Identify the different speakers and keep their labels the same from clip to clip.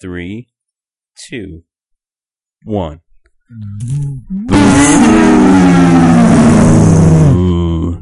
Speaker 1: three, two, one. Ooh.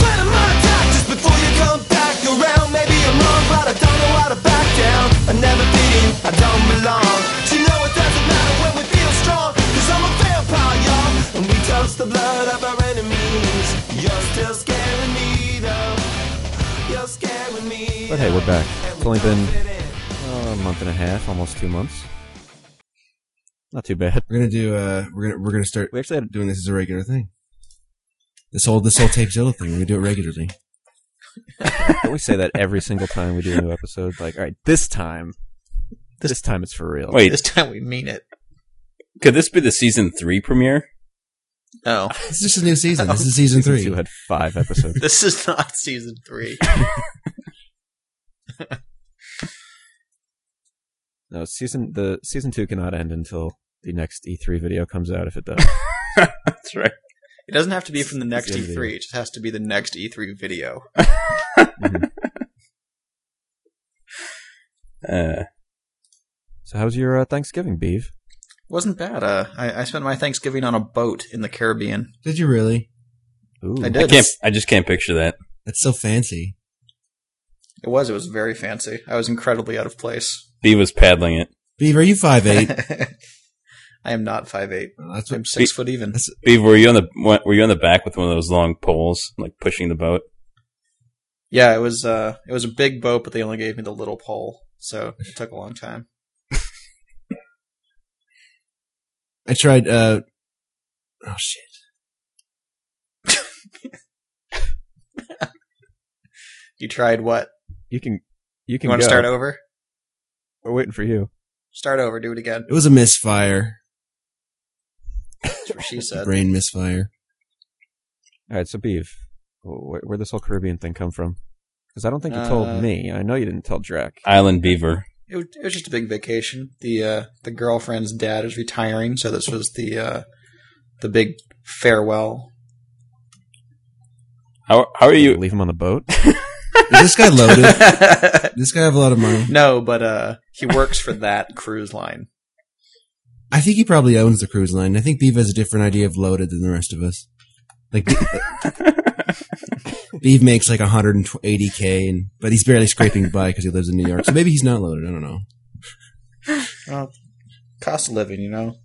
Speaker 2: Plan of my tactics before you come back around. Maybe I'm wrong, but I don't know how to back down. I never been, I don't belong. So you know it doesn't matter when we feel strong. Cause I'm a vampire, y'all. And we toast the blood of our enemies. You're still scaring me, though. You're scaring me.
Speaker 3: But hey, we're back.
Speaker 2: And
Speaker 3: It's only
Speaker 2: we don't
Speaker 3: been
Speaker 2: fit in.
Speaker 3: uh, a month and a half, almost two months. Not too bad.
Speaker 4: We're gonna do. Uh, we're gonna we're gonna start
Speaker 3: We actually had
Speaker 4: doing this as a regular thing. This whole this whole take Jilla thing. We're gonna do it regularly.
Speaker 3: we say that every single time we do a new episode. Like, all right, this time, this, time it's for real.
Speaker 1: Wait,
Speaker 5: This time we mean it.
Speaker 1: could this be the season three premiere?
Speaker 5: No,
Speaker 4: This is just a new season. This is season three.
Speaker 3: two had five episodes.
Speaker 5: this is not season three.
Speaker 3: no, season the season two cannot end until the next E3 video comes out. If it does,
Speaker 1: That's right.
Speaker 5: It doesn't have to be from the next
Speaker 3: the end of the
Speaker 5: E3.
Speaker 3: year.
Speaker 5: It just has to be the next E3 video.
Speaker 3: Mhm.
Speaker 1: Uh,
Speaker 3: so how's your uh, Thanksgiving, Beef?
Speaker 5: Wasn't bad. Uh, I, I spent my Thanksgiving on a boat in the Caribbean.
Speaker 4: Did you really?
Speaker 3: Ooh,
Speaker 5: I
Speaker 1: I
Speaker 5: did.
Speaker 1: can't. I just can't picture that.
Speaker 4: That's so fancy.
Speaker 5: It was. It was very fancy. I was incredibly out of place.
Speaker 1: B was paddling it.
Speaker 4: Beaver, are you five eight?
Speaker 5: I am not five eight.
Speaker 4: That's what
Speaker 5: I'm six foot even.
Speaker 1: B, were you on the what- were you on the back with one of those long poles, like pushing the boat?
Speaker 5: Yeah, it was. Uh, it was a big boat, but they only gave me the little pole, so it took a long time.
Speaker 4: I tried. Uh, oh shit!
Speaker 5: You tried what?
Speaker 3: you can you can
Speaker 5: You want
Speaker 3: go.
Speaker 5: to start over?
Speaker 3: We're waiting for you.
Speaker 5: Start over. Do it again.
Speaker 4: It was a misfire.
Speaker 5: That's what she said.
Speaker 4: Brain misfire.
Speaker 3: All right, so Beef, where where this whole Caribbean thing come from? Because I don't think you told
Speaker 5: Uh,
Speaker 3: me. I know you didn't tell Drac.
Speaker 1: Island Beaver.
Speaker 5: It was, it was just a big vacation. The uh, the girlfriend's dad is retiring, so this was the uh, the big farewell.
Speaker 1: How how are you?
Speaker 3: leave him on the boat?
Speaker 4: Is this guy loaded? Does this guy have a lot of money?
Speaker 5: no, but uh, he works for that cruise line.
Speaker 4: I think he probably owns the cruise line. I think Beav has a different idea of loaded than the rest of us. Like Beav makes like 180k, and but he's barely scraping by because he lives in New York. So maybe he's not loaded. I don't know.
Speaker 5: Well, cost of living, you know.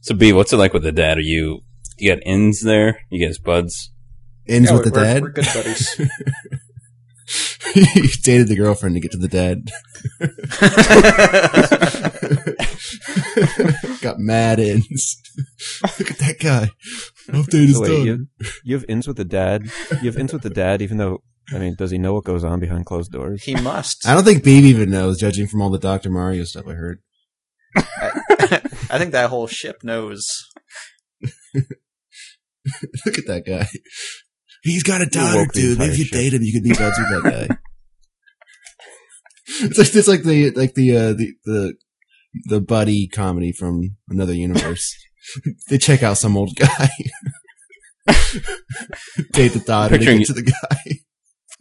Speaker 1: So B, what's it like with the dad? Are you you got ends there? You guys buds?
Speaker 4: Ends
Speaker 5: Yeah,
Speaker 4: with the
Speaker 5: we're-
Speaker 4: dad.
Speaker 5: We're good buddies.
Speaker 4: he dated the girlfriend to get to the dad. Got mad ends. Look at that guy. I'll date his
Speaker 3: So wait,
Speaker 4: daughter.
Speaker 3: you, you have ins with the dad. You have ins with the dad, even though I mean, does he know what goes on behind closed doors?
Speaker 5: he must.
Speaker 4: I don't think Beav even knows, judging from all the Doctor Mario stuff I heard.
Speaker 5: I think that whole ship knows.
Speaker 4: Look at that guy. He's got a
Speaker 3: woke
Speaker 4: daughter,
Speaker 3: the
Speaker 4: dude.
Speaker 3: entire
Speaker 4: Maybe if you
Speaker 3: ship.
Speaker 4: date him, you could be buds with that guy. it's like it's like the like the uh, the the the buddy comedy from another universe. they check out some old guy. date the daughter to
Speaker 1: Picturing
Speaker 4: get to the guy.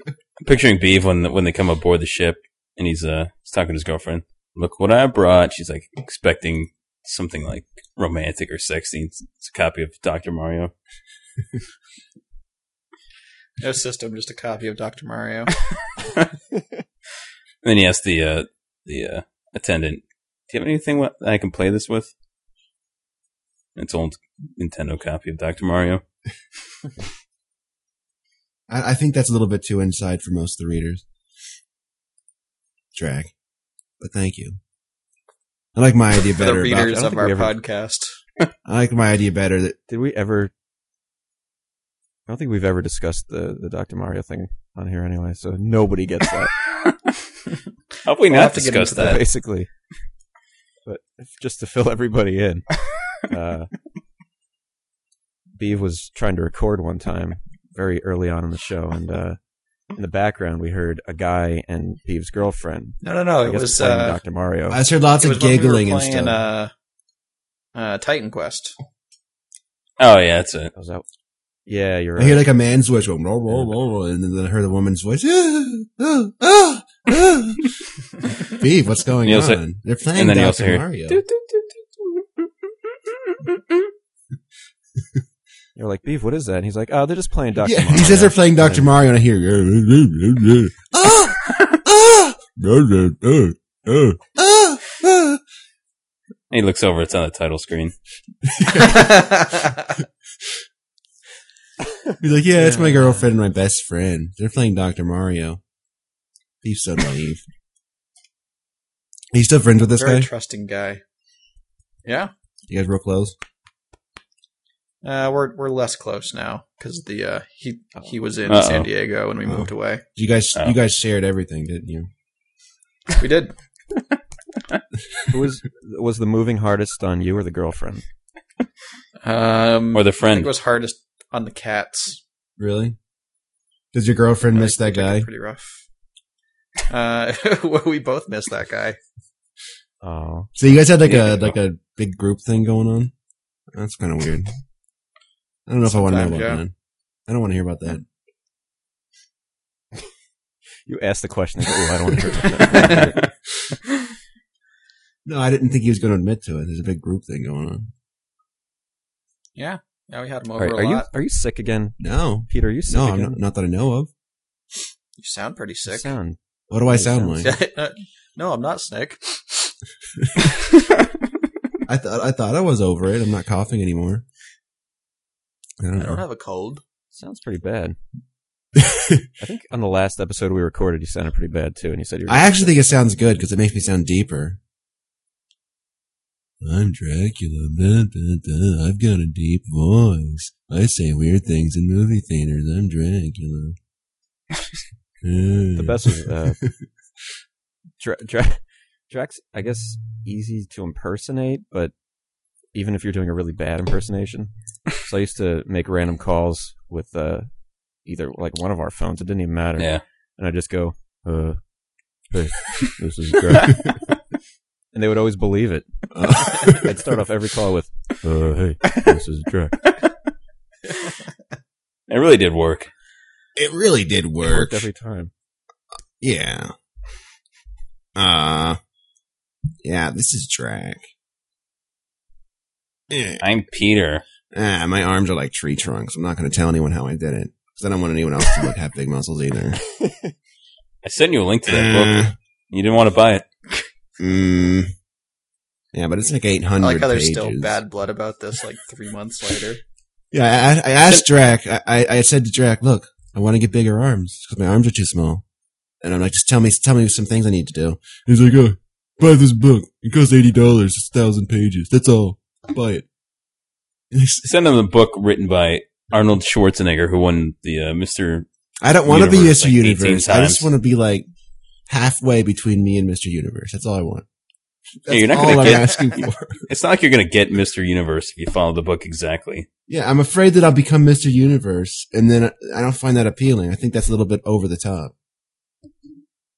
Speaker 1: I'm picturing Beav when when they come aboard the ship and he's uh he's talking to his girlfriend. Look what I brought. She's like expecting something like romantic or sexy. It's, it's a copy of Doctor Mario.
Speaker 5: No system, just a copy of Doctor Mario.
Speaker 1: And then he asked the uh the uh, attendant, "Do you have anything wha- that I can play this with?" It's an old Nintendo copy of Doctor Mario.
Speaker 4: I, I think that's a little bit too inside for most of the readers. Drag. But thank you. I like my idea
Speaker 5: For the
Speaker 4: better. about-
Speaker 5: readers
Speaker 3: I don't
Speaker 5: of
Speaker 3: think
Speaker 5: our
Speaker 3: we ever-
Speaker 5: podcast.
Speaker 4: I like my idea better that
Speaker 3: Did we ever? I don't think we've ever discussed the the Doctor Mario thing on here anyway, so nobody gets that
Speaker 1: How have we
Speaker 5: We'll
Speaker 1: not
Speaker 5: have to get
Speaker 1: discussed
Speaker 5: into
Speaker 1: that?
Speaker 3: basically. But if- just to fill everybody in, uh, Beav was trying to record one time very early on in the show, and uh, in the background we heard a guy and Beeves' girlfriend.
Speaker 5: No, no, no.
Speaker 3: I
Speaker 5: It
Speaker 3: guess,
Speaker 5: was
Speaker 3: playing
Speaker 5: uh,
Speaker 3: Dr. Mario.
Speaker 4: I just heard lots
Speaker 5: it was
Speaker 4: of
Speaker 5: when we were
Speaker 4: giggling and
Speaker 5: playing,
Speaker 4: stuff.
Speaker 5: Uh, uh, Titan Quest.
Speaker 1: Oh yeah, that's it.
Speaker 3: I was out. Yeah, you're
Speaker 4: I hear
Speaker 3: right.
Speaker 4: like a man's voice going, roll, roll, roll, roll, and then I heard a woman's voice. Ah, ah, ah, ah. Beef, what's going
Speaker 1: You
Speaker 4: on?
Speaker 1: also-
Speaker 4: They're playing
Speaker 1: and then you
Speaker 4: Dr.
Speaker 1: also hear-
Speaker 4: Mario.
Speaker 3: You're like Beef. What is that? And he's like, oh, they're just playing Dr.
Speaker 4: Yeah,
Speaker 3: Mario.
Speaker 4: he says they're playing Dr.
Speaker 3: Yeah.
Speaker 4: Mario, and I hear. ah, ah, ah, ah, ah.
Speaker 1: He looks over. It's on the title screen.
Speaker 4: He's like, yeah, that's my girlfriend and my best friend. They're playing Dr. Mario. He's so naive. Are you still friends with this
Speaker 5: Very
Speaker 4: guy?
Speaker 5: trusting guy. Yeah,
Speaker 4: you guys real close?
Speaker 5: uh, we're we're less close now because the uh, he
Speaker 3: Oh.
Speaker 5: he was in
Speaker 1: Uh-oh.
Speaker 5: San Diego and we
Speaker 4: Uh-oh.
Speaker 5: moved away.
Speaker 4: You guys,
Speaker 1: Oh.
Speaker 4: you guys shared everything, didn't you?
Speaker 5: We did.
Speaker 3: Who was was the moving hardest on you or the girlfriend?
Speaker 5: Um,
Speaker 1: Or the
Speaker 5: I think
Speaker 1: friend.
Speaker 5: it was hardest on the cats.
Speaker 4: Really? Does your girlfriend miss that guy?
Speaker 5: Pretty rough. Uh, we both missed that guy.
Speaker 3: Oh,
Speaker 4: So you guys had like
Speaker 1: Yeah.
Speaker 4: a like a big group thing going on. That's kind of weird. I don't know if I want to know about
Speaker 5: Sometimes, yeah.
Speaker 4: that. I don't want to hear about that.
Speaker 3: you asked the question. Oh, I don't want to hear.
Speaker 4: No, I didn't think he was going to admit to it. There's a big group thing going on.
Speaker 5: Yeah, yeah, we had him
Speaker 3: All
Speaker 5: over
Speaker 3: right,
Speaker 5: a
Speaker 3: are
Speaker 5: lot.
Speaker 3: you are you sick again,
Speaker 4: No,
Speaker 3: Peter? Are you sick
Speaker 4: no, I'm
Speaker 3: again?
Speaker 4: not, not that I know of.
Speaker 5: You sound pretty
Speaker 3: You
Speaker 5: sick. Uh,
Speaker 3: Sound.
Speaker 4: What do I
Speaker 3: You
Speaker 4: sound
Speaker 3: sound
Speaker 4: like?
Speaker 5: no, I'm not sick.
Speaker 4: I thought I thought I was over it. I'm not coughing anymore. I don't
Speaker 5: I don't
Speaker 4: know.
Speaker 5: have a cold.
Speaker 3: Sounds pretty bad. I think on the last episode we recorded, you sounded pretty bad too, and you said you were.
Speaker 4: I actually think it sounds good because it makes me sound deeper. I'm Dracula. da, da, da. I've got a deep voice. I say weird things in movie theaters. I'm Dracula. Hmm.
Speaker 3: the best was uh, Dra- Dra- Drax. I guess easy to impersonate, but even if you're doing a really bad impersonation, so I used to make random calls with uh, either like one of our phones. It didn't even matter.
Speaker 1: yeah.
Speaker 3: and I just go, uh, "Hey, this is Drax," and they would always believe it. I'd start off every call with, "Uh, hey, this is Drax."
Speaker 1: It really did work.
Speaker 4: it really did
Speaker 3: It
Speaker 4: work.
Speaker 3: worked every time.
Speaker 4: yeah. Uh yeah. This is Drac. Yeah.
Speaker 1: I'm Peter.
Speaker 4: Ah, my arms are like tree trunks. I'm not going to tell anyone how I did it because I don't want anyone else to like have big muscles either.
Speaker 1: I sent you a link to that book.
Speaker 4: Uh,
Speaker 1: You didn't want to buy it.
Speaker 4: mm. yeah, but it's like 800
Speaker 5: I like how there's
Speaker 4: pages.
Speaker 5: still bad blood about this, like three months later.
Speaker 4: Yeah, I, I I asked Drac. I, I I said to Drac, "Look, I want to get bigger arms because my arms are too small." And I'm like, "Just tell me, tell me some things I need to do." He's like, "Oh, buy this book. It costs eighty dollars. It's thousand pages. That's all. Buy it."
Speaker 1: Send him the book written by Arnold Schwarzenegger, who won the uh, Mr.
Speaker 4: I don't want to be
Speaker 1: Universe,
Speaker 4: Mr.
Speaker 1: like, 18
Speaker 4: Universe. I
Speaker 1: times.
Speaker 4: just want to be like halfway between me and Mr. Universe. That's all I want. That's
Speaker 1: Yeah, you're not
Speaker 4: all
Speaker 1: gonna
Speaker 4: I'm
Speaker 1: get-
Speaker 4: asking for.
Speaker 1: It's not like you're going to get Mr. Universe if you follow the book exactly.
Speaker 4: yeah, I'm afraid that I'll become Mr. Universe, and then I- I don't find that appealing. I think that's a little bit over the top.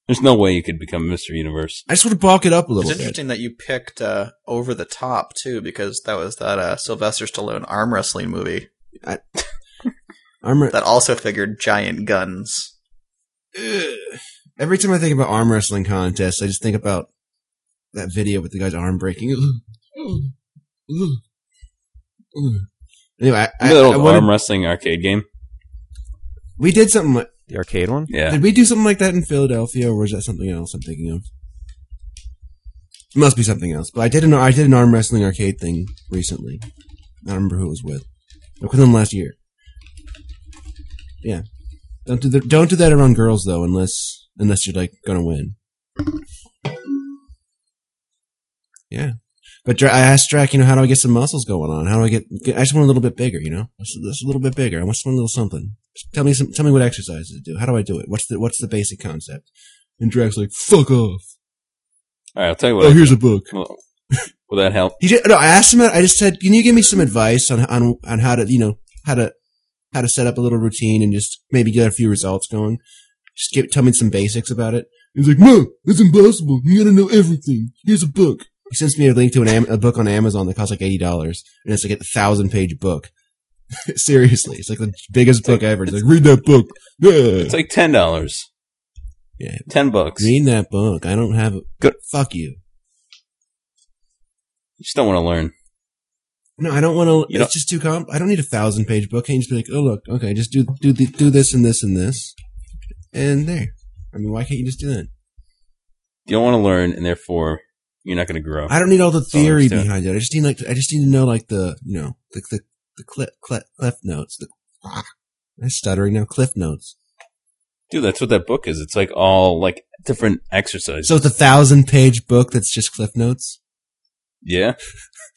Speaker 1: There's no way you could become Mr. Universe.
Speaker 4: I just want to bulk it up a
Speaker 5: It's
Speaker 4: little bit.
Speaker 5: interesting that you picked uh, Over the Top too, because that was that uh, Sylvester Stallone arm wrestling movie
Speaker 4: Arm
Speaker 5: that also figured giant guns.
Speaker 4: Every time I think about arm wrestling contests, I just think about that video with the guy's arm breaking. Anyway, I, I,
Speaker 1: Remember that
Speaker 4: I
Speaker 1: old
Speaker 4: wanted-
Speaker 1: arm wrestling arcade game?
Speaker 4: we did something. Like,
Speaker 3: The arcade one.
Speaker 1: Yeah.
Speaker 4: Did we do something like that in Philadelphia, or was that something else? I'm thinking of. It must be something else. But I did an I did an arm wrestling arcade thing recently. I don't remember who it was with. Like within the last year. Yeah. Don't do the, don't do that around girls though, unless unless you're like gonna win. Yeah. But Dra- I asked Drac, you know, how do I get some muscles going on? How do I get? I just want a little bit bigger, you know, just, just a little bit bigger. I want just want a little something. Just tell me some. Tell me what exercises to do. How do I do it? What's the What's the basic concept? And Drac's like, fuck off.
Speaker 1: All right, I'll tell you what.
Speaker 4: Oh, here's a book.
Speaker 1: Well, will that help?
Speaker 4: He just, no, I asked him. I just said, can you give me some advice on on on how to you know how to how to set up a little routine and just maybe get a few results going. Just give, tell me some basics about it. He's like, no, it's impossible. You gotta know everything. Here's a book. He sends me a link to an Am- a book on Amazon that costs like eighty dollars, and it's like a thousand page book. Seriously, it's like the biggest book ever. He's like, read that book. Yeah.
Speaker 1: It's like ten dollars.
Speaker 4: Yeah.
Speaker 1: ten bucks. You
Speaker 4: Read that book. I don't have.
Speaker 1: Good.
Speaker 4: Fuck you.
Speaker 1: just don't want to learn.
Speaker 4: No, I don't want
Speaker 1: You
Speaker 4: to.
Speaker 1: don't-
Speaker 4: It's just too comp. I don't need a thousand page book. I can just be like, oh look, okay, just do do the, do this and this and this, and there. I mean, why can't you just do that?
Speaker 1: You don't want to learn, and therefore you're not going to grow.
Speaker 4: I don't need all the
Speaker 1: all I'm
Speaker 4: theory
Speaker 1: saying.
Speaker 4: behind it. I just need like I just need to know like the you know the the the cliff cliff, cliff notes. The ah, I'm stuttering now. Cliff notes.
Speaker 1: Dude, that's what that book is. It's like all like different exercises.
Speaker 4: So it's a thousand page book that's just cliff notes.
Speaker 1: yeah,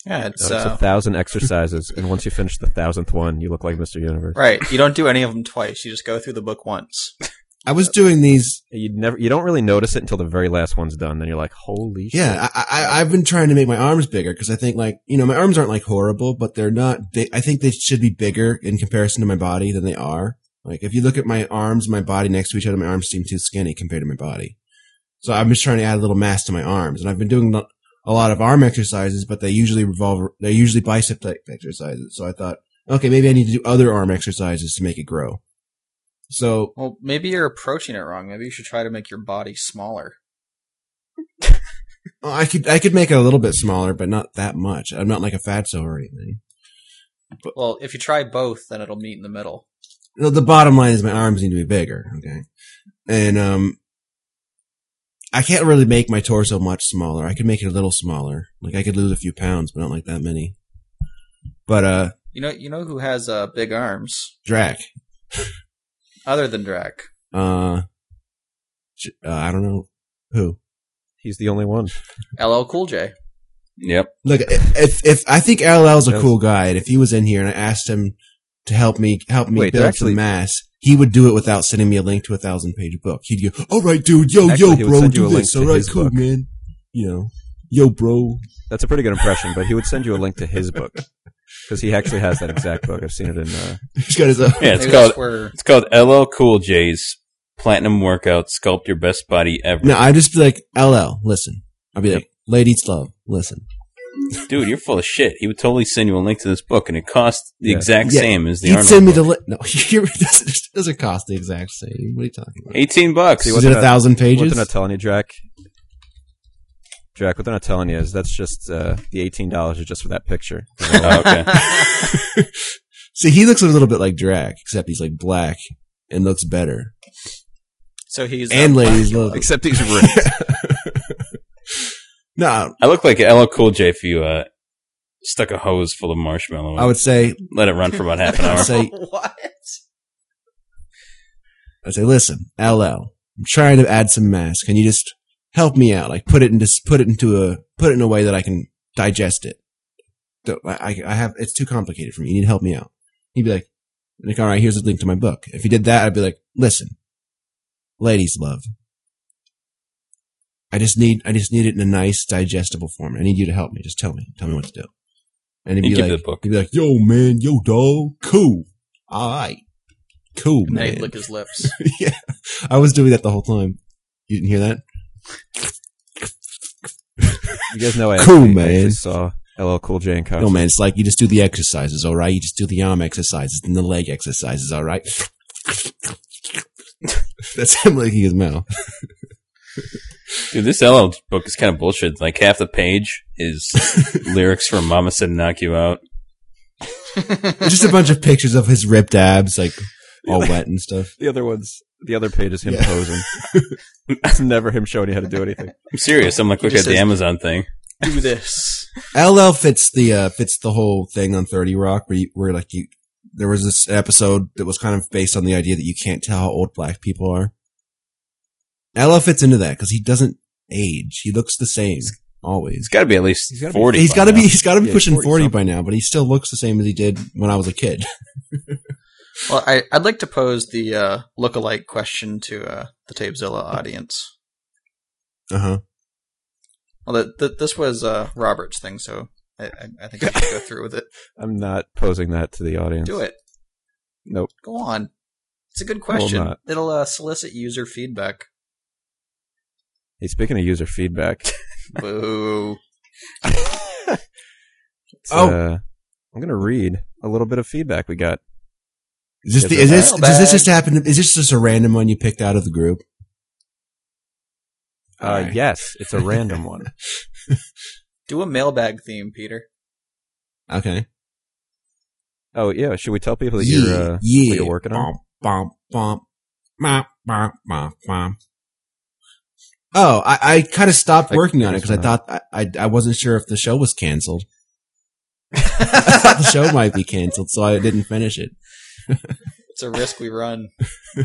Speaker 5: Yeah,
Speaker 3: So
Speaker 5: it's,
Speaker 3: it's a
Speaker 5: uh,
Speaker 3: thousand exercises, and once you finish the thousandth one, you look like Mr. Universe.
Speaker 5: right. You don't do any of them twice. You just go through the book once.
Speaker 4: I was doing these.
Speaker 3: You never, you don't really notice it until the very last one's done. Then you're like, "Holy shit!"
Speaker 4: Yeah, I, I I've been trying to make my arms bigger because I think like you know my arms aren't like horrible, but they're not big. I think they should be bigger in comparison to my body than they are. Like if you look at my arms, and my body next to each other, my arms seem too skinny compared to my body. So I'm just trying to add a little mass to my arms, and I've been doing lo- a lot of arm exercises, but they usually revolve. They're usually bicep type exercises. So I thought, okay, maybe I need to do other arm exercises to make it grow. So
Speaker 5: Well, maybe you're approaching it wrong. Maybe you should try to make your body smaller.
Speaker 4: Well, I could I could make it a little bit smaller, but not that much. I'm not like a fatso or anything.
Speaker 5: Well, if you try both, then it'll meet in the middle.
Speaker 4: The, the bottom line is my arms need to be bigger, okay? And um I can't really make my torso much smaller. I could make it a little smaller. Like I could lose a few pounds, but not like that many. But uh
Speaker 5: You know, you know who has uh, big arms
Speaker 4: Drac.
Speaker 5: other than Drac.
Speaker 4: Uh, j- uh I don't know who.
Speaker 3: He's the only one.
Speaker 5: LL Cool J.
Speaker 1: yep.
Speaker 4: Look, i- if if I think LL's a
Speaker 3: Yes.
Speaker 4: cool guy, and if he was in here and I asked him to help me help me
Speaker 3: Wait,
Speaker 4: build
Speaker 3: they're actually-
Speaker 4: some mass, he would do it without sending me a link to a thousand page book. He'd go, "All right, dude, yo,
Speaker 3: Actually, he
Speaker 4: yo,
Speaker 3: would
Speaker 4: bro,
Speaker 3: send you
Speaker 4: do
Speaker 3: a link
Speaker 4: this.
Speaker 3: to
Speaker 4: All right,
Speaker 3: his
Speaker 4: cool,
Speaker 3: book.
Speaker 4: man. You know, yo, bro,
Speaker 3: That's a pretty good impression, but he would send you a link to his book because he actually has that exact book. I've seen it in. Uh,
Speaker 4: he's got his own."
Speaker 1: Yeah, it's
Speaker 5: Maybe
Speaker 1: called
Speaker 5: that's where
Speaker 1: it's called LL Cool J's Platinum Workout. Sculpt your best body ever.
Speaker 4: No, I'd just be like, "LL, listen." I'd be like, "Ladies love, listen."
Speaker 1: Dude, you're full of shit. He would totally send you a link to this book, and it cost the
Speaker 3: Yeah.
Speaker 1: exact
Speaker 4: Yeah.
Speaker 1: same as the
Speaker 4: He'd
Speaker 1: Arnold
Speaker 4: send me
Speaker 1: book.
Speaker 4: the li- no. it doesn't, it doesn't cost the exact same. What are you talking about?
Speaker 1: eighteen bucks.
Speaker 3: See,
Speaker 4: Is
Speaker 3: what-
Speaker 4: it a thousand
Speaker 3: what
Speaker 4: pages?
Speaker 3: they're not telling you, Jack. Jack, what they're not telling you is that's just uh, the eighteen dollars is just for that picture.
Speaker 1: Oh, okay.
Speaker 4: See, he looks a little bit like Drac, except he's like black and looks better.
Speaker 5: so he's uh,
Speaker 4: and ladies love.
Speaker 3: Except he's ripped.
Speaker 4: No,
Speaker 1: I look like LL Cool J if you uh, stuck a hose full of marshmallow.
Speaker 4: I would say,
Speaker 1: let it run for about half an hour.
Speaker 4: I'd say,
Speaker 5: what?
Speaker 4: I'd say, listen, LL, I'm trying to add some mass. Can you just help me out? Like, put it into, put it into a, put it in a way that I can digest it. Don't- I, I have, it's too complicated for me. You need to help me out. He'd be like, like, all right, here's a link to my book. If he did that, I'd be like, listen, ladies love. I just need, I just need it in a nice, digestible form. I need you to help me. Just tell me, tell me what to do. And he'd
Speaker 1: You
Speaker 4: be
Speaker 1: give
Speaker 4: like,
Speaker 1: the book.
Speaker 4: he'd be like, yo, man, yo, dog, cool. All right. Cool,
Speaker 5: And then
Speaker 4: man.
Speaker 5: he'd lick his lips.
Speaker 4: yeah. I was doing that the whole time. You didn't hear that?
Speaker 3: You guys know I
Speaker 4: Cool,
Speaker 3: actually,
Speaker 4: man.
Speaker 3: actually saw LL Cool J in
Speaker 4: No,
Speaker 3: concert.
Speaker 4: man. It's like you just do the exercises, all right? You just do the arm exercises and the leg exercises, all right? That's him licking his mouth.
Speaker 1: Dude, this LL book is kind of bullshit. Like half the page is lyrics from "Mama Said Knock You Out."
Speaker 4: It's just a bunch of pictures of his ripped abs, like all wet and stuff.
Speaker 3: The other one's the other page is him
Speaker 4: Yeah.
Speaker 3: posing. it's never him showing you how to do anything.
Speaker 1: I'm serious. I'm like, look
Speaker 5: It
Speaker 1: at
Speaker 5: just
Speaker 1: the
Speaker 5: says-
Speaker 1: Amazon thing.
Speaker 5: Do this.
Speaker 4: LL fits the uh, fits the whole thing on Thirty Rock, where you, where like you, there was this episode that was kind of based on the idea that you can't tell how old black people are. LL fits into that because he doesn't age; he looks the same always.
Speaker 1: It's got to be at least
Speaker 3: He's gotta be-
Speaker 1: forty.
Speaker 4: He's
Speaker 1: by
Speaker 4: got to
Speaker 1: now.
Speaker 4: be he's got to be
Speaker 3: Yeah, he's
Speaker 4: pushing
Speaker 3: 40
Speaker 4: forty by now, but he still looks the same as he did when I was a kid.
Speaker 5: Well, I, I'd like to pose the uh, look-alike question to uh, the Tapezilla audience.
Speaker 4: Uh
Speaker 3: Uh-huh.
Speaker 4: huh.
Speaker 5: Well, th- th- this was uh, Robert's thing, so I, I- I think I should go through with it.
Speaker 3: I'm not posing that to the audience.
Speaker 5: Do it.
Speaker 3: Nope.
Speaker 5: Go on. It's a good
Speaker 3: will
Speaker 5: question.
Speaker 3: not.
Speaker 5: It'll uh, solicit user feedback.
Speaker 3: Hey, speaking of user feedback,
Speaker 5: Boo.
Speaker 3: it's,
Speaker 4: Oh.
Speaker 3: uh, I'm gonna read a little bit of feedback we got.
Speaker 4: Is this, the, is this does this just happen? Is this just a random one you picked out of the group?
Speaker 3: Uh,
Speaker 4: Alright.
Speaker 3: Yes, it's a random one.
Speaker 5: Do a mailbag theme, Peter.
Speaker 4: Okay.
Speaker 3: Oh yeah, should we tell people that you're uh, what you're working on?
Speaker 4: Bom, bom, bom, bom, bom, bom. Oh, I, I kind of stopped
Speaker 3: Like,
Speaker 4: working on it because I
Speaker 3: uh,
Speaker 4: thought I, I I wasn't sure if the show was canceled. I thought the show might be canceled, so I didn't finish it.
Speaker 5: It's a risk we run.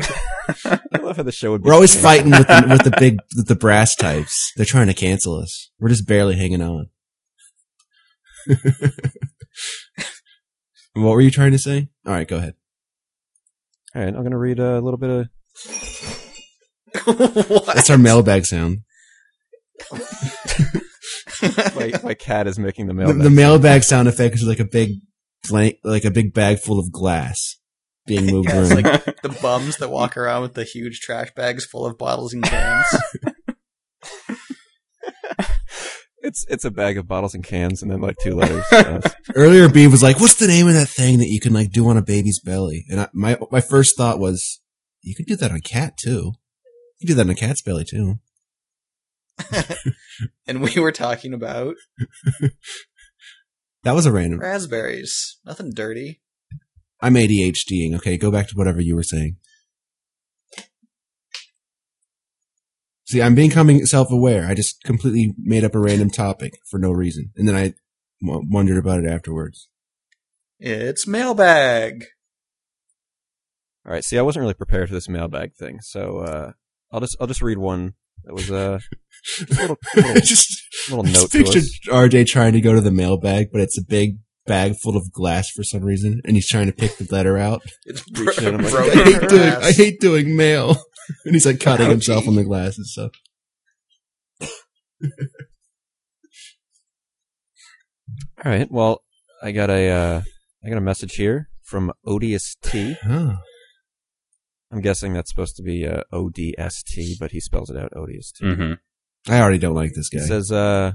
Speaker 3: I love how the show would. Be
Speaker 4: We're always
Speaker 3: canceled.
Speaker 4: fighting with the, with the big with the brass types. They're trying to cancel us. We're just barely hanging on. what were you trying to say? All right, go ahead.
Speaker 3: All right, I'm gonna read a little bit of.
Speaker 5: what?
Speaker 4: That's our mailbag sound.
Speaker 3: My, my cat is making the
Speaker 4: The,
Speaker 3: mailbag.
Speaker 4: the mailbag sound effect is like a big blank, like a big bag full of glass being moved
Speaker 5: Yeah, it's
Speaker 4: around.
Speaker 5: like the bums that walk around with the huge trash bags full of bottles and cans.
Speaker 3: it's it's a bag of bottles and cans, and then like two letters. Uh,
Speaker 4: Earlier, B was like, "What's the name of that thing that you can like do on a baby's belly?" And I, my my first thought was, "You could do that on a cat too. You could do that on a cat's belly too."
Speaker 5: and we were talking about
Speaker 4: That was a random.
Speaker 5: raspberries. Nothing dirty.
Speaker 4: I'm ADHDing. Okay, go back to whatever you were saying. See, I'm becoming self-aware. I just completely made up a random topic for no reason, and then I w- wondered about it afterwards.
Speaker 5: It's mailbag.
Speaker 3: All right. See, I wasn't really prepared for this mailbag thing, so uh, I'll just I'll just read one that was uh, just a little little,
Speaker 4: just,
Speaker 3: little
Speaker 4: just
Speaker 3: note to
Speaker 4: picture
Speaker 3: us.
Speaker 4: RJ trying to go to the mailbag, but it's a big bag full of glass for some reason, and he's trying to pick the letter out.
Speaker 5: It's bro-
Speaker 3: Reaching in, I'm like,
Speaker 4: I
Speaker 5: broken
Speaker 4: hate doing,
Speaker 5: glass.
Speaker 4: I hate doing mail, and he's like cutting
Speaker 5: Ouchie.
Speaker 4: himself on the glass and stuff.
Speaker 3: All right. Well, I got a uh, I got a message here from Odious T.
Speaker 4: Huh.
Speaker 3: I'm guessing that's supposed to be uh, O D S T, but he spells it out Odious T.
Speaker 1: Mm-hmm.
Speaker 4: I already don't like this
Speaker 3: He
Speaker 4: guy.
Speaker 3: says, uh,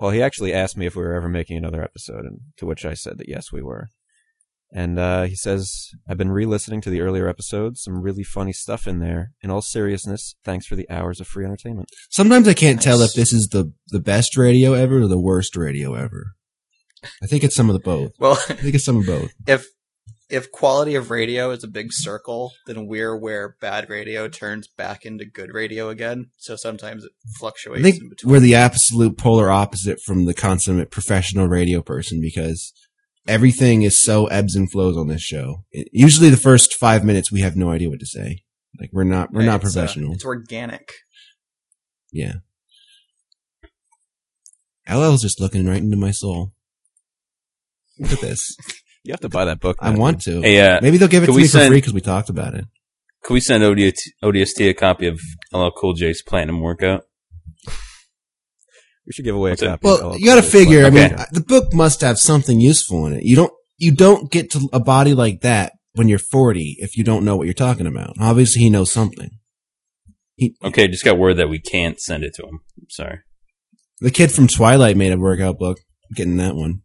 Speaker 3: well, he actually asked me if we were ever making another episode, and to which I said that yes, we were. And uh, he says, I've been re listening to the earlier episodes, some really funny stuff in there. In all seriousness, thanks for the hours of free entertainment.
Speaker 4: Sometimes I can't tell
Speaker 5: Nice.
Speaker 4: if this is the the best radio ever or the worst radio ever. I think it's some of the both.
Speaker 5: Well,
Speaker 4: I think it's some of both.
Speaker 5: if if quality of radio is a big circle, then we're where bad radio turns back into good radio again. So sometimes it
Speaker 4: I
Speaker 5: fluctuates
Speaker 4: think
Speaker 5: in between.
Speaker 4: we're the absolute polar opposite from the consummate professional radio person because everything is so ebbs and flows on this show. It- usually, the first five minutes we have no idea what to say. Like we're not we're
Speaker 5: Right,
Speaker 4: not
Speaker 5: it's, uh,
Speaker 4: professional.
Speaker 5: it's organic.
Speaker 4: yeah. LL's just looking right into my soul. Look at this.
Speaker 3: You have to buy that book.
Speaker 4: I want to.
Speaker 1: Hey, uh,
Speaker 4: Maybe they'll give it
Speaker 1: Can
Speaker 4: to
Speaker 1: we
Speaker 4: me for
Speaker 1: send-
Speaker 4: free because we talked about it.
Speaker 1: Can we send ODST, ODST a copy of LL Cool J's Platinum Workout?
Speaker 3: We should give away a
Speaker 1: What's that?
Speaker 3: copy.
Speaker 4: Well,
Speaker 3: Oh,
Speaker 4: you got to
Speaker 3: cool.
Speaker 4: figure. I mean,
Speaker 1: Okay.
Speaker 4: the book must have something useful in it. You don't you don't get to a body like that when you're 40 if you don't know what you're talking about. Obviously, he knows something. He,
Speaker 1: Okay, just got word that we can't send it to him. Sorry.
Speaker 4: the kid from Twilight made a workout book. I'm getting that one.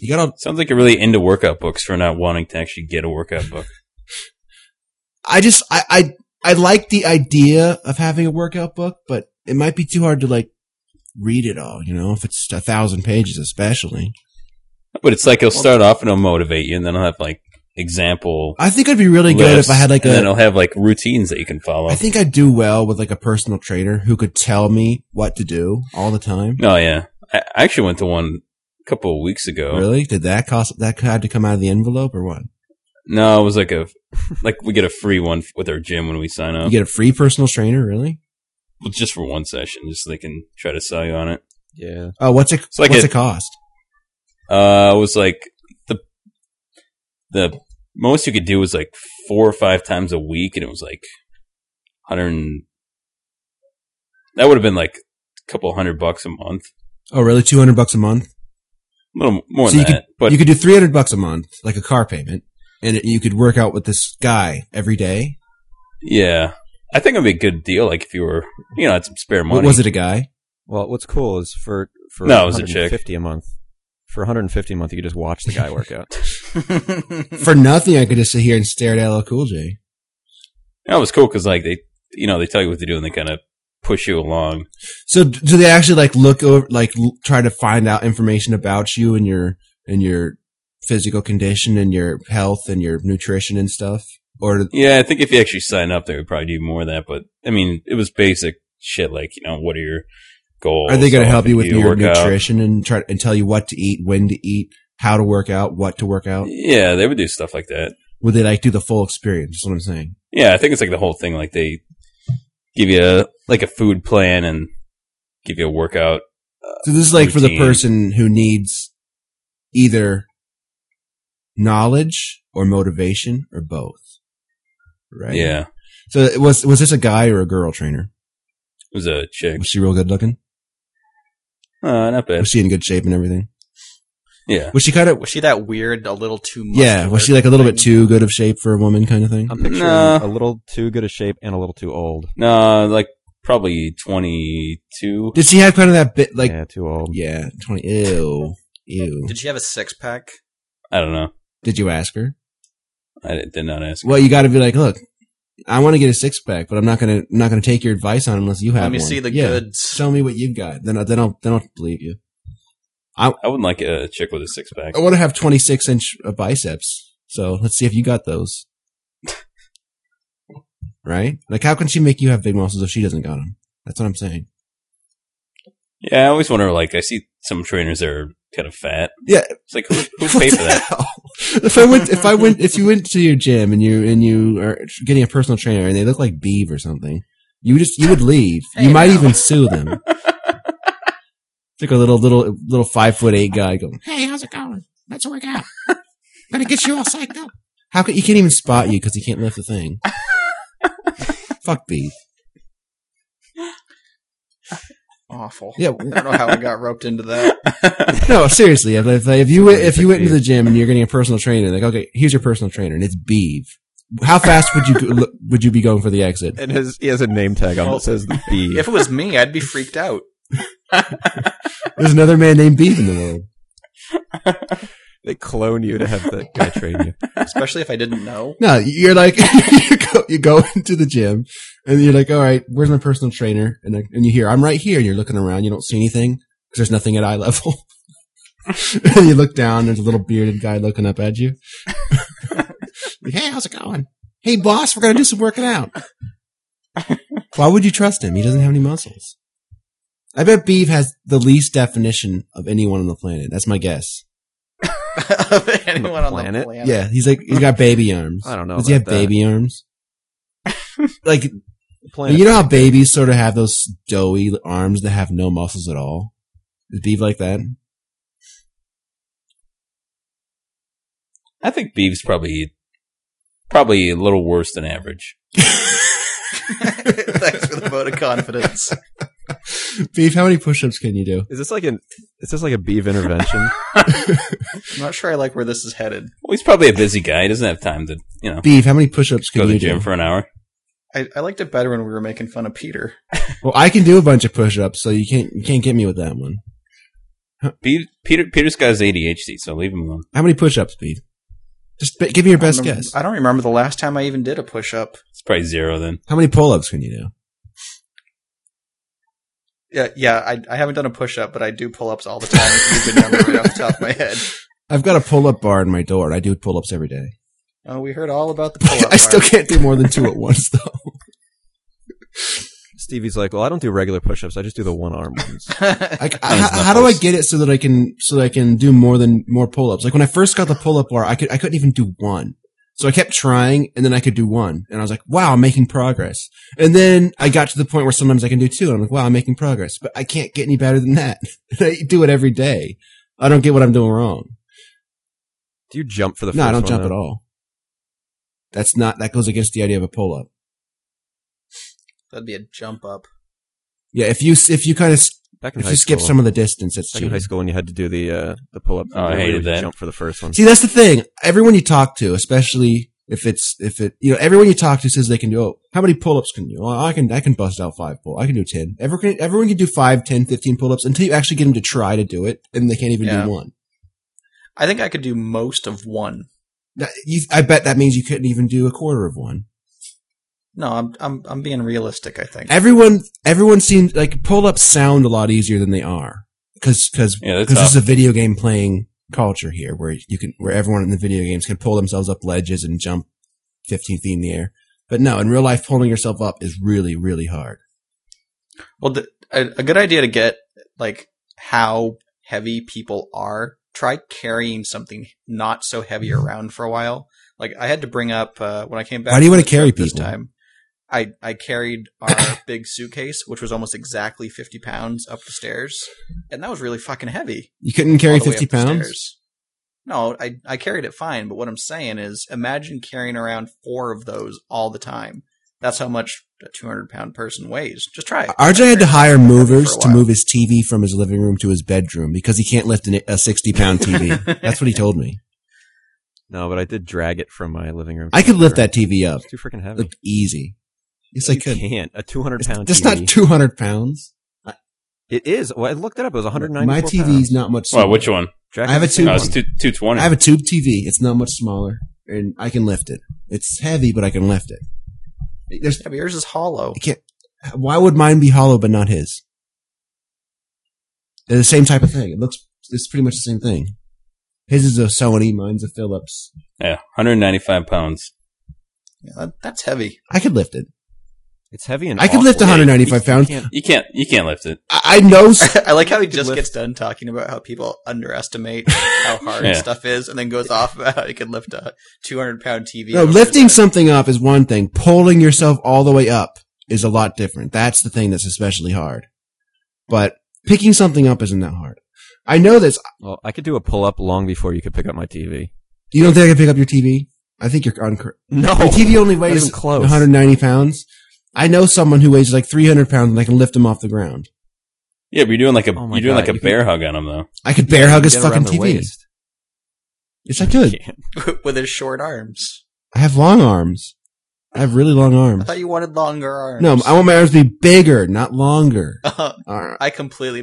Speaker 4: You got all.
Speaker 1: Sounds like you're really into workout books for not wanting to actually get a workout book.
Speaker 4: I just I I I like the idea of having a workout book, but it might be too hard to like read it all. You know, if it's a thousand pages, especially.
Speaker 1: But it's like he'll start off and he'll motivate you, and then he'll have like example.
Speaker 4: I think I'd be really good if
Speaker 1: lists,
Speaker 4: I had like
Speaker 1: and
Speaker 4: a.
Speaker 1: then he'll have like routines that you can follow.
Speaker 4: I think I'd do well with like a personal trainer who could tell me what to do all the time.
Speaker 1: oh yeah, I I actually went to one a couple of weeks ago.
Speaker 4: Really? Did that cost that had to come out of the envelope or what?
Speaker 1: No, it was like a like we get a free one with our gym when we sign
Speaker 4: You
Speaker 1: up,
Speaker 4: get a free personal trainer, really?
Speaker 1: Well, just for one session, just so they can try to sell you on it.
Speaker 3: Yeah.
Speaker 4: Oh, what's it
Speaker 1: It's like
Speaker 4: what's
Speaker 1: a-
Speaker 4: it cost?
Speaker 1: Uh, it was like the the most you could do was like four or five times a week, and it was like hundred. and- That would have been like a couple hundred bucks a month.
Speaker 4: Oh, really? 200 bucks a month?
Speaker 1: little more
Speaker 4: So
Speaker 1: than
Speaker 4: you
Speaker 1: that. but
Speaker 4: you could do 300 bucks a month, like a car payment, and it, you could work out with this guy every day.
Speaker 1: yeah, I think it'd be a good deal. Like if you were, you know, had some spare money.
Speaker 4: What was it, a guy?
Speaker 3: Well, what's cool is for for
Speaker 1: No, it was a chick.
Speaker 3: 150 a month. For 150 a month, you could just watch the guy work out.
Speaker 4: For nothing, I could just sit here and stare at LL Cool J.
Speaker 1: That was cool because like they, you know, they tell you what to do and they kind of push you along.
Speaker 4: So d- do they actually like look over, like l- try to find out information about you and your and your physical condition and your health and your nutrition and stuff? Or
Speaker 1: Yeah, I think if you actually sign up, they would probably do more of that. But I mean, it was basic shit like you know, what are your goals?
Speaker 4: are they going to
Speaker 1: How
Speaker 4: help you
Speaker 1: often
Speaker 4: with
Speaker 1: do
Speaker 4: your
Speaker 1: work out?
Speaker 4: nutrition and try and tell you what to eat, when to eat, how to work out, what to work out?
Speaker 1: Yeah, they would do stuff like that.
Speaker 4: Would they like do the full experience? Is what I'm saying.
Speaker 1: Yeah, I think it's like the whole thing. Like they give you a, like a food plan and give you a workout.
Speaker 4: So this is like for the
Speaker 1: routine.
Speaker 4: person who needs either knowledge or motivation or both. Right?
Speaker 1: Yeah,
Speaker 4: So it was was this a guy or a girl trainer?
Speaker 1: it was a chick.
Speaker 4: Was she real good looking?
Speaker 1: Uh, not bad.
Speaker 4: Was she in good shape and everything?
Speaker 1: Yeah,
Speaker 4: Was she kind of
Speaker 5: Was she that weird? A little too much.
Speaker 4: yeah? Was she like a little bit too good of shape for a woman kind of
Speaker 5: Um,
Speaker 4: thing?
Speaker 3: I'm picturing
Speaker 1: Nah.
Speaker 3: a little too good a shape and a little too old.
Speaker 1: no, like probably twenty two.
Speaker 4: Did she have kind of that bit like
Speaker 3: yeah, too old.
Speaker 4: yeah twenty ew ew?
Speaker 5: Did she have a six pack?
Speaker 1: I don't know.
Speaker 4: Did you ask her?
Speaker 1: I did did not ask.
Speaker 4: Well, you got to be like, look, I want to get a six pack, but I'm not gonna not gonna take your advice on it unless you have.
Speaker 5: Let me
Speaker 4: one.
Speaker 5: see the
Speaker 4: Yeah.
Speaker 5: goods.
Speaker 4: Show me what you've got. Then I- then I'll then I'll believe you.
Speaker 1: I wouldn't like a chick with a six pack.
Speaker 4: I want to have 26 inch uh, biceps. So let's see if you got those. right? Like, how can she make you have big muscles if she doesn't got them? That's what I'm saying.
Speaker 1: Yeah, I always wonder. Like, I see some trainers that are kind of fat.
Speaker 4: Yeah.
Speaker 1: it's like who, who paid for that?
Speaker 4: if I went, if I went, if you went to your gym and you and you are getting a personal trainer and they look like Beeve or something, you just you would leave. you might even sue them. Took a little little little five foot eight guy going, "Hey, how's it going? Let's work out. Gonna get you all psyched up." How can he can't even spot you because he can't lift the thing? Fuck Beeve.
Speaker 5: Awful.
Speaker 4: Yeah.
Speaker 5: I don't know how I got roped into that.
Speaker 4: No, seriously. If, if, if you went- if you went into
Speaker 3: Beeve.
Speaker 4: the gym and you're getting a personal trainer, like, okay, here's your personal trainer, and it's Beeve. How fast would you go, would you be going for the exit?
Speaker 3: And his he has a name tag on that says B.
Speaker 5: If it was me, I'd be freaked out.
Speaker 4: There's another man named Beef in the world.
Speaker 3: they clone you to have that guy train you.
Speaker 5: Especially if I didn't know.
Speaker 4: No, you're like you go you go into the gym and you're like, all right, where's my personal trainer? And like, and you hear, I'm right here. And you're looking around, you don't see anything because there's nothing at eye level. and you look down, there's a little bearded guy looking up at you. like, hey, how's it going? Hey, boss, we're gonna do some working out. Why would you trust him? He doesn't have any muscles. I bet Beef has the least definition of anyone on the planet. That's my guess.
Speaker 5: Of Anyone on the
Speaker 3: planet?
Speaker 5: planet?
Speaker 4: Yeah, he's like he's got baby arms.
Speaker 3: I don't know
Speaker 4: Does he have
Speaker 3: about that.
Speaker 4: baby arms? like
Speaker 3: Planet.
Speaker 4: you know how babies sort of have those doughy arms that have no muscles at all. Is Beeve like that?
Speaker 1: I think Beeves probably probably a little worse than average.
Speaker 5: Thanks for the vote of confidence.
Speaker 4: Beeve, how many push-ups can you do?
Speaker 3: is this like an is this like a beef intervention?
Speaker 5: I'm not sure I like where this is headed.
Speaker 1: Well, he's probably a busy guy. He doesn't have time to you know
Speaker 4: Beeve, how many push-ups
Speaker 1: go to
Speaker 4: can
Speaker 1: the
Speaker 4: you
Speaker 1: gym
Speaker 4: do?
Speaker 1: for an hour.
Speaker 5: I, I liked it better when we were making fun of Peter.
Speaker 4: well, I can do a bunch of push-ups, so you can't you can't get me with that one.
Speaker 1: Be- Peter Peter's got his ADHD, so leave him alone.
Speaker 4: How many push-ups, Beeve? Just b- give me your best
Speaker 5: I don't-
Speaker 4: guess.
Speaker 5: I don't remember the last time I even did a push up.
Speaker 1: It's probably zero then.
Speaker 4: How many pull-ups can you do?
Speaker 5: Yeah, yeah. I, I haven't done a push up, but I do pull ups all the time. It's a good number right off the top of my head.
Speaker 4: I've got a pull-up bar in my door. and I do pull-ups every day.
Speaker 5: Oh, we heard all about the pull up.
Speaker 4: I still can't do more than two at once, though.
Speaker 3: Stevie's like, well, I don't do regular push-ups. I just do the one arm ones.
Speaker 5: can't.
Speaker 4: Like, I, how, how do I get it so that I can so that I can do more than more pull ups? Like when I first got the pull up bar, I could I couldn't even do one. So I kept trying, and then I could do one, and I was like, "Wow, I'm making progress." And then I got to the point where sometimes I can do two, and I'm like, "Wow, I'm making progress," but I can't get any better than that. I do it every day. I don't get what I'm doing wrong.
Speaker 3: Do you jump for the?
Speaker 4: No,
Speaker 3: first
Speaker 4: I don't
Speaker 3: one,
Speaker 4: jump
Speaker 3: though?
Speaker 4: at all. That's not that goes against the idea of a pull up.
Speaker 5: That'd be a jump up.
Speaker 4: Yeah, if you if you kind of
Speaker 3: Back in
Speaker 4: If
Speaker 3: high
Speaker 4: you skip
Speaker 3: school,
Speaker 4: some of the distance, that's
Speaker 3: back in high
Speaker 4: cheating.
Speaker 3: school when you had to do the uh, the pull up.
Speaker 1: Oh, I hated that.
Speaker 3: Jump for the first one.
Speaker 4: See, that's the thing. Everyone you talk to, especially if it's if it you know, everyone you talk to says they can do. Oh, how many pull-ups can you? do? Oh, I can I can bust out five pull. I can do ten. Everyone can, everyone can do five, 10, 15 pull-ups until you actually get them to try to do it, and they can't even
Speaker 5: Yeah.
Speaker 4: do one.
Speaker 5: I think I could do most of one.
Speaker 4: That, you, I bet that means you couldn't even do a quarter of one.
Speaker 5: No, I'm I'm I'm being realistic. I think.
Speaker 4: Everyone everyone seems like pull-ups sound a lot easier than they are because because
Speaker 1: Yeah, that's
Speaker 4: this
Speaker 1: tough.
Speaker 4: is a video game playing culture here where you can where everyone in the video games can pull themselves up ledges and jump 15 feet in the air but no in real life pulling yourself up is really really hard
Speaker 5: Well, the, a, a good idea to get like how heavy people are. Try carrying something not so heavy around for a while. Like I had to bring up uh, when I came back.
Speaker 4: Mm-hmm. Why do you
Speaker 5: from
Speaker 4: wanna
Speaker 5: the
Speaker 4: carry
Speaker 5: trip this
Speaker 4: people?
Speaker 5: time? I I carried our big suitcase, which was almost exactly fifty pounds, up the stairs, and that was really fucking heavy.
Speaker 4: you couldn't carry
Speaker 5: all the way
Speaker 4: 50
Speaker 5: up the
Speaker 4: pounds
Speaker 5: stairs. No, I I carried it fine, but what I'm saying is, imagine carrying around four of those all the time. That's how much a 200 pound person weighs. Just try it.
Speaker 4: RJ had to hire movers
Speaker 5: For a
Speaker 4: to
Speaker 5: while.
Speaker 4: move his TV from his living room to his bedroom because he can't lift an, a 60 pound TV. That's what he told me.
Speaker 3: No, but I did drag it from my living room.
Speaker 4: I could lift that
Speaker 3: It's
Speaker 4: TV up.
Speaker 3: too freaking heavy.
Speaker 4: Look easy. Yes, I
Speaker 3: you
Speaker 4: could.
Speaker 3: can't. A 200
Speaker 4: It's-
Speaker 3: pound
Speaker 4: That's
Speaker 3: TV.
Speaker 4: not 200 pounds.
Speaker 3: It is. Well, I looked it up. It was 194
Speaker 4: My
Speaker 3: pounds.
Speaker 4: TV's not much
Speaker 1: Well, which one?
Speaker 3: Jack
Speaker 4: I have a
Speaker 3: is the same
Speaker 1: Oh,
Speaker 4: two-
Speaker 1: it's two,
Speaker 3: one.
Speaker 1: 220.
Speaker 4: I have a tube TV. It's not much smaller, and I can lift it. It's heavy, but I can lift it. There's,
Speaker 5: Yeah, but yours is hollow.
Speaker 4: I can't. Why would mine be hollow but not his? They're the same type of thing. It looks. It's pretty much the same thing. His is a Sony. Mine's a Philips.
Speaker 1: yeah, 195 pounds.
Speaker 5: Yeah, that, that's heavy.
Speaker 4: I could lift it.
Speaker 3: It's heavy and
Speaker 4: I could
Speaker 3: awful.
Speaker 4: lift 195
Speaker 3: You
Speaker 4: pounds.
Speaker 3: can't-
Speaker 1: You can't you can't lift it.
Speaker 4: I, I know. s-
Speaker 5: I like how he just
Speaker 3: lift-
Speaker 5: gets done talking about how people underestimate how hard
Speaker 1: Yeah.
Speaker 5: stuff is, and then goes off about how he can lift a 200 pound TV.
Speaker 4: No,
Speaker 5: over his
Speaker 4: lifting
Speaker 5: head.
Speaker 4: something up is one thing. Pulling yourself all the way up is a lot different. That's the thing that's especially hard. But picking something up isn't that hard. I know this.
Speaker 3: Well, I could do a pull up long before you could pick up my TV.
Speaker 4: You don't think I can pick up your TV? I think you're uncor-
Speaker 3: No,
Speaker 4: Your TV only weighs
Speaker 3: Oh, even close.
Speaker 4: 190 pounds. I know someone who weighs like 300 pounds and I can lift him off the ground.
Speaker 1: Yeah, but you're doing like a
Speaker 3: Oh my
Speaker 1: you're doing
Speaker 3: God,
Speaker 1: like a
Speaker 3: you can-
Speaker 1: bear hug on him though.
Speaker 4: I could bear hug his
Speaker 3: Get around
Speaker 4: fucking
Speaker 3: the
Speaker 4: TV.
Speaker 3: waist.
Speaker 4: Yes, I could.
Speaker 5: with his short arms.
Speaker 4: I have long arms. I have really long
Speaker 5: I
Speaker 4: arms.
Speaker 5: thought you wanted longer arms.
Speaker 4: No, I want my arms to be bigger, not longer.
Speaker 3: Uh,
Speaker 4: All
Speaker 5: I completely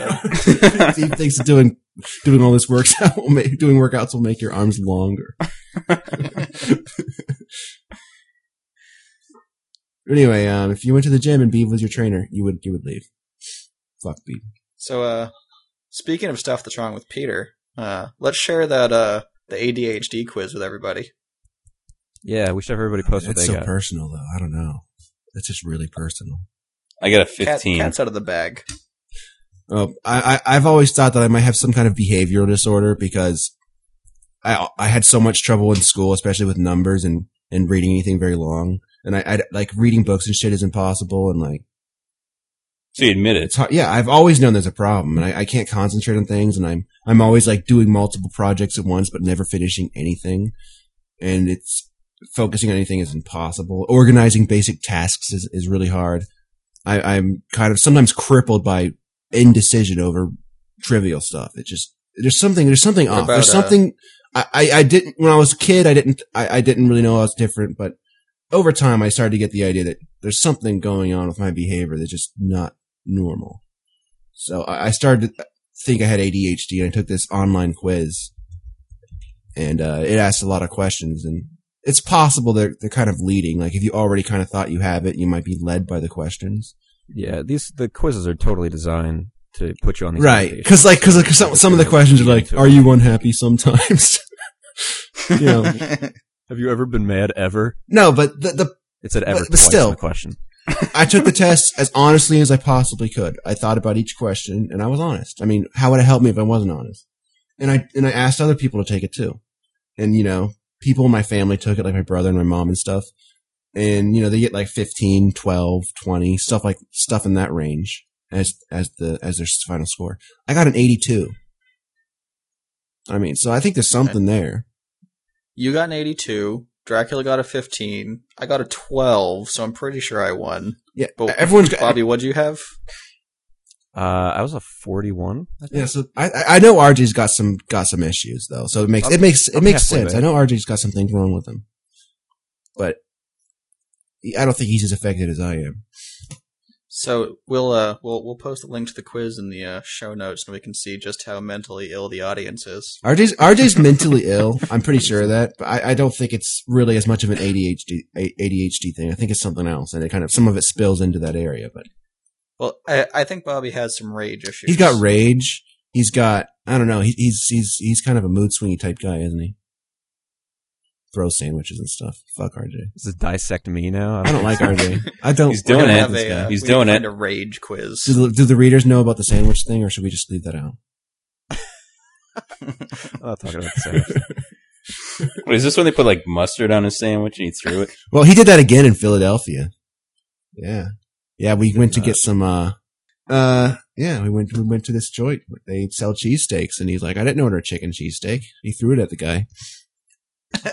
Speaker 4: right. Steve thinks doing doing all this works out will make, doing workouts will make your arms longer. anyway, um, if you went to the gym and Beav was your trainer, you would you would leave. Fuck Beav.
Speaker 5: so, uh, speaking of stuff that's wrong with Peter, uh, let's share that uh, the ADHD quiz with everybody.
Speaker 3: Yeah, we should have everybody post what
Speaker 4: That's
Speaker 3: they
Speaker 4: so
Speaker 3: got.
Speaker 4: personal, though. I don't know. That's just really personal.
Speaker 1: I got a
Speaker 5: Cat,
Speaker 1: 15.
Speaker 5: cat's out of the bag.
Speaker 4: Uh, I, I I've always thought that I might have some kind of behavioral disorder because I I had so much trouble in school, especially with numbers and and reading anything very long. And I, I like reading books and shit is impossible. And like
Speaker 1: So you admit it.
Speaker 4: it's hard. Yeah, I've always known there's a problem, and I, I can't concentrate on things. And I'm I'm always like doing multiple projects at once, but never finishing anything. And it's focusing on anything is impossible. Organizing basic tasks is, is really hard. I, I'm kind of sometimes crippled by indecision over trivial stuff. It just there's something there's something
Speaker 5: What
Speaker 4: off.
Speaker 5: about,
Speaker 4: There's
Speaker 5: uh,
Speaker 4: something I, I I didn't when I was a kid. I didn't I, I didn't really know I was different, but over time I started to get the idea that there's something going on with my behavior that's just not normal. So I, I started to think I had ADHD, and I took this online quiz, and uh, it asked a lot of questions, and it's possible they're they're kind of leading. Like if you already kind of thought you have it, you might be led by the questions,
Speaker 3: Yeah, these the quizzes are totally designed to put you on these
Speaker 4: right?
Speaker 3: medications.
Speaker 4: Because like because some some of the questions are like, "Are you unhappy sometimes?" you know,
Speaker 3: Have you ever been mad ever?
Speaker 4: no, but the, the
Speaker 3: It said ever
Speaker 4: but
Speaker 3: twice
Speaker 4: still.
Speaker 3: in the question.
Speaker 4: I took the test as honestly as I possibly could. I thought about each question and I was honest. I mean, how would it help me if I wasn't honest? And I and I asked other people to take it too. And you know, people in my family took it like my brother and my mom and stuff. And you know, they get like 15, 12, 20, stuff like stuff in that range as as the as their final score. I got an 82. I mean, so I think there's something there.
Speaker 5: You got an 82. Dracula got a 15. I got a 12, so I'm pretty sure I won.
Speaker 4: Yeah,
Speaker 5: But
Speaker 4: everyone's got
Speaker 5: Bobby, what'd you have?
Speaker 3: Uh, I was a 41.
Speaker 4: Yeah, so I, I- I know RG's got some got some issues though, so it makes it makes it
Speaker 3: I'm
Speaker 4: makes
Speaker 3: halfway
Speaker 4: sense.
Speaker 3: there.
Speaker 4: I know RG's got some things wrong with him, but he- I don't think he's as affected as I am.
Speaker 5: So we'll uh we'll we'll post a link to the quiz in the uh, show notes, and we can see just how mentally ill the audience is.
Speaker 4: RJ's RJ's mentally ill. I'm pretty sure of that, but I, I don't think it's really as much of an ADHD a- ADHD thing. I think it's something else, and it kind of some of it spills into that area. But
Speaker 5: Well, I, I think Bobby has some rage issues.
Speaker 4: he's got rage. He's got I don't know. He, he's he's he's kind of a mood swingy type guy, isn't he? Throw sandwiches and stuff. Fuck RJ.
Speaker 3: Does it dissect me now?
Speaker 4: I don't like RJ. I don't.
Speaker 1: He's
Speaker 5: We're
Speaker 1: doing
Speaker 5: gonna
Speaker 1: it.
Speaker 5: have
Speaker 1: This
Speaker 5: a,
Speaker 1: guy.
Speaker 5: uh,
Speaker 1: He's
Speaker 5: we need to
Speaker 1: doing
Speaker 5: find
Speaker 1: it.
Speaker 5: A rage quiz.
Speaker 4: Do the, do the readers know about the sandwich thing, or should we just leave that out?
Speaker 3: I'm not talking about the sandwich.
Speaker 1: Wait, is this when they put like mustard on his sandwich and he threw it?
Speaker 4: Well, he did that again in Philadelphia. Yeah, yeah. We went to
Speaker 3: not.
Speaker 4: get some. uh Uh, yeah. We went. We went to this joint. They sell cheesesteaks, and he's like, "I didn't order a chicken cheesesteak." He threw it at the guy. And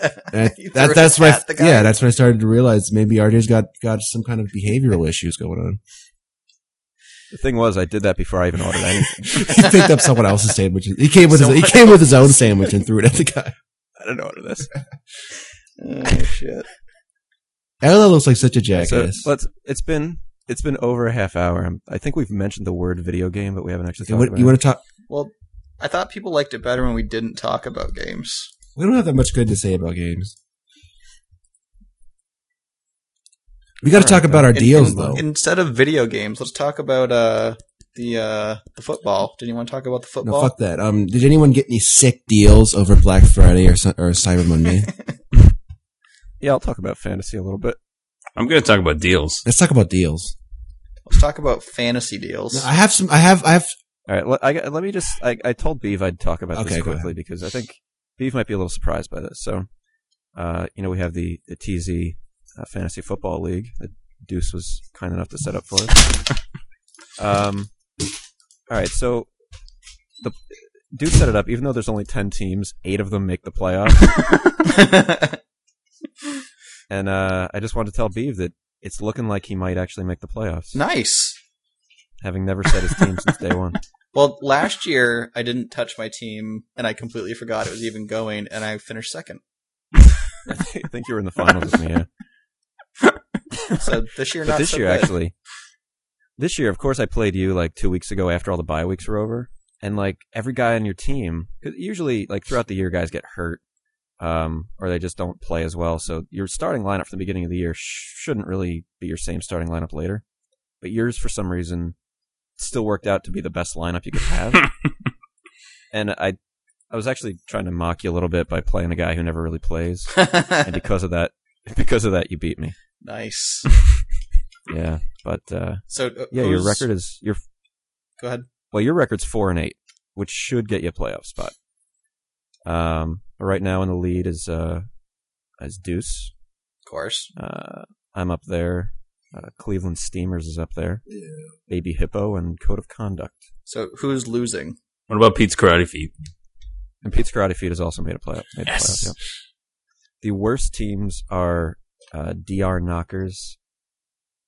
Speaker 4: I-
Speaker 5: He threw
Speaker 4: that,
Speaker 5: it
Speaker 4: that's
Speaker 5: at
Speaker 4: what.
Speaker 5: the
Speaker 4: I,
Speaker 5: guy?
Speaker 4: yeah, that's when I started to realize maybe RJ's got got some kind of behavioral issues going on.
Speaker 3: The thing was, I did that before I even ordered anything.
Speaker 4: he picked up someone else's sandwich. He came with his,
Speaker 5: Someone
Speaker 4: he came with his own sandwich and threw it at the guy.
Speaker 3: I didn't order this.
Speaker 5: oh shit!
Speaker 4: Ella looks like such a
Speaker 3: So,
Speaker 4: jackass.
Speaker 3: let's, it's been it's been over a half hour. I'm, I think we've mentioned the word video game, but we haven't actually
Speaker 4: Okay,
Speaker 3: talked
Speaker 4: what,
Speaker 3: about it.
Speaker 4: you want to talk?
Speaker 5: Well, I thought people liked it better when we didn't talk about games.
Speaker 4: We don't have that much good to say about games. We got to
Speaker 3: All
Speaker 4: talk
Speaker 3: right,
Speaker 4: about our
Speaker 5: In-
Speaker 4: deals,
Speaker 5: in-
Speaker 4: though.
Speaker 5: Instead of video games, let's talk about uh the uh the football. Did you want to talk about the
Speaker 4: no,
Speaker 5: football?
Speaker 4: fuck that. Um, did anyone get any sick deals over Black Friday or, Cy- or Cyber Monday?
Speaker 3: yeah, I'll talk about fantasy a little bit.
Speaker 1: I'm going to talk about deals.
Speaker 4: Let's talk about deals.
Speaker 5: Let's talk about fantasy deals.
Speaker 4: No, I have some. I have. I have.
Speaker 3: All right, let, I, got- let me just. I, I told Beeve I'd talk about
Speaker 4: Okay,
Speaker 3: this
Speaker 4: go
Speaker 3: quickly because I think Beeve might be a little surprised by this. So, uh, you know, we have the the TZ uh, Fantasy Football League that Deuce was kind enough to set up for us. um, all right, so the Deuce set it up. Even though there's only ten teams, eight of them make the playoffs. And uh, I just wanted to tell Beeve that it's looking like he might actually make the playoffs,
Speaker 5: nice.
Speaker 3: having never said his team since day one.
Speaker 5: Well, last year I didn't touch my team, and I completely forgot it was even going, and I finished second.
Speaker 3: I think you were in the finals with me. Yeah.
Speaker 5: So this year,
Speaker 3: but
Speaker 5: not
Speaker 3: this
Speaker 5: so
Speaker 3: year
Speaker 5: good.
Speaker 3: actually this year of course i played you like two weeks ago after all the bye weeks were over and like every guy on your team 'cause usually like throughout the year guys get hurt um, or they just don't play as well so your starting lineup from the beginning of the year sh- shouldn't really be your same starting lineup later but yours for some reason still worked out to be the best lineup you could have and i i was actually trying to mock you a little bit by playing a guy who never really plays and because of that because of that you beat me
Speaker 5: nice.
Speaker 3: yeah but uh
Speaker 5: So uh,
Speaker 3: yeah, your
Speaker 5: who's-
Speaker 3: record is your
Speaker 5: Go ahead.
Speaker 3: well, your record's four and eight, which should get you a playoff spot. Um, but right now in the lead is uh, is Deuce.
Speaker 5: Of course.
Speaker 3: Uh, I'm up there. Uh, Cleveland Steamers is up there. Baby Hippo and Code of Conduct.
Speaker 5: So who's losing?
Speaker 1: What about Pete's karate feet?
Speaker 3: And Pete's Karate Feet has also made a playoff. Made
Speaker 1: Yes.
Speaker 3: A playoff yeah. The worst teams are uh, DR Knockers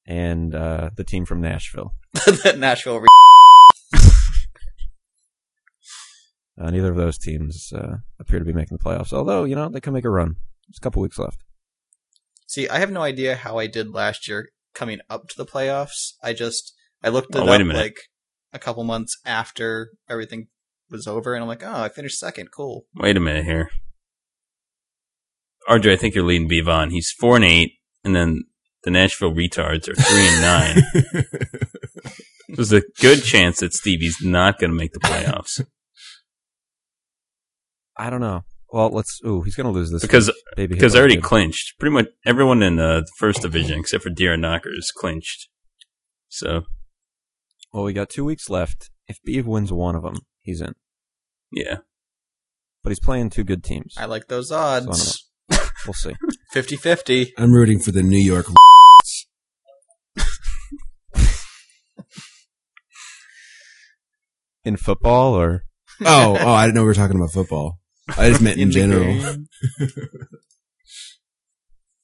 Speaker 3: and uh, the team from Nashville.
Speaker 5: that Nashville. Re-
Speaker 3: Uh, neither of those teams uh, appear to be making the playoffs. Although you know they can make a run. There's a couple weeks left.
Speaker 5: See, I have no idea how I did last year coming up to the playoffs. I just I looked it
Speaker 1: Oh,
Speaker 5: up
Speaker 1: wait a minute.
Speaker 5: like a couple months after everything was over, and I'm like, oh, I finished second. Cool.
Speaker 1: Wait a minute here. RJ, I think you're leading Bevon. He's four and eight, and then the Nashville retards are three and nine. There's a good chance that Stevie's not going to make the playoffs
Speaker 3: I don't know. Well, let's. Ooh, he's gonna lose this
Speaker 1: because
Speaker 3: week. baby.
Speaker 1: because I
Speaker 3: Hippo's
Speaker 1: already
Speaker 3: good.
Speaker 1: clinched. Pretty much everyone in the first division except for Deer Knockers clinched. So
Speaker 3: well, we got two weeks left. If Beeve wins one of them, he's in.
Speaker 1: yeah,
Speaker 3: But he's playing two good teams.
Speaker 5: I like those
Speaker 3: So
Speaker 5: odds.
Speaker 3: We'll see.
Speaker 5: 50 50.
Speaker 4: I'm rooting for the New York.
Speaker 3: In football, or
Speaker 4: Oh, oh! I didn't know we were talking about football. I just meant in general.
Speaker 3: all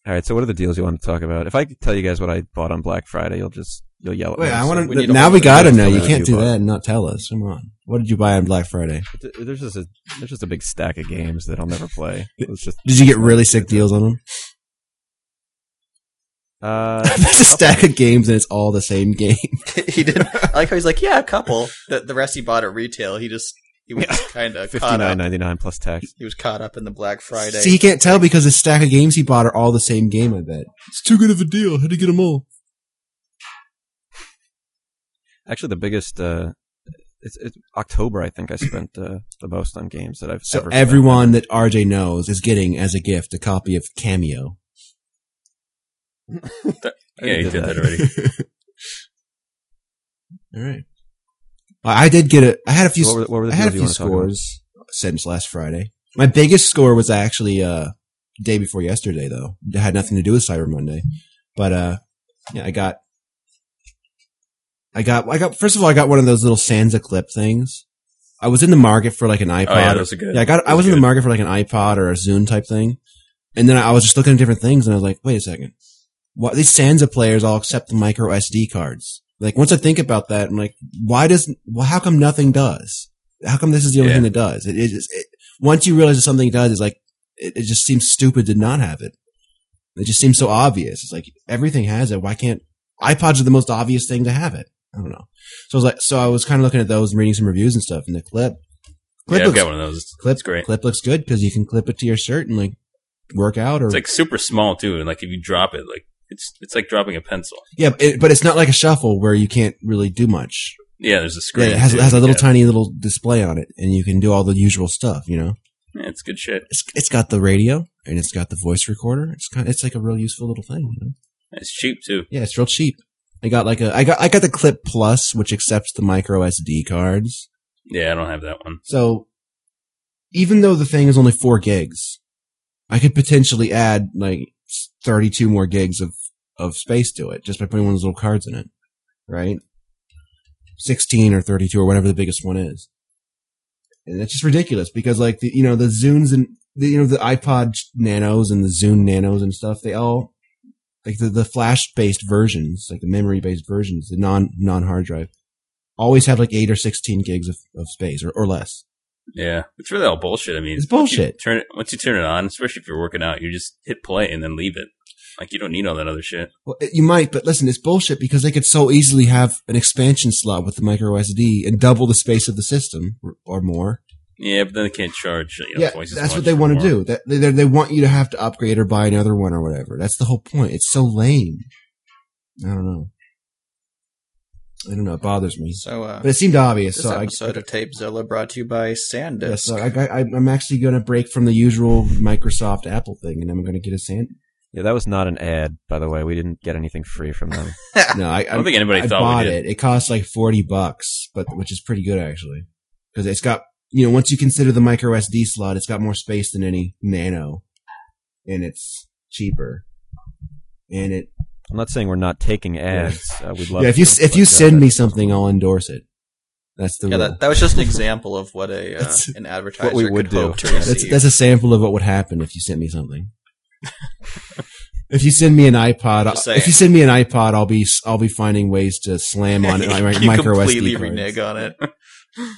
Speaker 3: right. So, what are the deals you want to talk about? If I could tell you guys what I bought on Black Friday, you'll just You'll yell at
Speaker 4: Wait,
Speaker 3: me.
Speaker 4: I want
Speaker 5: we
Speaker 4: to.
Speaker 5: need a
Speaker 4: Now
Speaker 5: whole
Speaker 4: we got to
Speaker 3: list
Speaker 4: know.
Speaker 3: of
Speaker 4: You
Speaker 3: what
Speaker 4: can't
Speaker 3: you
Speaker 4: do that
Speaker 3: bought.
Speaker 4: and not tell us. Come on. What did you buy on Black Friday?
Speaker 3: Th- There's just a there's just a big stack of games that I'll never play. It's just
Speaker 4: Did you get really sick deals on them?
Speaker 3: uh,
Speaker 4: That's a stack of games and it's all the same game.
Speaker 5: he did. I like how he's like, yeah, a couple. The, the rest he bought at retail. He just he was kind of
Speaker 3: fifty
Speaker 5: caught
Speaker 3: nine
Speaker 5: up.
Speaker 3: ninety nine plus tax.
Speaker 5: He was caught up in the Black Friday.
Speaker 4: See, you can't tell because the stack of games he bought are all the same game. I bet it's too good of a deal. How to get them all?
Speaker 3: Actually, the biggest uh, it's, it's October. I think I spent uh, the most on games that I've
Speaker 4: So
Speaker 3: ever. spent.
Speaker 4: everyone that RJ knows is getting as a gift a copy of Cameo.
Speaker 3: I
Speaker 1: Yeah, you did that already.
Speaker 4: All right. I I did get a. I had a few.
Speaker 3: What were, what were the
Speaker 4: I had a
Speaker 3: deals you
Speaker 4: few
Speaker 3: want to talk about?
Speaker 4: scores since last Friday. My biggest score was actually uh day before yesterday though. It had nothing to do with Cyber Monday. But uh yeah, I got I got I got first of all I got one of those little Sansa clip things. I was in the market for like an iPod.
Speaker 1: Oh yeah, those are good.
Speaker 4: Yeah, I got. I
Speaker 1: Those
Speaker 4: was in the
Speaker 1: good.
Speaker 4: market for like an iPod or a Zune type thing, and then I was just looking at different things, and I was like, wait a second, why these Sansa players all accept the micro SD cards? Like once I think about that, I'm like, why does? Well, how come nothing does? How come this is the only
Speaker 1: Yeah.
Speaker 4: thing that does? It, it, just- it once you realize that something does, it's like it, it just seems stupid to not have it. It just seems so obvious. It's like everything has it. Why can't iPods are the most obvious thing to have it? I don't know. So I was like, so I was kind of looking at those and reading some reviews and stuff, and the clip.
Speaker 1: Yeah,
Speaker 4: clip
Speaker 1: I've
Speaker 4: looks
Speaker 1: got one of those.
Speaker 4: clip
Speaker 1: It's great.
Speaker 4: clip looks good because you can clip it to your shirt and like work out or
Speaker 1: It's like super small too, and like if you drop it, like it's it's like dropping a pencil.
Speaker 4: yeah but, it, but it's not like a shuffle where you can't really do much
Speaker 1: Yeah, there's a
Speaker 4: yeah,
Speaker 1: screen.
Speaker 4: it has,
Speaker 1: too.
Speaker 4: it has a little
Speaker 1: Yeah.
Speaker 4: tiny little display on it and you can do all the usual stuff you know
Speaker 1: Yeah, it's good shit.
Speaker 4: it's, it's got the radio and it's got the voice recorder it's kind it's like a real useful little thing you know?
Speaker 1: It's cheap too.
Speaker 4: yeah it's real cheap I got like a I got I got the clip plus which accepts the micro SD cards
Speaker 1: Yeah, I don't have that one.
Speaker 4: So even though the thing is only four gigs, I could potentially add like 32 more gigs of, of space to it just by putting one of those little cards in it, right? 16 or 32 or whatever the biggest one is. And that's just ridiculous because like the, you know, the Zunes and the, you know, the iPod nanos and the Zune nanos and stuff, they all like the, the flash based versions, like the memory based versions, the non, non hard drive always have like eight or 16 gigs of, of space or, or less.
Speaker 1: Yeah, it's really all bullshit. I mean,
Speaker 4: It's bullshit.
Speaker 1: turn it once you turn it on, especially if you're working out, you just hit play and then leave it. Like you don't need all that other shit.
Speaker 4: Well, it- you might, but listen, it's bullshit because they could so easily have an expansion slot with the micro SD and double the space of the system or, or more.
Speaker 1: Yeah, but then they can't charge. You know,
Speaker 4: yeah,
Speaker 1: twice as
Speaker 4: that's what
Speaker 1: much
Speaker 4: they
Speaker 1: or
Speaker 4: want to
Speaker 1: more.
Speaker 4: do. That, they, they they want you to have to upgrade or buy another one or whatever. That's the whole point. It's so lame. I don't know. I don't know. It bothers me.
Speaker 5: so uh,
Speaker 4: But it seemed obvious,
Speaker 5: this
Speaker 4: so I,
Speaker 5: episode of Tape Zilla brought to you by Sandisk.
Speaker 4: yeah, so I, I, I'm actually going to break from the usual Microsoft Apple thing, and I'm going to get a sand.
Speaker 3: Yeah, that was not an ad, by the way. We didn't get anything free from them.
Speaker 4: No, I,
Speaker 1: I don't think anybody
Speaker 4: I
Speaker 1: thought
Speaker 4: bought
Speaker 1: we did.
Speaker 4: it. It cost like forty bucks, but which is pretty good actually, because it's got you know once you consider the micro SD slot, it's got more space than any Nano, and it's cheaper. And it
Speaker 3: I'm not saying we're not taking ads. Uh, we'd love.
Speaker 4: yeah, if you
Speaker 3: to,
Speaker 4: if you
Speaker 3: but, uh,
Speaker 4: send me something, I'll endorse it. That's the
Speaker 5: yeah,
Speaker 4: rule.
Speaker 5: that, that was just an example of what a uh,
Speaker 4: That's-
Speaker 5: an advertiser
Speaker 3: what we would
Speaker 5: could hope
Speaker 3: do.
Speaker 5: to
Speaker 4: that's
Speaker 5: receive.
Speaker 4: that's a sample of what would happen if you sent me something. if you send me an iPod,
Speaker 5: Just
Speaker 4: I'll-
Speaker 5: saying.
Speaker 4: if you send me an iPod, I'll be I'll be finding ways to slam on it.
Speaker 5: you
Speaker 4: micro
Speaker 5: completely
Speaker 4: SD cards.
Speaker 5: renege on it.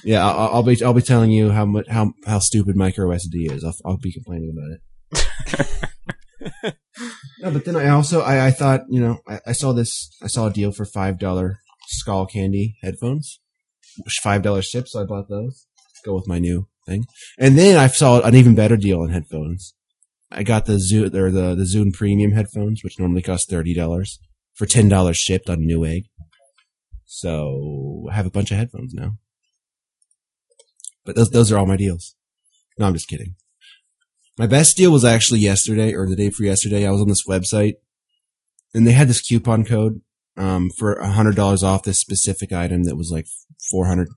Speaker 4: Yeah, I'll, I'll be I'll be telling you how much how how stupid micro SD is. I'll, I'll be complaining about it. no, but then I also I, I thought you know I, I saw this I saw a deal for five dollar Skull Candy headphones, which five dollars shipped, so I bought those. Go with my new thing, and then I saw an even better deal on headphones. I got the Zoom or the the Zoom Premium headphones, which normally cost thirty dollars, for ten dollars shipped on Newegg. So I have a bunch of headphones now. But those those are all my deals. No, I'm just kidding. My best deal was actually yesterday or the day before yesterday. I was on this website and they had this coupon code um, for hundred dollars off this specific item that was like four hundred.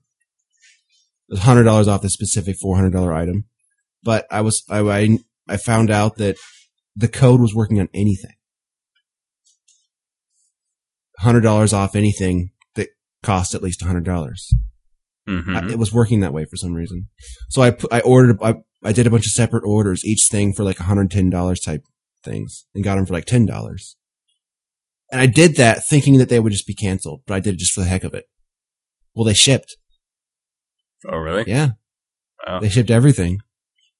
Speaker 4: Hundred dollars off this specific four hundred dollar item, but I was I, I I found out that the code was working on anything. Hundred dollars off anything that cost at least hundred dollars.
Speaker 1: Mhm.
Speaker 4: I- it was working that way for some reason. So I pu- I ordered I, I did a bunch of separate orders, each thing for like $110 type things, and got them for like ten dollars. And I did that thinking that they would just be canceled, but I did it just for the heck of it. Well, they shipped.
Speaker 1: Oh, really?
Speaker 4: Yeah.
Speaker 1: Wow.
Speaker 4: They shipped everything.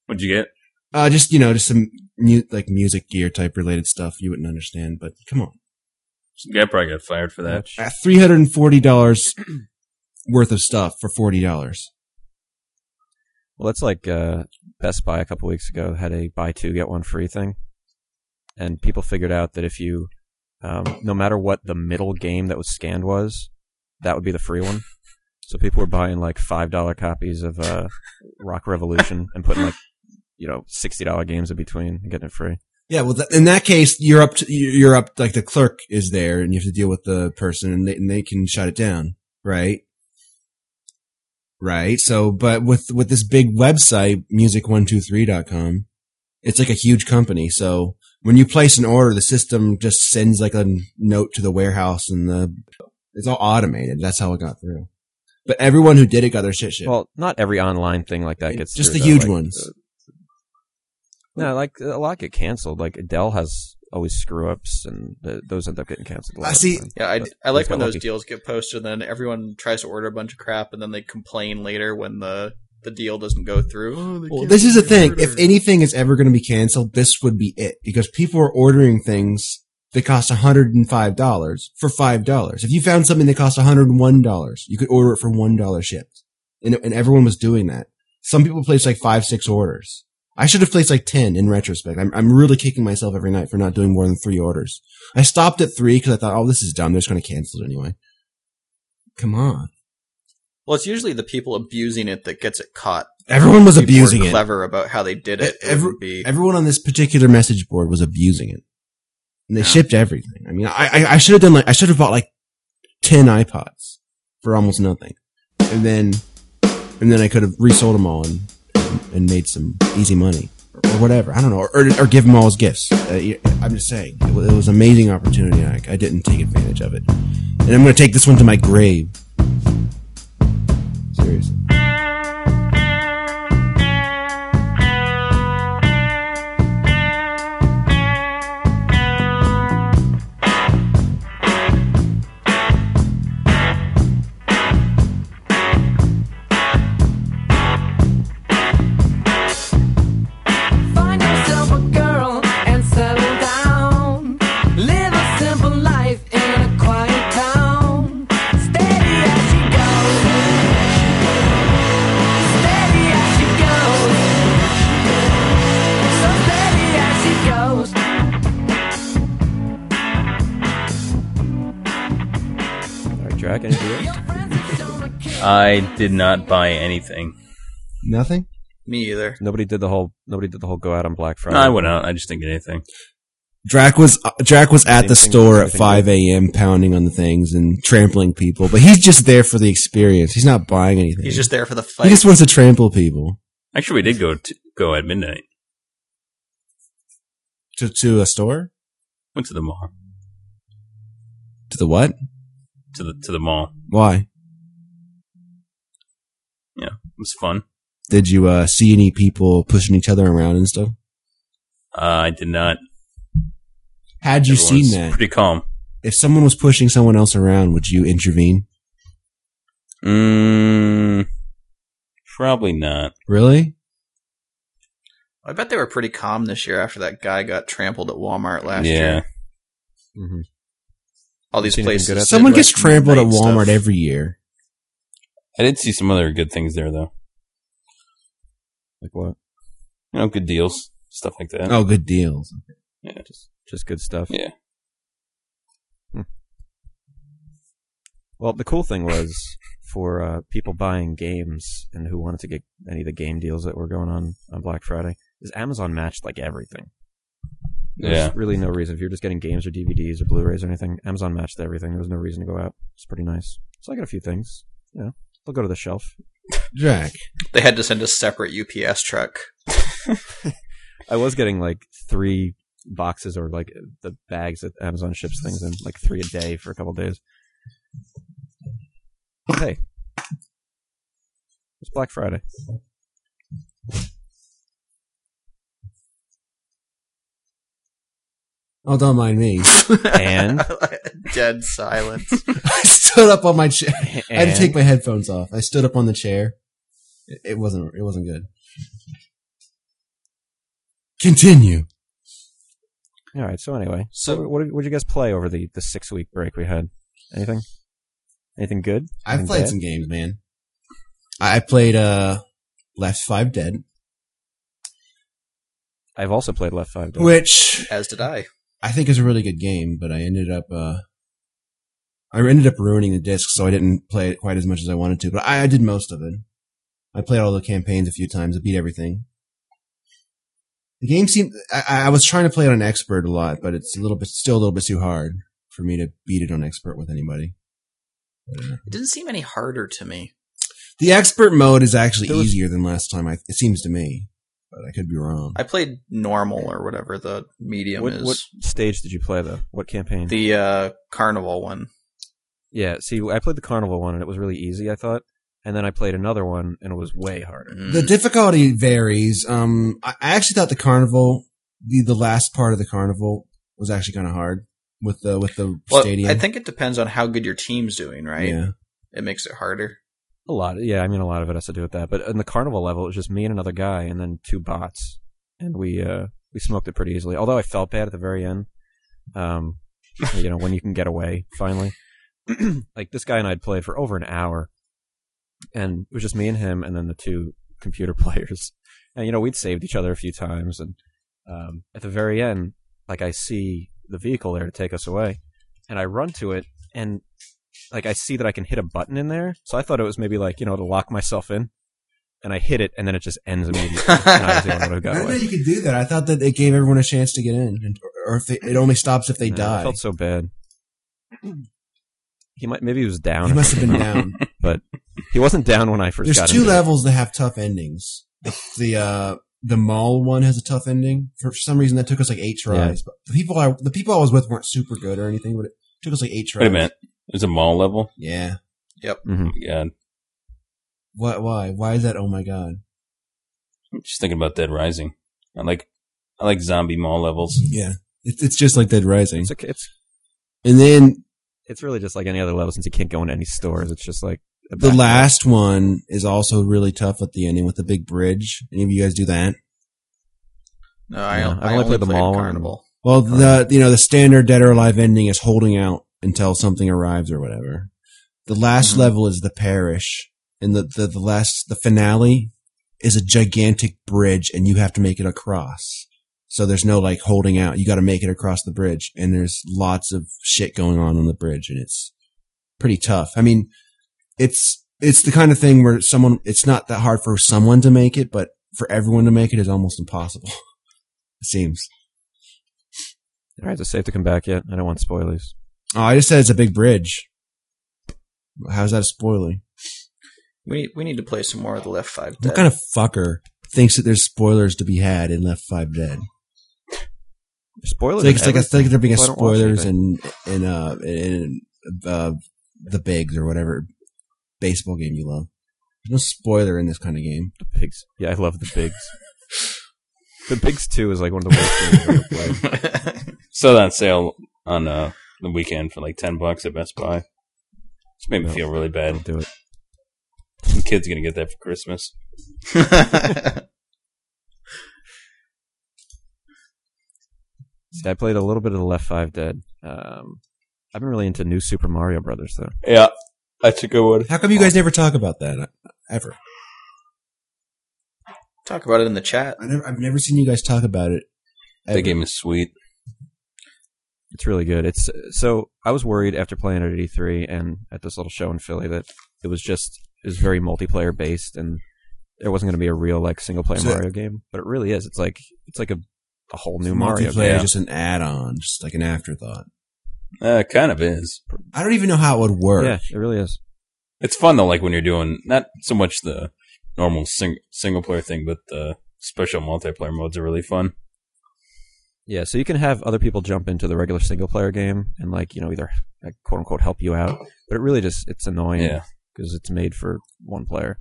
Speaker 1: What'd you get?
Speaker 4: Uh, just, you know, just some mu- like music gear type related stuff you wouldn't understand, but come on.
Speaker 1: Some guy probably got fired for that.
Speaker 4: Uh, $340 worth of stuff for $40.
Speaker 3: Well, that's like uh, Best Buy a couple weeks ago had a buy two get one free thing, and people figured out that if you, um, no matter what the middle game that was scanned was, that would be the free one. So people were buying like five dollar copies of uh, Rock Revolution and putting like, you know, sixty dollar games in between and getting it free.
Speaker 4: Yeah, well, th- in that case, you're up. To, you're up. Like the clerk is there, and you have to deal with the person, and they, and they can shut it down, right? Right. So, but with with this big website, music123.com, it's like a huge company. So when you place an order, the system just sends like a note to the warehouse, and the it's all automated. That's how it got through. But everyone who did it got their shit shipped.
Speaker 3: Well, not every online thing like that gets
Speaker 4: Just
Speaker 3: through,
Speaker 4: the
Speaker 3: though,
Speaker 4: huge
Speaker 3: like,
Speaker 4: ones.
Speaker 3: uh, no, like a lot get canceled. Like Adele has always screw ups, and th those end up getting canceled. a lot
Speaker 4: I
Speaker 3: of
Speaker 4: see-
Speaker 3: the time.
Speaker 5: Yeah, I,
Speaker 3: But
Speaker 5: I like
Speaker 3: he's
Speaker 5: when
Speaker 3: got
Speaker 5: those
Speaker 3: lucky.
Speaker 5: deals get posted, and then everyone tries to order a bunch of crap, and then they complain later when the, the deal doesn't go through. Oh, they
Speaker 4: Well,
Speaker 5: can't
Speaker 4: this is the
Speaker 5: believe you
Speaker 4: thing. If
Speaker 5: ordered.
Speaker 4: anything is ever going to be canceled, this would be it because people are ordering things that cost $105 for $5. If you found something that cost $101, you could order it for $1 shipped. And, and everyone was doing that. Some people placed like five, six orders. I should have placed like 10 in retrospect. I'm, I'm really kicking myself every night for not doing more than three orders. I stopped at three because I thought, oh, this is dumb. They're just going to cancel it anyway. Come on.
Speaker 5: well, it's usually the people abusing it that gets it caught.
Speaker 4: Everyone was
Speaker 5: People who are
Speaker 4: abusing it.
Speaker 5: Clever about how they did it.
Speaker 4: E-
Speaker 5: it
Speaker 4: every-
Speaker 5: would be,
Speaker 4: everyone on this particular message board was abusing it, and they shipped everything. I mean, I, I, I should have done like I should have bought like ten iPods for almost nothing, and then and then I could have resold them all and and made some easy money or whatever. I don't know, or or, or give them all as gifts. Uh, you- I'm just saying it was, it was an amazing opportunity. and I, I didn't take advantage of it, and I'm going to take this one to my grave. Seriously.
Speaker 6: Find yourself a girl and settle down. Live a simple life in a quiet town. Steady as she goes. Steady as she goes. So steady as she goes.
Speaker 3: All right, Jack, any deals?
Speaker 6: Your friends have shown a kiss.
Speaker 1: I did not buy anything.
Speaker 4: Nothing.
Speaker 5: me either.
Speaker 3: Nobody did the whole. Nobody did the whole go out on Black Friday.
Speaker 1: No, I went out. I just didn't get anything.
Speaker 4: Drac was uh, Drac was at the
Speaker 3: Anything-
Speaker 4: store at
Speaker 3: anything
Speaker 4: 5 a.m. pounding on the things and trampling people, but he's just there for the experience. He's not buying anything.
Speaker 5: He's just there for the fight.
Speaker 4: he just wants to trample people
Speaker 1: Actually, we did go to, go at midnight.
Speaker 4: to to a store
Speaker 1: Went to the mall.
Speaker 4: to the what?
Speaker 1: To the to the mall.
Speaker 4: Why
Speaker 1: Yeah, it was fun.
Speaker 4: did you uh, see any people pushing each other around and stuff?
Speaker 1: Uh, I did not.
Speaker 4: Had you
Speaker 1: Everyone was
Speaker 4: seen that?
Speaker 1: Pretty calm.
Speaker 4: if someone was pushing someone else around, would you intervene?
Speaker 1: Mm, probably not.
Speaker 4: Really?
Speaker 5: I bet they were pretty calm this year after that guy got trampled at Walmart last
Speaker 1: yeah.
Speaker 5: year.
Speaker 3: Mhm.
Speaker 5: All these
Speaker 3: Seen anything
Speaker 5: places.
Speaker 3: good
Speaker 5: did,
Speaker 3: out
Speaker 4: Someone
Speaker 5: like,
Speaker 4: gets trampled at
Speaker 5: midnight
Speaker 4: Walmart
Speaker 5: stuff.
Speaker 4: every year.
Speaker 1: I did see some other good things there though.
Speaker 3: Like what?
Speaker 1: You know, good deals, stuff like that.
Speaker 4: Oh, good deals.
Speaker 3: Just good stuff. Hmm.
Speaker 1: Yeah.
Speaker 3: Well, the cool thing was for uh, people buying games and who wanted to get any of the game deals that were going on on Black Friday, is Amazon matched like everything. There's
Speaker 1: Yeah.
Speaker 3: really no reason if you're just getting games or DVDs or Blu-rays or anything. Amazon matched everything. There was no reason to go out. It's pretty nice. So I got a few things. You know, they'll go to the shelf.
Speaker 4: Drac.
Speaker 5: They had to send a separate UPS truck.
Speaker 3: I was getting like three boxes or like the bags that Amazon ships things in, like three a day for a couple days. Hey, it's Black Friday.
Speaker 4: Oh, don't mind me.
Speaker 3: And?
Speaker 5: dead silence.
Speaker 4: I stood up on my chair. I had
Speaker 3: And-
Speaker 4: to take my headphones off. I stood up on the chair. It, it wasn't. It wasn't good. Continue.
Speaker 3: All right. So anyway,
Speaker 5: So-
Speaker 3: so what what did you guys play over the the six week break we had? Anything? Anything good?
Speaker 4: I've
Speaker 3: Anything
Speaker 4: played
Speaker 3: bad?
Speaker 4: some games, man. I I played uh Left Five Dead,
Speaker 3: I've also played Left Five Dead.
Speaker 4: which
Speaker 5: As did I.
Speaker 4: I think is a really good game, but I ended up uh I ended up ruining the disc, so I didn't play it quite as much as I wanted to. But I, I did most of it. I played all the campaigns a few times. I beat everything. The game seemed. I- I, I was trying to play it on expert a lot, but it's a little bit still a little bit too hard for me to beat it on expert with anybody.
Speaker 5: It didn't seem any harder to me.
Speaker 4: The expert mode is actually
Speaker 3: There was-
Speaker 4: easier than last time. I, it seems to me, but I could be wrong.
Speaker 5: I played normal or whatever the medium
Speaker 3: What,
Speaker 5: is.
Speaker 3: what stage did you play though? What campaign?
Speaker 5: The uh, carnival one.
Speaker 3: yeah. See, I played the carnival one and it was really easy. I thought, and then I played another one and it was way harder.
Speaker 5: Mm.
Speaker 4: The difficulty varies. Um, I I actually thought the carnival, the, the last part of the carnival was actually kind of hard with the with the
Speaker 5: well,
Speaker 4: stadium.
Speaker 5: I think it depends on how good your team's doing, right?
Speaker 4: Yeah.
Speaker 5: It makes it harder.
Speaker 3: A lot. Yeah, I mean, a lot of it has to do with that. But in the carnival level, it was just me and another guy, and then two bots, and we uh, we smoked it pretty easily. Although I felt bad at the very end. Um, you know, when you can get away finally. like this guy and I had played for over an hour, and it was just me and him, and then the two computer players. And you know, we'd saved each other a few times, and um, at the very end, like I see the vehicle there to take us away, and I run to it, and like I see that I can hit a button in there, so I thought it was maybe like you know to lock myself in, and I hit it, and then it just ends immediately. and I was the only one who
Speaker 4: I
Speaker 3: got
Speaker 4: didn't know
Speaker 3: away.
Speaker 4: you could do that. I thought that it gave everyone a chance to get in, and, or if they, it only stops if they
Speaker 3: Yeah, I
Speaker 4: die.
Speaker 3: felt so bad. He might maybe he was down.
Speaker 4: He
Speaker 3: or
Speaker 4: must have been
Speaker 3: something.
Speaker 4: down.
Speaker 3: He wasn't down when I first
Speaker 4: There's
Speaker 3: got
Speaker 4: two
Speaker 3: into it.
Speaker 4: levels that have tough endings. The the, uh, the mall one has a tough ending. For some reason, that took us like eight tries. But the people I the people I was with weren't super good or anything, but it took us like eight tries.
Speaker 1: Wait a minute. There's a mall level?
Speaker 4: Yeah.
Speaker 3: Mm-hmm.
Speaker 1: Oh my God.
Speaker 4: Why? Why? Why is that? Oh my god.
Speaker 1: I'm just thinking about Dead Rising. I like I like zombie mall levels.
Speaker 4: Yeah. It's, it's just like Dead Rising.
Speaker 3: It's, okay. it's
Speaker 4: And then
Speaker 3: it's really just like any other level since you can't go into any stores. It's just like a
Speaker 4: the
Speaker 3: back-
Speaker 4: last one is also really tough at the ending with the big bridge. Any of you guys do that?
Speaker 5: No, I,
Speaker 3: Yeah,
Speaker 5: don't-
Speaker 3: I've
Speaker 5: I
Speaker 3: only
Speaker 5: only
Speaker 3: played the mall one.
Speaker 5: carnival.
Speaker 4: Well, the you know the standard dead or alive ending is holding out until something arrives or whatever. The last
Speaker 5: Mhm.
Speaker 4: level is the parish, and the, the the last the finale is a gigantic bridge, and you have to make it across. So there's no like holding out. You got to make it across the bridge, and there's lots of shit going on on the bridge, and it's pretty tough. I mean, it's it's the kind of thing where someone it's not that hard for someone to make it, but for everyone to make it is almost impossible. it seems.
Speaker 3: All right, is it safe to come back yet? I don't want spoilers.
Speaker 4: Oh, I just said it's a big bridge. How's that a spoiler?
Speaker 5: We we need to play some more of the Left Five Dead.
Speaker 4: What kind of fucker thinks that there's spoilers to be had in Left Five Dead?
Speaker 3: Spoilers.
Speaker 4: It's like, it's like, it's like there being
Speaker 3: So I don't watch
Speaker 4: spoilers
Speaker 3: anything.
Speaker 4: in in uh in uh the bigs or whatever baseball game you love. There's no spoiler in this kind of game.
Speaker 3: the pigs. Yeah, I love the pigs. the pigs two is like one of the worst games I've ever played.
Speaker 1: Still on sale on uh, the weekend for like 10 bucks at Best Buy. It's made me
Speaker 3: No.
Speaker 1: feel really
Speaker 3: Don't
Speaker 1: bad.
Speaker 3: do it.
Speaker 1: The kid's going to get that for Christmas.
Speaker 3: See, I played a little bit of the Left Five Dead. Um, I've been really into New Super Mario Brothers though.
Speaker 1: Yeah, that's a good one.
Speaker 4: How come you guys never talk about that uh, ever?
Speaker 5: Talk about it in the chat.
Speaker 4: I never, I've never seen you guys talk about it.
Speaker 1: That game is sweet.
Speaker 3: It's really good. It's so I was worried after playing it at E3 and at this little show in Philly that it was just it was very multiplayer based and there wasn't going to be a real like single player
Speaker 4: So-
Speaker 3: Mario game, but it really is. It's like it's like a a whole new Mario
Speaker 4: Mario
Speaker 3: game.
Speaker 1: yeah.
Speaker 4: just an add-on, just like an afterthought.
Speaker 1: Uh, it kind of is.
Speaker 4: I don't even know how it would work.
Speaker 3: Yeah, it really is.
Speaker 1: It's fun though, like when you're doing not so much the normal sing- single player thing, but the special multiplayer modes are really fun.
Speaker 3: Yeah, so you can have other people jump into the regular single player game and like you know either like,
Speaker 1: Oh,
Speaker 3: quote unquote help you out, but it really just it's annoying
Speaker 1: Yeah.
Speaker 3: because it's made for one player.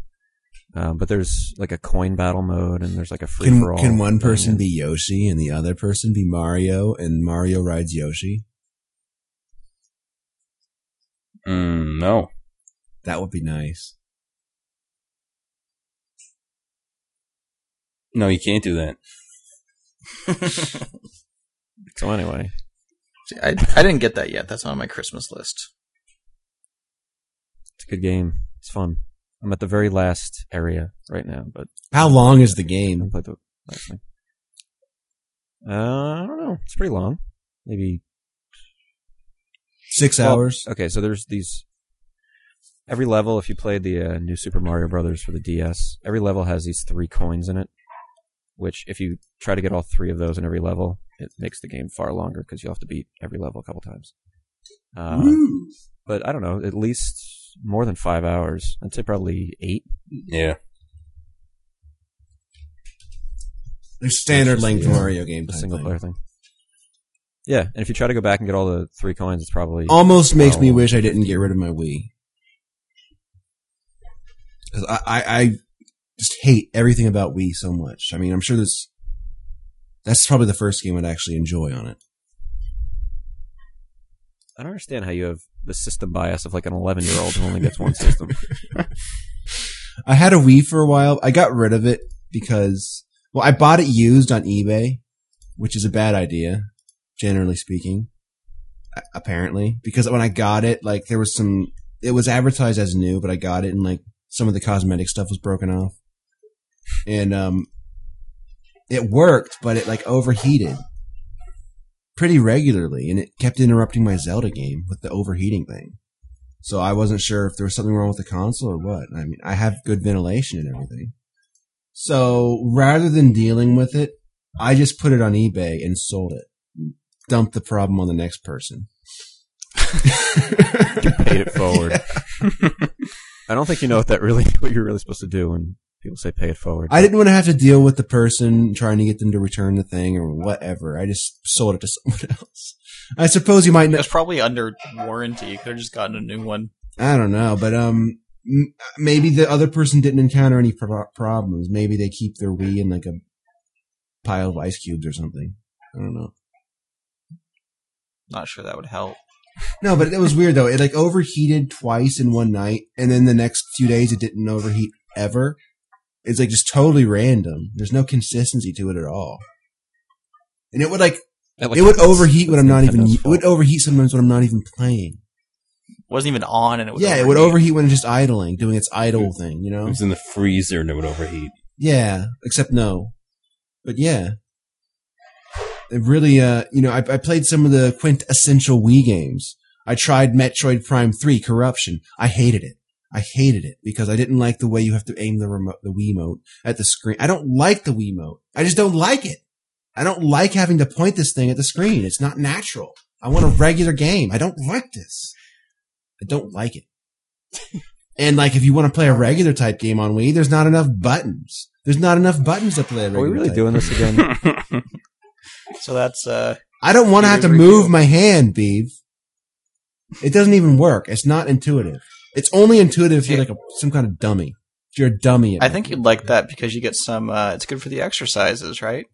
Speaker 3: Um, but there's like a coin battle mode, and there's like a free
Speaker 4: Can
Speaker 3: for all.
Speaker 4: can one person be Yoshi and the other person be Mario and Mario rides Yoshi?
Speaker 1: Mm, no.
Speaker 4: That would be nice.
Speaker 1: No, you can't do that.
Speaker 3: So anyway,
Speaker 5: See, I, I didn't get that yet. That's on my Christmas list.
Speaker 3: it's a good game. It's fun. I'm at the very last area right now, but
Speaker 4: How long is the
Speaker 3: I haven't
Speaker 4: game?
Speaker 3: played the last thing. Uh, I don't know. It's pretty long. Maybe
Speaker 4: Six
Speaker 3: Well,
Speaker 4: hours.
Speaker 3: Okay, so there's these. Every level, if you played the uh, new Super Mario Brothers for the DS, every level has these three coins in it. Which, if you try to get all three of those in every level, it makes the game far longer because you'll have to beat every level a couple times. Uh, but I don't know, at least more than five hours. I'd say probably eight.
Speaker 1: Yeah.
Speaker 4: There's standard
Speaker 3: It's just
Speaker 4: length
Speaker 3: the, uh,
Speaker 4: Mario game.
Speaker 3: The
Speaker 4: type
Speaker 3: single
Speaker 4: thing.
Speaker 3: player thing. Yeah, and if you try to go back and get all the three coins, it's probably
Speaker 4: Almost makes me
Speaker 3: Well-
Speaker 4: wish I didn't get rid of my Wii. Because I, I, I just hate everything about Wii so much. I mean, I'm sure this. That's probably the first game I'd actually enjoy on it.
Speaker 3: I don't understand how you have the system bias of like an 11 year old who only gets one system.
Speaker 4: I had a Wii for a while. I got rid of it because, well, I bought it used on eBay, which is a bad idea, generally speaking, a- apparently. Because when I got it, like, there was some, it was advertised as new, but I got it and, like, some of the cosmetic stuff was broken off. And, um, it worked, but it, like, overheated pretty regularly and it kept interrupting my Zelda game with the overheating thing. So I wasn't sure if there was something wrong with the console or what. I mean, I have good ventilation and everything. So rather than dealing with it, I just put it on eBay and sold it. Dumped the problem on the next person.
Speaker 3: paid it forward. I don't think you know what that really what you're really supposed to do when people say pay it forward.
Speaker 4: I didn't want to have to deal with the person trying to get them to return the thing or whatever. I just sold it to someone else. I suppose you might know.
Speaker 5: That's probably under warranty. You could have just gotten a new one.
Speaker 4: I don't know, but um, m- maybe the other person didn't encounter any pro- problems. Maybe they keep their Wii in like a pile of ice cubes or something. I don't know.
Speaker 5: Not sure that would help.
Speaker 4: No, but it was weird though. It like overheated twice in one night, and then the next few days it didn't overheat ever. It's like just totally random. There's no consistency to it at all. And it would like
Speaker 3: That, like,
Speaker 4: it would
Speaker 3: that's-
Speaker 4: overheat when
Speaker 3: that's
Speaker 4: I'm not even
Speaker 3: Nintendo's
Speaker 4: it would
Speaker 3: fault.
Speaker 4: overheat sometimes when I'm not even playing.
Speaker 5: Wasn't even on, and it was
Speaker 4: yeah, it would overheat when it's just idling, doing its idle thing, you
Speaker 1: It
Speaker 4: know?
Speaker 1: was in the freezer and it would overheat.
Speaker 4: Yeah, except no. But yeah. It really, uh, you know, I, I played some of the quintessential Wii games. I tried Metroid Prime 3 Corruption. I hated it. I hated it because I didn't like the way you have to aim the remote, the Wiimote at the screen. I don't like the Wiimote. I just don't like it. I don't like having to point this thing at the screen. It's not natural. I want a regular game. I don't like this. I don't like it. and like, if you want to play a regular type game on Wii, there's not enough buttons. There's not enough buttons to play a
Speaker 3: Are
Speaker 4: regular
Speaker 3: we really
Speaker 4: type.
Speaker 3: doing this again?
Speaker 5: So that's uh,
Speaker 4: I don't want to have to
Speaker 5: Review.
Speaker 4: move my hand, Beeve. It doesn't even work. It's not intuitive. It's only intuitive if you're like a, some kind of dummy. If you're a dummy. at
Speaker 5: I
Speaker 4: that
Speaker 5: think
Speaker 4: point.
Speaker 5: you'd like that because you get some. Uh, it's good for the exercises, right?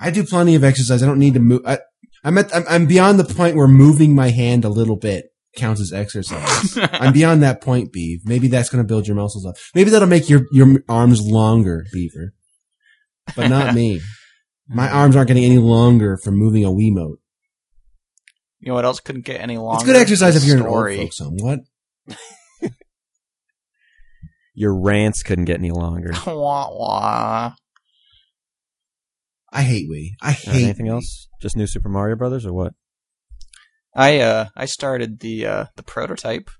Speaker 4: I do plenty of exercise. I don't need to move. I, I'm at. I'm, I'm beyond the point where moving my hand a little bit counts as exercise. I'm beyond that point, Beeve. Maybe that's going to build your muscles up. Maybe that'll make your your arms longer, Beaver. But not me. My arms aren't getting any longer from moving a Wiimote.
Speaker 5: You know what else couldn't get any longer?
Speaker 4: It's good exercise if you're
Speaker 5: Story.
Speaker 4: an old folks home. What?
Speaker 3: Your rants couldn't get any longer. All
Speaker 5: wah, wah.
Speaker 4: I hate Wii. I hate
Speaker 3: right, anything
Speaker 4: Wii.
Speaker 3: else? Just new Super Mario Brothers or what?
Speaker 5: I uh, I started the uh, the prototype.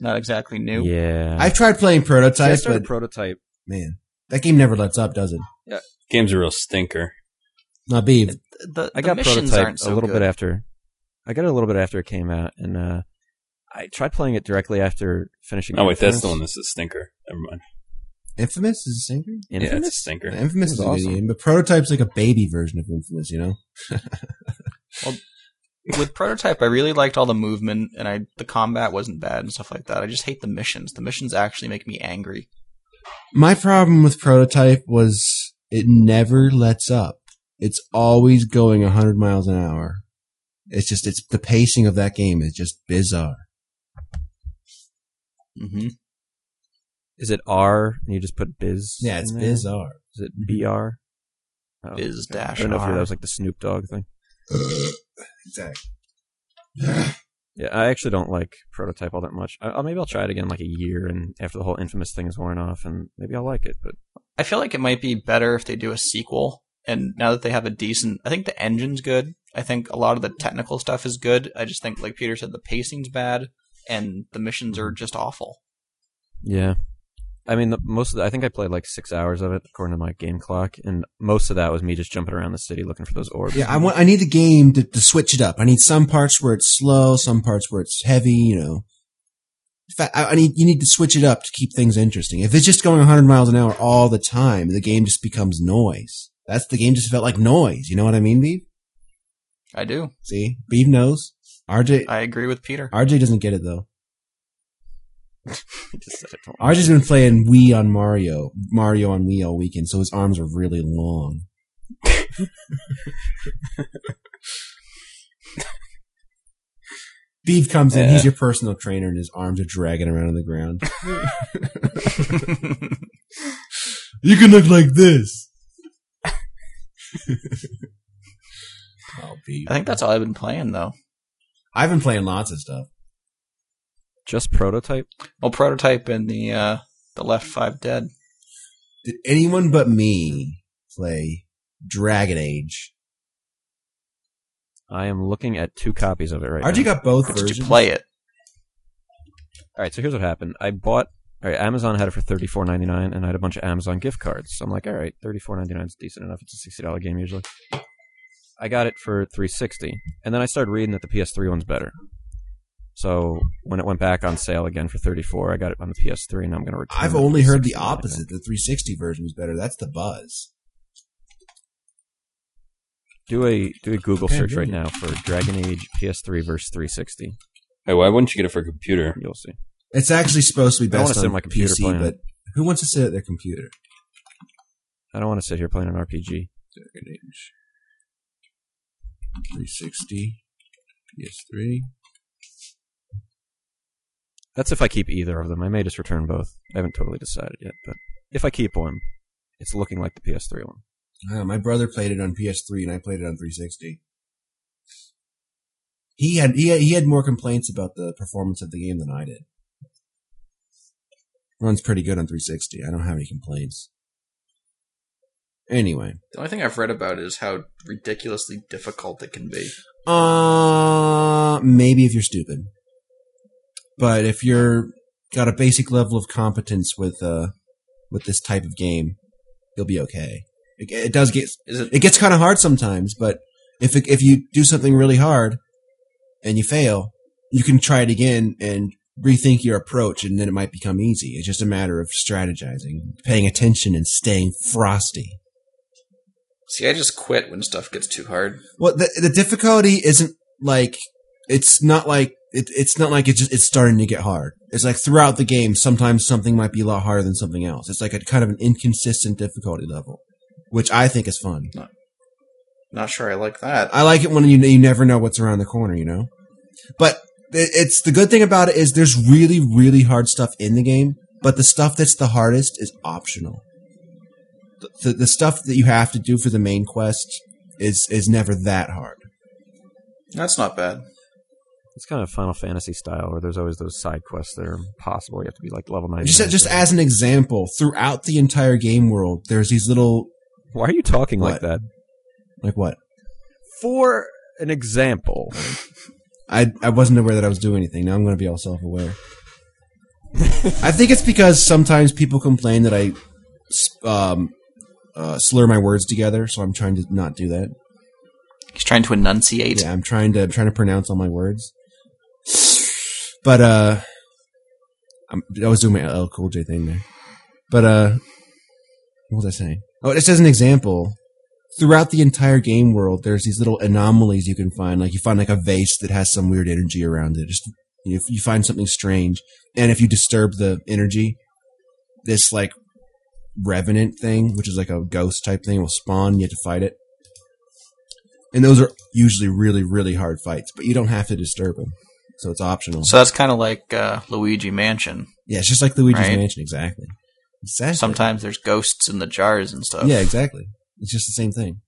Speaker 5: Not exactly new.
Speaker 3: Yeah,
Speaker 4: I've tried playing
Speaker 3: See, I
Speaker 4: prototype,
Speaker 3: started
Speaker 4: but
Speaker 3: prototype.
Speaker 4: man, that game never lets up, does it?
Speaker 1: Game's a real stinker.
Speaker 4: Not Beeve.
Speaker 5: The,
Speaker 3: I got
Speaker 5: the missions
Speaker 3: prototype
Speaker 5: aren't so
Speaker 3: a little
Speaker 5: good.
Speaker 3: bit after. I got it a little bit after it came out, and uh, I tried playing it directly after finishing.
Speaker 1: Oh, wait, that's
Speaker 3: Infamous.
Speaker 1: the one that's a stinker. Never mind.
Speaker 4: Infamous is a singer.
Speaker 1: Yeah, it's a
Speaker 3: Infamous?
Speaker 1: stinker.
Speaker 4: Infamous is
Speaker 3: That's
Speaker 4: a
Speaker 3: awesome.
Speaker 4: good game, but Prototype's like a baby version of Infamous. You know,
Speaker 5: with prototype i really liked all the movement and i the combat wasn't bad and stuff like that i just hate the missions the missions actually make me angry
Speaker 4: My problem with prototype was it never lets up. It's always going 100 miles an hour. It's just it's the pacing of that game is just bizarre.
Speaker 5: Mm-hmm.
Speaker 3: Is it R and you just put biz?
Speaker 4: Yeah, it's
Speaker 3: in there?
Speaker 4: bizarre.
Speaker 3: Is it BR? Oh,
Speaker 5: Biz
Speaker 3: I
Speaker 5: dash
Speaker 3: don't know if
Speaker 5: R.
Speaker 3: that was like the Snoop Dogg thing.
Speaker 4: Exactly.
Speaker 3: Yeah, I actually don't like Prototype all that much. I, I'll, maybe I'll try it again in like a year and after the whole infamous thing is worn off, and maybe I'll like it. But
Speaker 5: I feel like it might be better if they do a sequel. And now that they have a decent, I think the engine's good. I think a lot of the technical stuff is good. I just think, like Peter said, the pacing's bad and the missions are just awful.
Speaker 3: yeah, I mean, the, most of the, I think I played like six hours of it according to my game clock, and most of that was me just jumping around the city looking for those orbs.
Speaker 4: Yeah, I want. I need the game to, to switch it up. I need some parts where it's slow, some parts where it's heavy. You know, In fact, I, I need you need to switch it up to keep things interesting. If it's just going 100 miles an hour all the time, the game just becomes noise. That's the game just felt like noise. You know what I mean, Beef?
Speaker 5: I do.
Speaker 4: See, Beef knows. RJ
Speaker 5: I agree with Peter.
Speaker 4: RJ doesn't get it though.
Speaker 3: He just said it to him.
Speaker 4: RJ's been playing Wii on Mario, Mario on Wii all weekend, so his arms are really long. Beef comes in, he's your personal trainer, and his arms are dragging around on the ground. you can look like this. oh, Beef.
Speaker 5: I think that's all I've been playing, though.
Speaker 4: I've been playing lots of stuff.
Speaker 3: Just Prototype.
Speaker 5: Well, Prototype and the uh, the Left Five Dead.
Speaker 4: Did anyone but me play Dragon Age?
Speaker 3: I am looking at two copies of it right now.
Speaker 4: RJ got both
Speaker 5: Did you
Speaker 4: versions.
Speaker 5: play it?
Speaker 3: All right, so here's what happened. I bought. All right, Amazon had it for thirty four ninety nine, and I had a bunch of Amazon gift cards. So I'm like, all right, thirty four ninety nine is decent enough. It's a sixty dollar game usually. I got it for three sixty, and then I started reading that the PS3 one's better. So when it went back on sale again for thirty four, I got it on the PS3, and I'm going to return.
Speaker 4: I've
Speaker 3: it
Speaker 4: only
Speaker 3: for
Speaker 4: heard
Speaker 3: $60,
Speaker 4: the
Speaker 3: I think.
Speaker 4: opposite. The 360 version is better. That's the buzz.
Speaker 3: Do a do a Google
Speaker 4: Yeah,
Speaker 3: search
Speaker 4: do
Speaker 3: right
Speaker 4: it.
Speaker 3: now for Dragon Age PS3 versus three sixty.
Speaker 1: Hey, why wouldn't you get it for a computer?
Speaker 3: You'll see.
Speaker 4: It's actually supposed to be
Speaker 3: I wanna
Speaker 4: best
Speaker 3: sit at
Speaker 4: on
Speaker 3: my computer
Speaker 4: PC,
Speaker 3: playing
Speaker 4: but who wants to sit at their computer?
Speaker 3: I don't want to sit here playing an RPG.
Speaker 4: Dragon Age 360 PS3.
Speaker 3: That's if I keep either of them. I may just return both. I haven't totally decided yet, but if I keep one, it's looking like the PS3 one.
Speaker 4: Uh, my brother played it on PS3, and I played it on 360. He had he had, he had more complaints about the performance of the game than I did. Runs pretty good on 360. I don't have any complaints. Anyway,
Speaker 5: The only thing I've read about is how ridiculously difficult it can be.
Speaker 4: Uh, maybe if you're stupid, but if you're got a basic level of competence with uh with this type of game, you'll be okay. It, it does get
Speaker 5: Is it?
Speaker 4: it gets kind of hard sometimes, but if it, if you do something really hard and you fail, you can try it again and rethink your approach, and then it might become easy. It's just a matter of strategizing, paying attention, and staying frosty.
Speaker 5: See, I just quit when stuff gets too hard.
Speaker 4: Well, the, the difficulty isn't like it's not like it, it's not like it's just, it's starting to get hard. It's like throughout the game, sometimes something might be a lot harder than something else. It's like a kind of an inconsistent difficulty level, which I think is fun.
Speaker 5: Not sure I like that.
Speaker 4: I like it when you you never know what's around the corner, you know. But it, it's the good thing about it is there's really really hard stuff in the game, but the stuff that's the hardest is optional. The, the stuff that you have to do for the main quest is is never that hard.
Speaker 5: That's not bad.
Speaker 3: It's kind of Final Fantasy style, where there's always those side quests that are impossible. You have to be like level 90.
Speaker 4: Just, just as an example, throughout the entire game world, there's these little
Speaker 3: Why are you talking like
Speaker 4: What?
Speaker 3: that?
Speaker 4: like what?
Speaker 3: For an example,
Speaker 4: I I wasn't aware that I was doing anything. Now I'm going to be all self aware. I think it's because sometimes people complain that I s- um, uh, slur my words together, so I'm trying to not do that.
Speaker 5: He's trying to enunciate.
Speaker 4: Yeah, I'm trying to I'm trying to pronounce all my words. But uh, I'm, I was doing my LL Cool J thing there. But uh, what was I saying? Oh, just as an example, throughout the entire game world, there's these little anomalies you can find. Like you find like a vase that has some weird energy around it. Just you know, if you find something strange, and if you disturb the energy, this like revenant thing, which is like a ghost type thing. It will spawn. You have to fight it. And those are usually really, really hard fights, but you don't have to disturb them. So it's optional.
Speaker 5: So that's kind of like uh, Luigi Mansion.
Speaker 4: yeah, it's just like Luigi's
Speaker 5: Right.
Speaker 4: Mansion, exactly. Exactly.
Speaker 5: Sometimes there's ghosts in the jars and stuff.
Speaker 4: Yeah, exactly. It's just the same thing.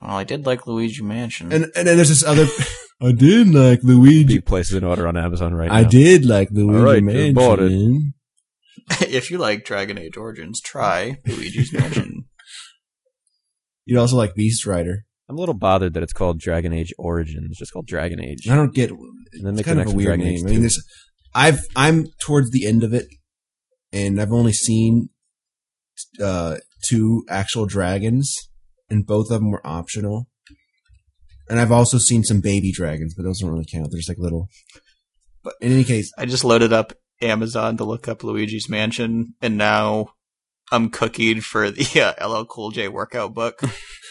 Speaker 5: Well, I did like Luigi Mansion.
Speaker 4: And and then there's this other. I did like Luigi.
Speaker 3: Be placed an order on Amazon right now.
Speaker 4: I did like Luigi
Speaker 3: All right,
Speaker 4: Mansion.
Speaker 3: dude, bought it.
Speaker 5: if you like Dragon Age Origins, try Luigi's Mansion.
Speaker 4: You'd also like Beast Rider.
Speaker 3: I'm a little bothered that it's called Dragon Age Origins. Just called Dragon Age.
Speaker 4: I don't get.
Speaker 3: And then make
Speaker 4: It's kind
Speaker 3: the
Speaker 4: of
Speaker 3: next
Speaker 4: a
Speaker 3: one
Speaker 4: weird
Speaker 3: Dragon
Speaker 4: name.
Speaker 3: Age
Speaker 4: I mean,
Speaker 3: 2.
Speaker 4: this. I've I'm towards the end of it, and I've only seen uh, two actual dragons, and both of them were optional. And I've also seen some baby dragons, but those don't really count. They're just like little. But in any case,
Speaker 5: I just loaded up Amazon to look up Luigi's Mansion, and now I'm cookied for the uh, LL Cool J workout book.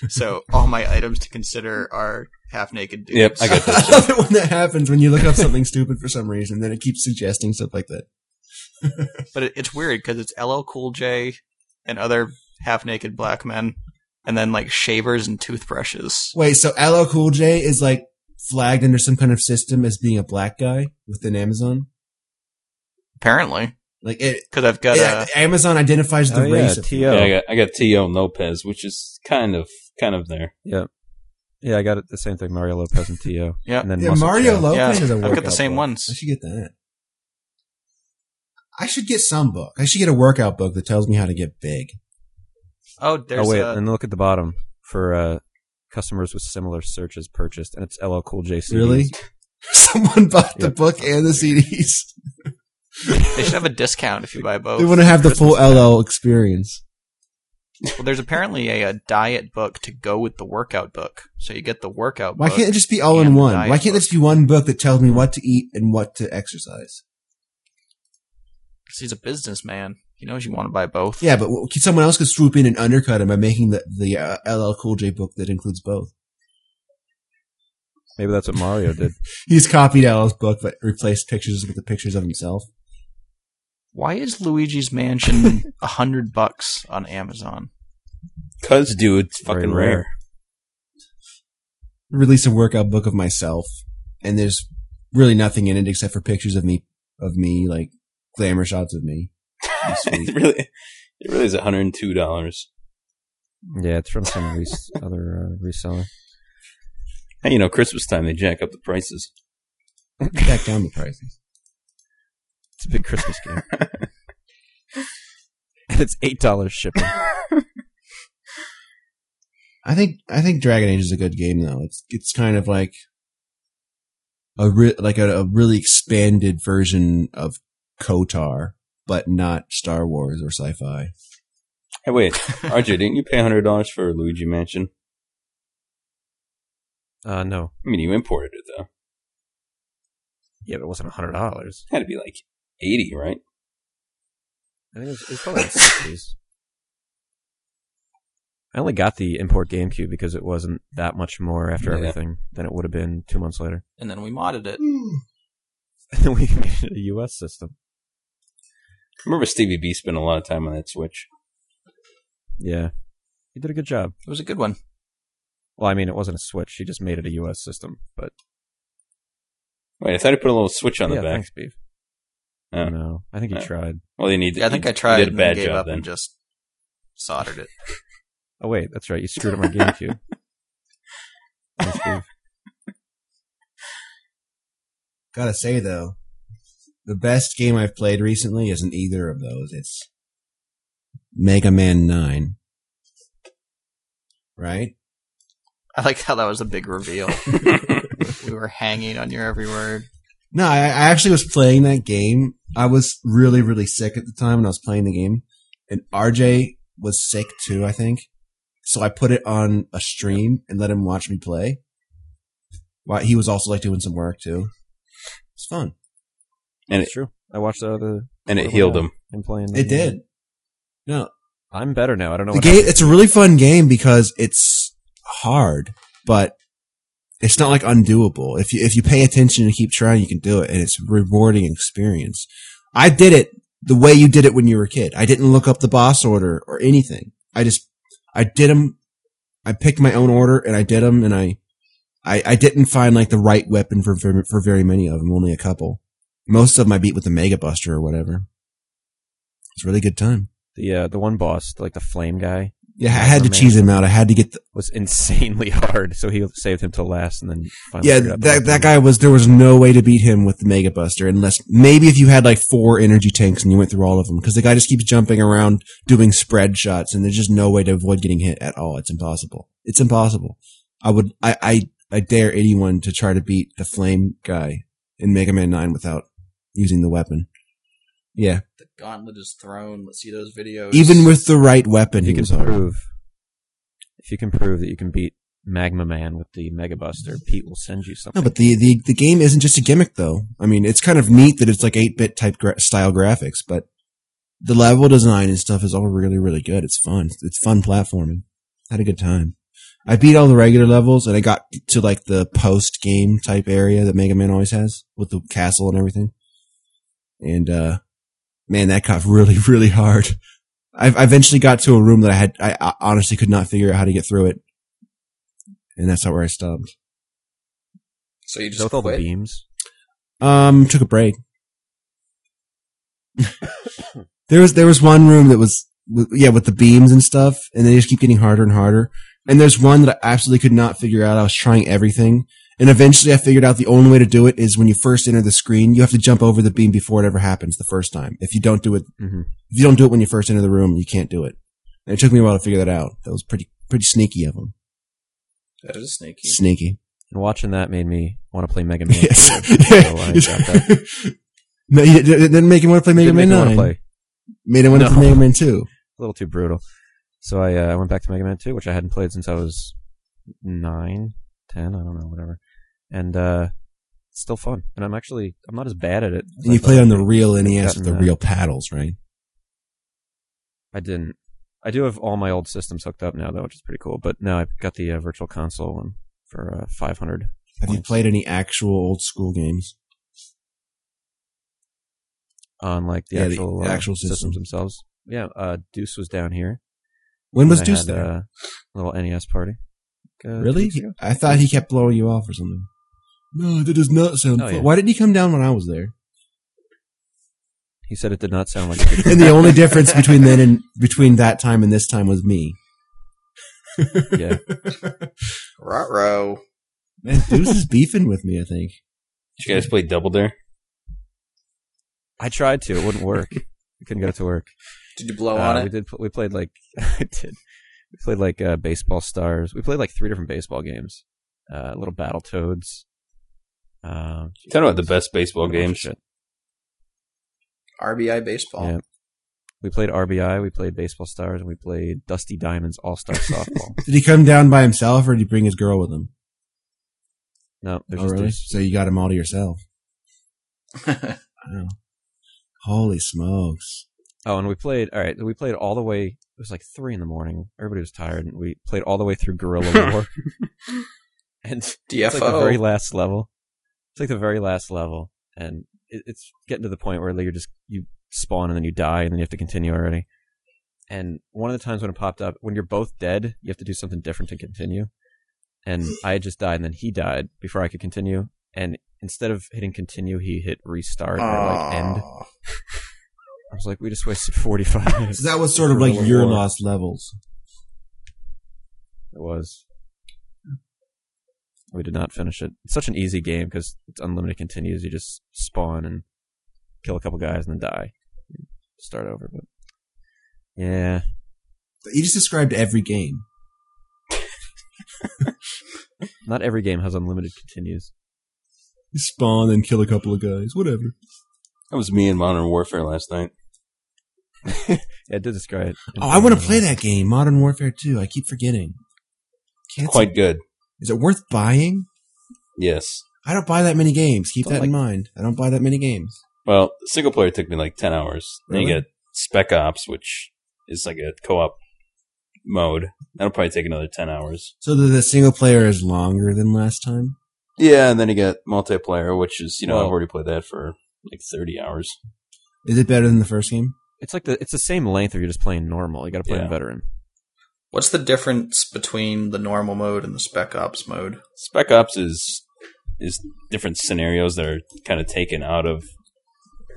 Speaker 5: so all my items to consider are half naked dudes.
Speaker 1: Yep, I got that.
Speaker 4: I love it when that happens when you look up something stupid for some reason, then it keeps suggesting stuff like that.
Speaker 5: But it, it's weird because it's LL Cool J and other half naked black men, and then like shavers and toothbrushes.
Speaker 4: Wait, so LL Cool J is like flagged under some kind of system as being a black guy within Amazon?
Speaker 5: Apparently,
Speaker 4: Like it,
Speaker 5: because I've got
Speaker 4: yeah,
Speaker 5: a
Speaker 4: Amazon identifies the
Speaker 3: Oh, yeah,
Speaker 4: race. of-
Speaker 3: T.O.
Speaker 1: Yeah, I
Speaker 3: Yeah,
Speaker 1: got I got T.O. Lopez, which is kind of kind of there.
Speaker 3: I got it. The same thing. Mario Lopez and T.O.
Speaker 5: Yeah.
Speaker 3: and then
Speaker 4: yeah,
Speaker 3: Muscle
Speaker 4: Mario
Speaker 3: Child.
Speaker 4: Lopez
Speaker 5: Yeah,
Speaker 4: is a
Speaker 5: I've got
Speaker 4: workout
Speaker 5: the same
Speaker 4: book.
Speaker 5: ones.
Speaker 4: I should get that. I should get some book. I should get a workout book that tells me how to get big.
Speaker 5: oh, there's
Speaker 3: oh wait,
Speaker 5: a
Speaker 3: and look at the bottom for uh, customers with similar searches purchased, and it's LL Cool J. CDs.
Speaker 4: Really? Someone bought the
Speaker 3: Yeah.
Speaker 4: book and the CDs.
Speaker 5: they should have a discount if you buy both.
Speaker 4: They want to have the full
Speaker 5: Oh, Christmas time.
Speaker 4: LL experience.
Speaker 5: Well, there's apparently a, a diet book to go with the workout book. So you get the workout
Speaker 4: Why
Speaker 5: book.
Speaker 4: can't it just be all in
Speaker 5: and the
Speaker 4: one?
Speaker 5: diet
Speaker 4: Why can't this be one book that tells me what to eat and what to exercise?
Speaker 5: 'Cause he's a businessman. He knows you want to buy both.
Speaker 4: Yeah, but w- someone else could swoop in and undercut him by making the the uh, LL Cool J book that includes both.
Speaker 3: Maybe that's what Mario did.
Speaker 4: He's copied LL's book but replaced pictures with the pictures of himself.
Speaker 5: Why is Luigi's Mansion a hundred bucks on Amazon?
Speaker 1: Cause dude, it's
Speaker 3: Very
Speaker 1: fucking
Speaker 3: rare.
Speaker 1: rare.
Speaker 4: Release a workout book of myself, and there's really nothing in it except for pictures of me of me like glamour shots of me. Pretty
Speaker 1: it
Speaker 4: sweet.
Speaker 1: really, it really is one hundred and two dollars.
Speaker 3: yeah, it's from some res- other uh, reseller.
Speaker 1: And you know, Christmas time they jack up the prices.
Speaker 4: Back down the prices.
Speaker 3: It's a big Christmas game. and it's eight dollars shipping.
Speaker 4: I think I think Dragon Age is a good game though. It's it's kind of like a re- like a, a really expanded version of Kotar, but not Star Wars or sci-fi.
Speaker 1: Hey, wait, RJ, didn't you pay hundred dollars for Luigi Mansion?
Speaker 3: Uh, no.
Speaker 1: I mean, you imported it though.
Speaker 3: Yeah, but it wasn't hundred dollars.
Speaker 1: It had to be like eighty, right?
Speaker 3: I think it's it's probably in the 60s. I only got the import GameCube because it wasn't that much more after
Speaker 1: Yeah.
Speaker 3: everything than it would have been two months later.
Speaker 5: And then we modded it.
Speaker 3: And then we made it a US system.
Speaker 1: I remember Stevie B spent a lot of time on that Switch.
Speaker 3: Yeah. He did a good job.
Speaker 5: It was a good one.
Speaker 3: Well, I mean, it wasn't a Switch. He just made it a US system. But
Speaker 1: Wait, I thought he put a little switch on the
Speaker 3: yeah,
Speaker 1: back.
Speaker 3: thanks, Beef.
Speaker 1: Oh.
Speaker 3: No, I think he
Speaker 1: Oh.
Speaker 3: tried.
Speaker 1: Well, they need.
Speaker 5: Yeah, I think
Speaker 1: he-
Speaker 5: I tried
Speaker 1: He did a
Speaker 5: and
Speaker 1: bad
Speaker 5: gave
Speaker 1: job
Speaker 5: up
Speaker 1: then.
Speaker 5: and just soldered it.
Speaker 3: Oh, wait, that's right. You screwed up my GameCube. Thanks, Beef.
Speaker 4: Gotta say though, the best game I've played recently isn't either of those. It's Mega Man Nine, right?
Speaker 5: I like how that was a big reveal. we were hanging on your every word.
Speaker 4: No, I, I actually was playing that game. I was really, really sick at the time when I was playing the game, and RJ was sick too. I think so. I put it on a stream and let him watch me play. While he was also like doing some work too. It's fun.
Speaker 1: And it-
Speaker 3: It's true. I watched the other
Speaker 1: and it healed him.
Speaker 3: him playing. the-
Speaker 4: It did. No,
Speaker 3: I'm better now. I don't know
Speaker 4: the
Speaker 3: what
Speaker 4: game. It's a really fun game because it's hard, but it's not like undoable. If you if you pay attention and keep trying, you can do it, and it's a rewarding experience. I did it the way you did it when you were a kid. I didn't look up the boss order or anything. I just, I did them. I picked my own order and I did them and I, I, I didn't find like the right weapon for, for, for very many of them, only a couple. Most of them I beat with the Mega Buster or whatever. It's a really good time.
Speaker 3: The uh, the one boss, like the flame guy,
Speaker 4: Yeah, I had to
Speaker 3: Mega Man.
Speaker 4: cheese him out. I had to get the,
Speaker 3: was insanely hard. So he saved him to last, and then finally
Speaker 4: yeah,
Speaker 3: figured out the
Speaker 4: that, that
Speaker 3: weapon.
Speaker 4: guy was, there was no way to beat him with the Mega Buster unless maybe if you had like four energy tanks and you went through all of them because the guy just keeps jumping around doing spread shots and there's just no way to avoid getting hit at all. It's impossible. It's impossible. I would, I, I, I dare anyone to try to beat the flame guy in Mega Man 9 without using the weapon. Yeah.
Speaker 5: The gauntlet is thrown. Let's see those videos.
Speaker 4: Even with the right weapon,
Speaker 3: If
Speaker 4: he
Speaker 3: you can
Speaker 4: was hard.
Speaker 3: prove, if you can prove that you can beat Magma Man with the Mega Buster, Pete will send you something.
Speaker 4: No, but the, the, the game isn't just a gimmick though. I mean, it's kind of neat that it's like 8-bit type gra- style graphics, but the level design and stuff is all really, really good. It's fun. It's fun platforming. Had a good time. I beat all the regular levels and I got to like the post game type area that Mega Man always has with the castle and everything. And, uh, man, that got really, really hard. I I eventually got to a room that I had, I I honestly could not figure out how to get through it. And that's not where I stopped.
Speaker 5: so you
Speaker 3: Is that
Speaker 5: just
Speaker 3: with all the
Speaker 5: quit.
Speaker 3: beams.
Speaker 4: Um, took a break. there was there was one room that was w- yeah with the beams and stuff, and they just keep getting harder and harder. And there's one that I absolutely could not figure out. I was trying everything, and eventually I figured out the only way to do it is when you first enter the screen, you have to jump over the beam before it ever happens the first time. If you don't do it,
Speaker 3: Mhm.
Speaker 4: if you don't do it when you first enter the room, you can't do it. And it took me a while to figure that out. That was pretty pretty sneaky of them.
Speaker 5: That is sneaky.
Speaker 4: Sneaky.
Speaker 3: And watching that made me want to play Mega Man.
Speaker 4: Yes.
Speaker 3: too, so I dropped that.
Speaker 4: no, you- it didn't make him want to play Mega
Speaker 3: Didn't
Speaker 4: Man
Speaker 3: make me wanna
Speaker 4: Nine.
Speaker 3: play.
Speaker 4: Made him want to
Speaker 3: No.
Speaker 4: play Mega Man Two.
Speaker 3: a little too brutal. So I uh, went back to Mega Man 2, which I hadn't played since I was 9, 10, I don't know, whatever. And uh, it's still fun. And I'm actually, I'm not as bad at it. as
Speaker 4: And
Speaker 3: I
Speaker 4: you played
Speaker 3: thought.
Speaker 4: on the real NES with
Speaker 3: gotten
Speaker 4: the
Speaker 3: that.
Speaker 4: real paddles, right?
Speaker 3: I didn't. I do have all my old systems hooked up now, though, which is pretty cool. But no, I've got the uh, Virtual Console one for uh, 500.
Speaker 4: Have you
Speaker 3: Yes.
Speaker 4: played any actual old school games?
Speaker 3: on like the
Speaker 4: Yeah, the
Speaker 3: actual, uh,
Speaker 4: actual system.
Speaker 3: systems themselves. Yeah, uh, Deuce was down here.
Speaker 4: When was
Speaker 3: And I
Speaker 4: Deuce
Speaker 3: had,
Speaker 4: there?
Speaker 3: uh, a little NES party. Like, uh, two
Speaker 4: really?
Speaker 3: weeks ago.
Speaker 4: I thought he kept blowing you off or something. No, that does not sound
Speaker 3: Oh,
Speaker 4: fun.
Speaker 3: yeah.
Speaker 4: Why didn't he come down when I was there?
Speaker 3: He said it did not sound like. a good
Speaker 4: And the only difference between then and between that time and this time was me.
Speaker 3: Yeah.
Speaker 5: Ruh-roh.
Speaker 4: Man, Deuce is beefing with me, I think.
Speaker 1: Did you guys play Double Dare?
Speaker 3: I tried to. It wouldn't work. I couldn't get it to work.
Speaker 5: Did you blow
Speaker 3: Uh,
Speaker 5: on
Speaker 3: We
Speaker 5: it?
Speaker 3: did. pl- We played like. I did. We played like uh, baseball stars. We played like three different baseball games. Uh, little battle toads. Uh,
Speaker 1: Talking about the best baseball
Speaker 3: what else
Speaker 1: games.
Speaker 3: shit?
Speaker 5: RBI baseball.
Speaker 3: Yeah. We played RBI. We played baseball stars, and we played Dusty Diamonds All Star Softball.
Speaker 4: Did he come down by himself or did he bring his girl with him?
Speaker 3: No, there's
Speaker 4: Oh,
Speaker 3: just
Speaker 4: really?
Speaker 3: Deuce.
Speaker 4: So you got him all to yourself. Wow. Holy smokes.
Speaker 3: Oh, and we played. All right, we played all the way. It was like three in the morning. Everybody was tired, and we played all the way through Guerrilla War. and it's like the
Speaker 5: DFO.
Speaker 3: very last level. It's like the very last level, and it, it's getting to the point where like, you're just you spawn and then you die, and then you have to continue already. And one of the times when it popped up, when you're both dead, you have to do something different to continue. And I had just died, and then he died before I could continue. And instead of hitting continue, he hit restart or like end.
Speaker 5: Aw.
Speaker 3: I was like, we just wasted 45 minutes.
Speaker 4: So that was sort of
Speaker 3: Guerrilla
Speaker 4: like your
Speaker 3: War.
Speaker 4: lost levels.
Speaker 3: It was. We did not finish it. It's such an easy game because it's unlimited continues. You just spawn and kill a couple guys and then die. Start over. But yeah,
Speaker 4: You just described every game.
Speaker 3: not every game has unlimited continues.
Speaker 4: You spawn and kill a couple of guys, whatever.
Speaker 1: That was me in Modern Warfare last night.
Speaker 3: Yeah, it did describe it.
Speaker 4: Oh, I want to play that game, Modern Warfare 2. I keep forgetting. Can't
Speaker 1: Quite good.
Speaker 4: Is it worth buying?
Speaker 1: Yes.
Speaker 4: I don't buy that many games. Keep
Speaker 3: Don't
Speaker 4: that in
Speaker 3: like-
Speaker 4: mind. I don't buy that many games.
Speaker 1: Well, single player took me like 10 hours. Then you
Speaker 4: Really?
Speaker 1: get Spec Ops, which is like a co op mode. That'll probably take another 10 hours.
Speaker 4: So the, the single player is longer than last time.
Speaker 1: Yeah, and then you get multiplayer, which is, you know,
Speaker 3: Well-
Speaker 1: I've already played that for like 30 hours.
Speaker 4: Is it better than the first game?
Speaker 3: It's like the it's the same length if you're just playing normal. You got to play
Speaker 1: Yeah.
Speaker 3: on veteran.
Speaker 5: What's the difference between the normal mode and the Spec Ops mode?
Speaker 1: Spec Ops is is different scenarios that are kind of taken out of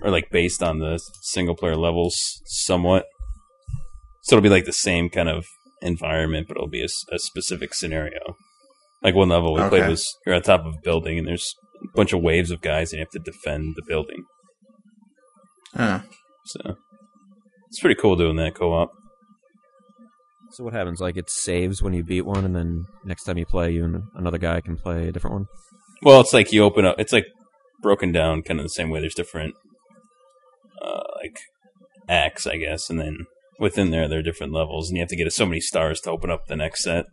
Speaker 1: or like based on the single player levels somewhat. So it'll be like the same kind of environment, but it'll be a, s- a specific scenario. Like one level we
Speaker 5: Okay.
Speaker 1: played was you're on top of a building and there's a bunch of waves of guys and you have to defend the building.
Speaker 5: Huh.
Speaker 1: So it's pretty cool doing that co-op.
Speaker 3: So what happens? Like it saves when you beat one, and then next time you play, you and another guy can play a different one.
Speaker 1: Well, it's like you open up. It's like broken down, kind of the same way. There's different, uh, like acts, I guess, and then within there there are different levels, and you have to get so many stars to open up the next set.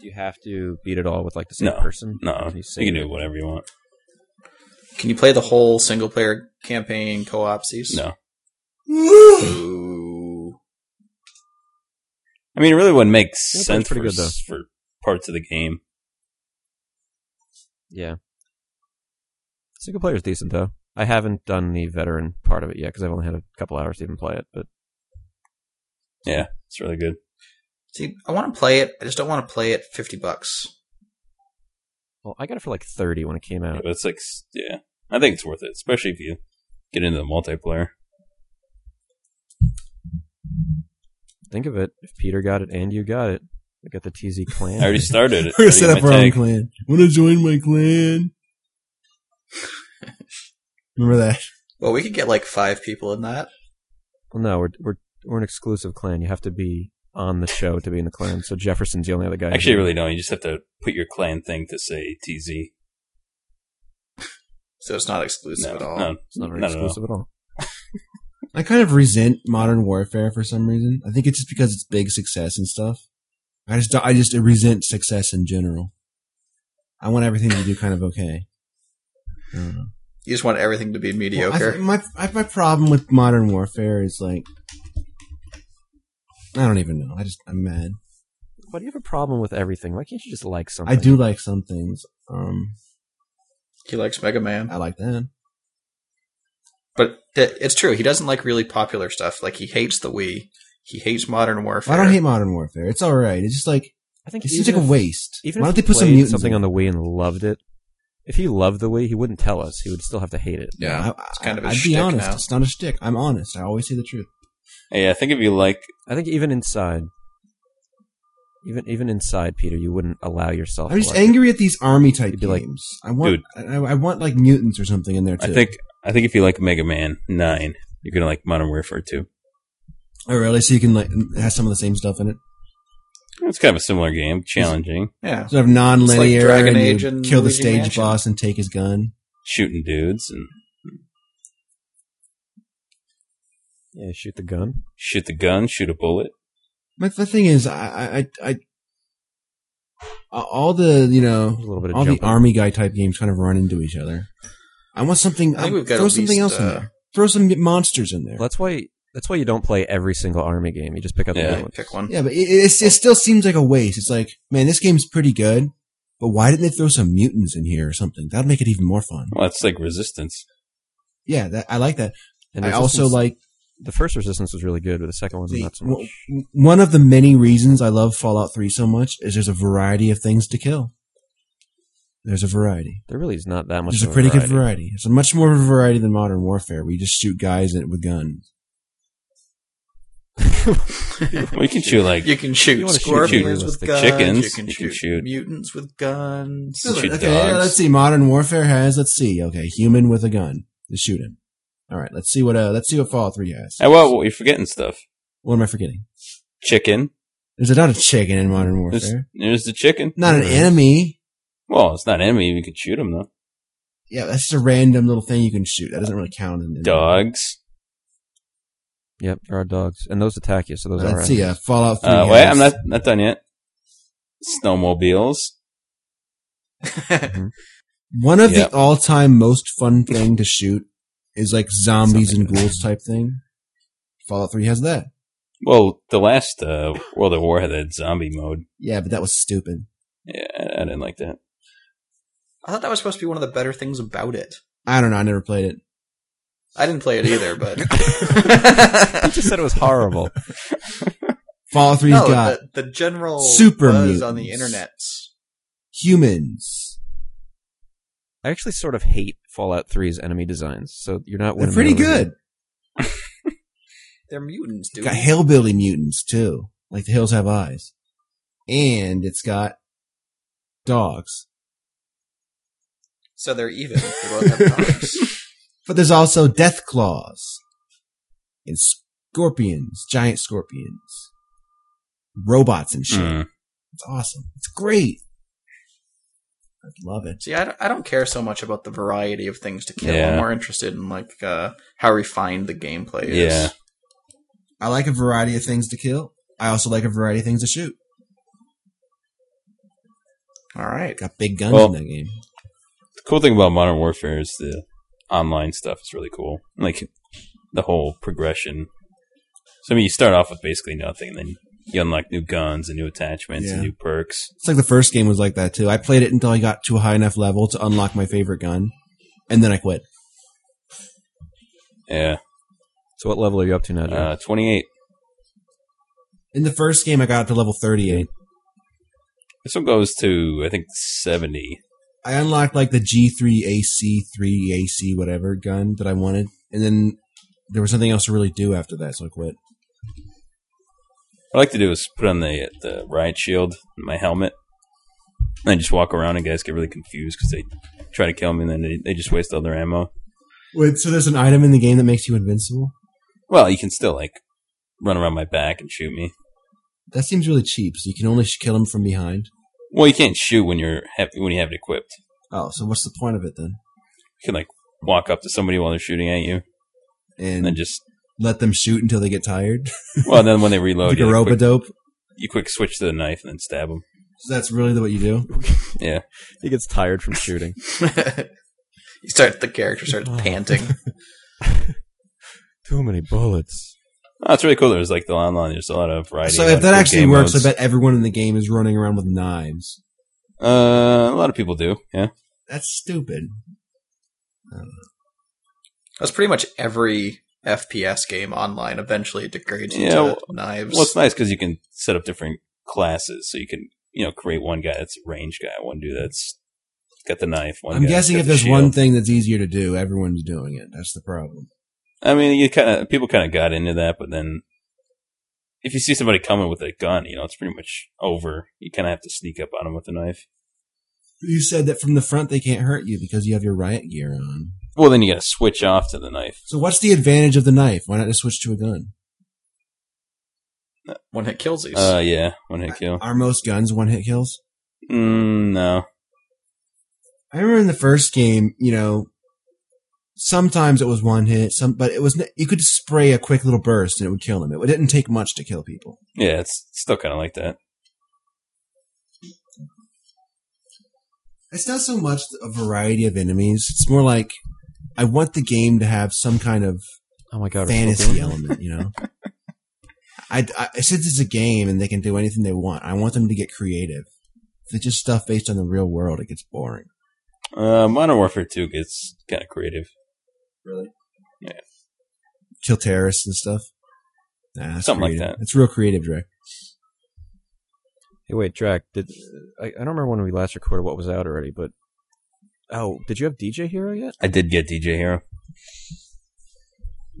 Speaker 3: Do you have to beat it all with like the same
Speaker 1: No.
Speaker 3: person?
Speaker 1: No,
Speaker 3: Can
Speaker 1: you,
Speaker 3: you save
Speaker 1: can
Speaker 3: it?
Speaker 1: do whatever you want.
Speaker 5: Can you play the whole single player campaign co opsies?
Speaker 1: No,
Speaker 5: Ooh.
Speaker 1: I mean it really wouldn't make
Speaker 3: Yeah, that's
Speaker 1: sense for,
Speaker 3: pretty good, though.
Speaker 1: for parts of the game.
Speaker 3: Yeah. Single player is decent though. I haven't done the veteran part of it yet because I've only had a couple hours to even play it. But
Speaker 1: Yeah, it's really good.
Speaker 5: See, I want to play it. I just don't want to play it 50 bucks.
Speaker 3: well, I got it for like thirty when it came
Speaker 1: Yeah,
Speaker 3: out.
Speaker 1: but it's like s- yeah, I think it's worth it, especially if you get into the multiplayer.
Speaker 3: Think of it: if Peter got it and you got it, we got the TZ
Speaker 1: I
Speaker 3: clan.
Speaker 1: already started it.
Speaker 4: We're
Speaker 1: I
Speaker 4: gonna set
Speaker 1: need
Speaker 4: up
Speaker 1: my
Speaker 4: our own
Speaker 1: tag.
Speaker 4: clan. Wanna join my clan? Remember that?
Speaker 5: Well, we could get like five people in that.
Speaker 3: Well, no, we're we're we're an exclusive clan. You have to be on the show to be in the clan. So Jefferson's the only other guy. who-
Speaker 1: Actually, really, no. You just have to put your clan thing to say TZ.
Speaker 5: So it's not exclusive
Speaker 1: No,
Speaker 5: at all.
Speaker 1: no,
Speaker 3: it's not very
Speaker 1: not at all.
Speaker 3: exclusive at all.
Speaker 4: I kind of resent modern warfare for some reason. I think it's just because it's big success and stuff. I just I just resent success in general. I want everything to do kind of okay. I don't know.
Speaker 5: You just want everything to be
Speaker 4: Well, I
Speaker 5: mediocre.
Speaker 4: th- my I, my problem with modern warfare is like I don't even know. I just I'm mad.
Speaker 3: Why do you have a problem with everything? Why can't you just like something?
Speaker 4: I do like some things. Um,
Speaker 5: he likes Mega Man.
Speaker 4: I like that.
Speaker 5: But th- it's true. He doesn't like really popular stuff. Like, he hates the Wii. He hates Modern Warfare.
Speaker 4: I don't hate modern warfare. It's all right. It's just like
Speaker 3: I think
Speaker 4: it seems
Speaker 3: even
Speaker 4: like a
Speaker 3: if-
Speaker 4: waste.
Speaker 3: Even if
Speaker 4: Why don't they
Speaker 3: he
Speaker 4: put some
Speaker 3: played
Speaker 4: mutants
Speaker 3: something
Speaker 4: in?
Speaker 3: on the Wii and loved it, if he loved the Wii, he wouldn't tell us. He would still have to hate it.
Speaker 5: Yeah.
Speaker 4: I,
Speaker 5: It's kind of a
Speaker 4: I, I'd be
Speaker 5: shtick
Speaker 4: honest.
Speaker 5: now.
Speaker 4: It's not a shtick. I'm honest. I always say the truth.
Speaker 1: Hey, I think if you like
Speaker 3: I think even inside, even even inside, Peter, you wouldn't allow yourself.
Speaker 4: I'm
Speaker 3: to
Speaker 4: just
Speaker 3: like it.
Speaker 4: angry at these army type
Speaker 3: You'd be like,
Speaker 4: games. I want, I, I want like mutants or something in there
Speaker 1: I
Speaker 4: too.
Speaker 1: think I think if you like Mega Man Nine, you're gonna like Modern Warfare Two.
Speaker 4: Oh, really? So you can like it has some of the same stuff in it.
Speaker 1: It's kind of a similar game, challenging,
Speaker 5: Yeah.
Speaker 4: Sort of non-linear.
Speaker 5: Dragon
Speaker 4: and you
Speaker 5: Age and
Speaker 4: kill the
Speaker 5: Luigi
Speaker 4: stage
Speaker 5: Mansion.
Speaker 4: boss and take his gun.
Speaker 1: shooting dudes and
Speaker 3: Yeah, shoot the gun.
Speaker 1: shoot the gun, shoot a bullet.
Speaker 4: My the thing is, I, I, I, I all the you know
Speaker 3: A little bit of
Speaker 4: all the
Speaker 3: jumping.
Speaker 4: army guy type games kind of run into each other. I want something.
Speaker 5: I think
Speaker 4: I
Speaker 5: we've got
Speaker 4: throw
Speaker 5: at
Speaker 4: something
Speaker 5: least,
Speaker 4: else in
Speaker 5: uh,
Speaker 4: there. Throw some monsters in there.
Speaker 3: Well, that's why. That's why you don't play every single army game. You just pick up
Speaker 1: Yeah.
Speaker 3: the other one.
Speaker 5: Pick one.
Speaker 4: Yeah, but it, it, it still seems like a waste. It's like, man, this game's pretty good, but why didn't they throw some mutants in here or something? That'd make it even more fun.
Speaker 1: Well, that's like Resistance.
Speaker 4: Yeah, that, I like that.
Speaker 3: And
Speaker 4: I also
Speaker 3: Resistance-
Speaker 4: like
Speaker 3: the first Resistance was really good, but the second one was
Speaker 4: the,
Speaker 3: not so much.
Speaker 4: w- one of the many reasons I love Fallout 3 so much is there's a variety of things to kill. There's a variety.
Speaker 3: There really is not that much.
Speaker 4: There's a
Speaker 3: of
Speaker 4: pretty
Speaker 3: variety.
Speaker 4: good variety. It's a much more of a variety than Modern Warfare, where you just shoot guys in- with guns.
Speaker 1: Well, you can shoot like
Speaker 5: You can shoot
Speaker 3: You wanna shoot
Speaker 5: scorpions with
Speaker 3: realistic
Speaker 5: guns.
Speaker 1: chickens,
Speaker 5: You can,
Speaker 1: you can
Speaker 5: shoot,
Speaker 1: shoot-
Speaker 5: mutants with guns.
Speaker 1: Shoot
Speaker 4: okay,
Speaker 1: dogs.
Speaker 4: let's see. Modern Warfare has. Let's see. Okay, human with a gun. Just shoot him. All right. Let's see what. Uh, let's see what Fallout 3 has.
Speaker 1: Hey, well, you're forgetting stuff.
Speaker 4: What am I forgetting?
Speaker 1: Chicken.
Speaker 4: There's not a chicken in Modern
Speaker 1: There's,
Speaker 4: Warfare.
Speaker 1: there's the chicken.
Speaker 4: Not an enemy.
Speaker 1: Well, it's not an enemy. You can shoot them though.
Speaker 4: Yeah, that's just a random little thing you can shoot. That doesn't really count. In, in
Speaker 1: Dogs.
Speaker 3: Yep, there are dogs, and those attack you. So those are.
Speaker 4: Let's see. Uh, Fallout 3.
Speaker 1: Uh, wait,
Speaker 4: has-
Speaker 1: I'm not not done yet. Snowmobiles.
Speaker 4: One of
Speaker 1: Yep.
Speaker 4: the all-time most fun thing to shoot is like zombies and ghouls type thing. Fallout 3 has that.
Speaker 1: Well, the last uh, World of War had that zombie mode.
Speaker 4: Yeah, but that was stupid.
Speaker 1: Yeah, I, I didn't like that.
Speaker 5: I thought that was supposed to be one of the better things about it.
Speaker 4: I don't know. I never played it.
Speaker 5: I didn't play it either, but
Speaker 3: He just said it was horrible.
Speaker 4: Fallout 3's
Speaker 5: no,
Speaker 4: got
Speaker 5: the, the general
Speaker 4: super
Speaker 5: buzz on the
Speaker 4: mutants.
Speaker 5: internet.
Speaker 4: humans.
Speaker 3: I actually sort of hate Fallout 3's enemy designs, so you're not.
Speaker 4: They're
Speaker 3: winning
Speaker 4: pretty
Speaker 3: me over there.
Speaker 4: good.
Speaker 5: They're mutants, dude.
Speaker 4: Got hillbilly mutants too, like the hills have eyes, and it's got dogs.
Speaker 5: So they're even. They both have dogs.
Speaker 4: But there's also death claws and scorpions, giant scorpions, robots and shit.
Speaker 1: Mm.
Speaker 4: It's awesome. It's great. I love it.
Speaker 5: See, I don't, I don't care so much about the variety of things to kill.
Speaker 1: Yeah.
Speaker 5: I'm more interested in like uh, how refined the gameplay is.
Speaker 1: Yeah.
Speaker 4: I like a variety of things to kill. I also like a variety of things to shoot.
Speaker 5: All right.
Speaker 4: Got big guns
Speaker 1: Well-
Speaker 4: in that game.
Speaker 1: The cool thing about Modern Warfare is the online stuff is really cool. Like the whole progression. So I mean, you start off with basically nothing, and then you unlock new guns and new attachments and
Speaker 4: Yeah.
Speaker 1: new perks.
Speaker 4: It's like the first game was like that too. I played it until I got to a high enough level to unlock my favorite gun, and then I quit.
Speaker 1: Yeah,
Speaker 3: So what level are you up to now, Joe?
Speaker 1: uh, twenty eight.
Speaker 4: In the first game, I got up to level 38.
Speaker 1: This one goes to I think seventy.
Speaker 4: I unlocked like the G3AC, 3AC, whatever gun that I wanted, and then there was nothing else to really do after that, so I quit.
Speaker 1: What I like to do is put on the the riot shield and my helmet, and I just walk around, and guys get really confused because they try to kill me, and then they, they just waste all their ammo.
Speaker 4: Wait, so there's an item in the game that makes you invincible?
Speaker 1: Well, you can still like run around my back and shoot me.
Speaker 4: That seems really cheap. So you can only sh- kill him from behind.
Speaker 1: Well, you can't shoot when you're ha- when you have it equipped.
Speaker 4: Oh, so what's the point of it then?
Speaker 1: You can like walk up to somebody while they're shooting at you, and
Speaker 4: And,
Speaker 1: then just
Speaker 4: let them shoot until they get tired.
Speaker 1: well, then when Oh, they reload,
Speaker 4: like a
Speaker 1: you, like,
Speaker 4: rope
Speaker 1: quick,
Speaker 4: dope.
Speaker 1: you quick switch to the knife and then stab them.
Speaker 4: So that's really what you do.
Speaker 3: he gets tired from shooting.
Speaker 5: you start. The character starts
Speaker 4: Oh.
Speaker 5: panting.
Speaker 3: Too many bullets.
Speaker 1: Oh, it's really cool. There's like the online. There's a lot of variety. a
Speaker 4: so
Speaker 1: lot
Speaker 4: if
Speaker 1: of
Speaker 4: that
Speaker 1: cool
Speaker 4: actually
Speaker 1: game
Speaker 4: works,
Speaker 1: modes.
Speaker 4: I bet everyone in the game is running around with knives.
Speaker 1: uh, a lot of people do. Yeah,
Speaker 4: That's stupid.
Speaker 5: That's pretty much every FPS game online. Eventually, it degrades
Speaker 1: Yeah,
Speaker 5: into
Speaker 1: well-
Speaker 5: knives.
Speaker 1: well, it's nice because you can set up different classes, so you can you know create one guy that's a range guy, one dude that's got the knife. One
Speaker 4: I'm
Speaker 1: guy that's
Speaker 4: guessing
Speaker 1: got
Speaker 4: if
Speaker 1: the
Speaker 4: there's
Speaker 1: shield.
Speaker 4: one thing that's easier to do, everyone's doing it. That's the problem.
Speaker 1: I mean, you kind of people kind of got into that, but then if you see somebody coming with a gun, you know it's pretty much over. You kind of have to sneak up on them with a knife.
Speaker 4: You said that from the front they can't hurt you because you have your riot gear on.
Speaker 1: Well, then you got to switch off to the knife.
Speaker 4: So what's the advantage of the knife? Why not just switch to a gun?
Speaker 5: One hit kills these.
Speaker 1: Uh, yeah, one hit kill.
Speaker 4: Are most guns one hit kills?
Speaker 1: Mm, no,
Speaker 4: I remember in the first game, you know, sometimes it was one hit, some, but it was n- you could spray a quick little burst and it would kill them. It didn't take much to kill people.
Speaker 1: yeah, it's still kind of like that.
Speaker 4: It's not so much a variety of enemies. It's more like I want the game to have some kind of
Speaker 3: Oh my god! we're still
Speaker 4: fantasy
Speaker 3: doing that?
Speaker 4: element, you know. I, I since it's a game and they can do anything they want, I want them to get creative. If it's just stuff based on the real world, it gets boring.
Speaker 1: Uh, Modern Warfare Two gets kind of creative.
Speaker 4: Kill terrorists and stuff. Nah, that's
Speaker 1: Something like
Speaker 4: creative.
Speaker 1: that.
Speaker 4: It's real creative, Drake.
Speaker 3: Hey, wait, Drac. Did I, I don't remember when we last recorded what was out already, but oh, did you have DJ Hero yet?
Speaker 1: I did get DJ Hero.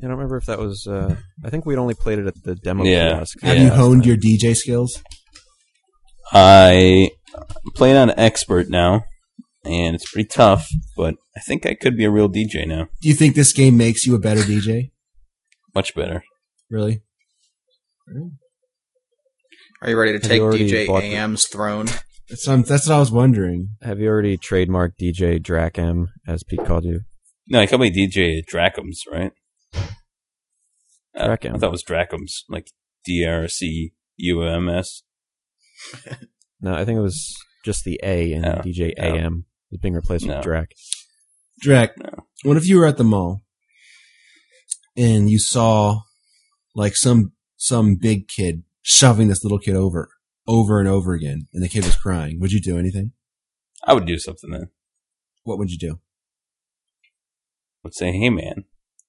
Speaker 3: I don't remember if that was. Uh, I think we'd only played it at the demo
Speaker 1: Yeah.
Speaker 3: kiosk.
Speaker 4: Have
Speaker 1: Yeah,
Speaker 4: you
Speaker 3: last
Speaker 4: honed
Speaker 3: time.
Speaker 4: your DJ skills?
Speaker 1: I am playing on expert now, and it's pretty tough. But I think I could be a real DJ now.
Speaker 4: Do you think this game makes you a better DJ?
Speaker 1: Much better.
Speaker 4: Really?
Speaker 5: Are you ready to
Speaker 3: Have you
Speaker 5: take
Speaker 3: already
Speaker 5: DJ
Speaker 3: bought the-
Speaker 5: AM's throne?
Speaker 4: That's what, I'm, that's what I was wondering.
Speaker 3: Have you already trademarked DJ Drac M as Pete called you?
Speaker 1: No, I call me DJ Dracums, right? Uh,
Speaker 3: Dracum.
Speaker 1: I thought it was Dracums, like D R C U M S.
Speaker 3: No, I think it was just the A and
Speaker 1: Oh,
Speaker 3: DJ
Speaker 1: oh.
Speaker 3: AM is being replaced
Speaker 1: No.
Speaker 3: with Drac.
Speaker 4: Drek,
Speaker 1: No.
Speaker 4: what if you were at the mall and you saw like some some big kid shoving this little kid over over and over again and the kid was crying. Would you do anything?
Speaker 1: I would do something then.
Speaker 4: What would you do?
Speaker 1: I would say, "Hey, man,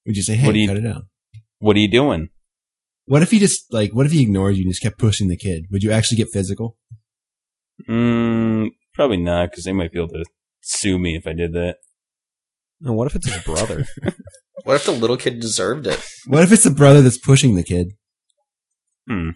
Speaker 4: Would you say, hey,
Speaker 1: What do you-
Speaker 4: cut it out?
Speaker 1: What are you doing?
Speaker 4: What if he just like? What if he ignored you and just kept pushing the kid? Would you actually get physical?
Speaker 1: Mm, probably not, because they might be able to sue me if I did that.
Speaker 3: No, what if it's his brother?
Speaker 5: What if the little kid deserved it?
Speaker 4: What if it's the brother that's pushing the kid?
Speaker 1: Hmm.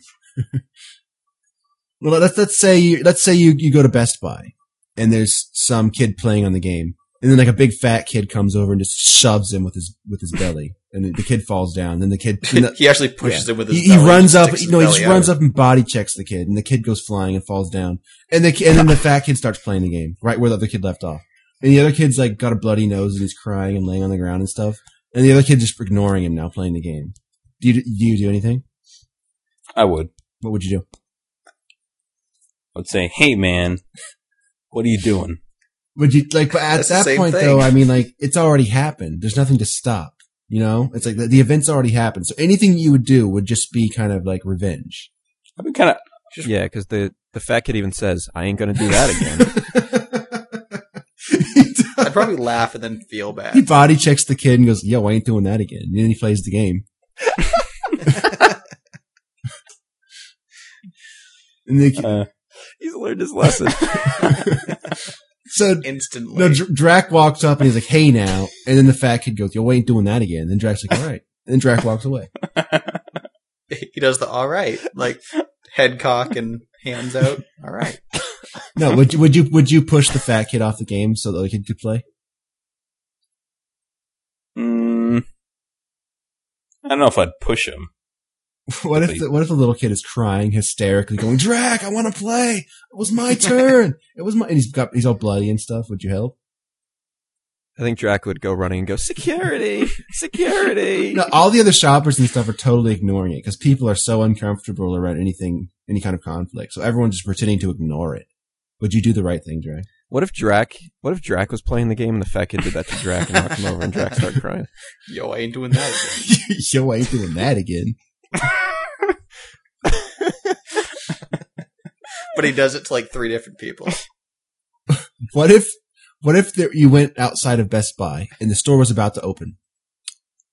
Speaker 4: well, let's let's say you, let's say you you go to Best Buy and there's some kid playing on the game, and then like a big fat kid comes over and just shoves him with his with his belly, and then the kid falls down. Then the kid and the-
Speaker 5: he actually pushes
Speaker 4: yeah.
Speaker 5: him with his.
Speaker 4: He, he runs up. No, he just runs up and body checks the kid, and the kid goes flying and falls down. And the ki- and then the fat kid starts playing the game right where the other kid left off. And the other kid's like got a bloody nose and he's crying and laying on the ground and stuff. And the other kid just ignoring him now playing the game. Do you do you do anything?
Speaker 1: I would.
Speaker 4: What would you do?
Speaker 1: I would say, hey, man, what are you doing?
Speaker 4: Would you like? But at
Speaker 5: That's the
Speaker 4: that
Speaker 5: same
Speaker 4: point,
Speaker 5: thing.
Speaker 4: though, I mean, like it's already happened. There's nothing to stop. You know, it's like the, the event's already happened. So anything you would do would just be kind of like revenge.
Speaker 1: I've been kind of.
Speaker 3: yeah, because the the fat kid even says, "I ain't gonna do that again."
Speaker 5: I'd probably laugh and then feel
Speaker 4: He
Speaker 5: bad.
Speaker 4: body checks the kid and goes, "Yo, I ain't doing that again." And then he plays the game. and the,
Speaker 1: Uh,
Speaker 3: He's learned his lesson.
Speaker 4: so
Speaker 5: Instantly,
Speaker 4: no, Dr- Drac walks up and he's like, "Hey, now!" And then the fat kid goes, "Yo, I ain't doing that again." And then Drac's like, "All right." And then Drac walks away.
Speaker 5: he does the all right, like head cock and hands out. All right,
Speaker 4: No, would you would you would you push the fat kid off the game so the other kid could play?
Speaker 1: mm, I don't know if I'd push him.
Speaker 4: What if the, what if the little kid is crying hysterically, going, "Drac, I want to play. It was my turn. It was my." And he's got he's all bloody and stuff. Would you help?
Speaker 3: I think Drac would go running and go, "Security, security!"
Speaker 4: No, all the other shoppers and stuff are totally ignoring it because people are so uncomfortable around anything, any kind of conflict. So everyone's just pretending to ignore it. Would you do the right thing, Dre?
Speaker 3: What if Drac? What if Drac was playing the game and the fat kid did that to Drac and knocked him over and Drac started crying?
Speaker 5: yo, I ain't doing that. Again.
Speaker 4: Yo, I ain't doing that again.
Speaker 5: But he does it to like three different people.
Speaker 4: What if, what if there, you went outside of Best Buy and the store was about to open?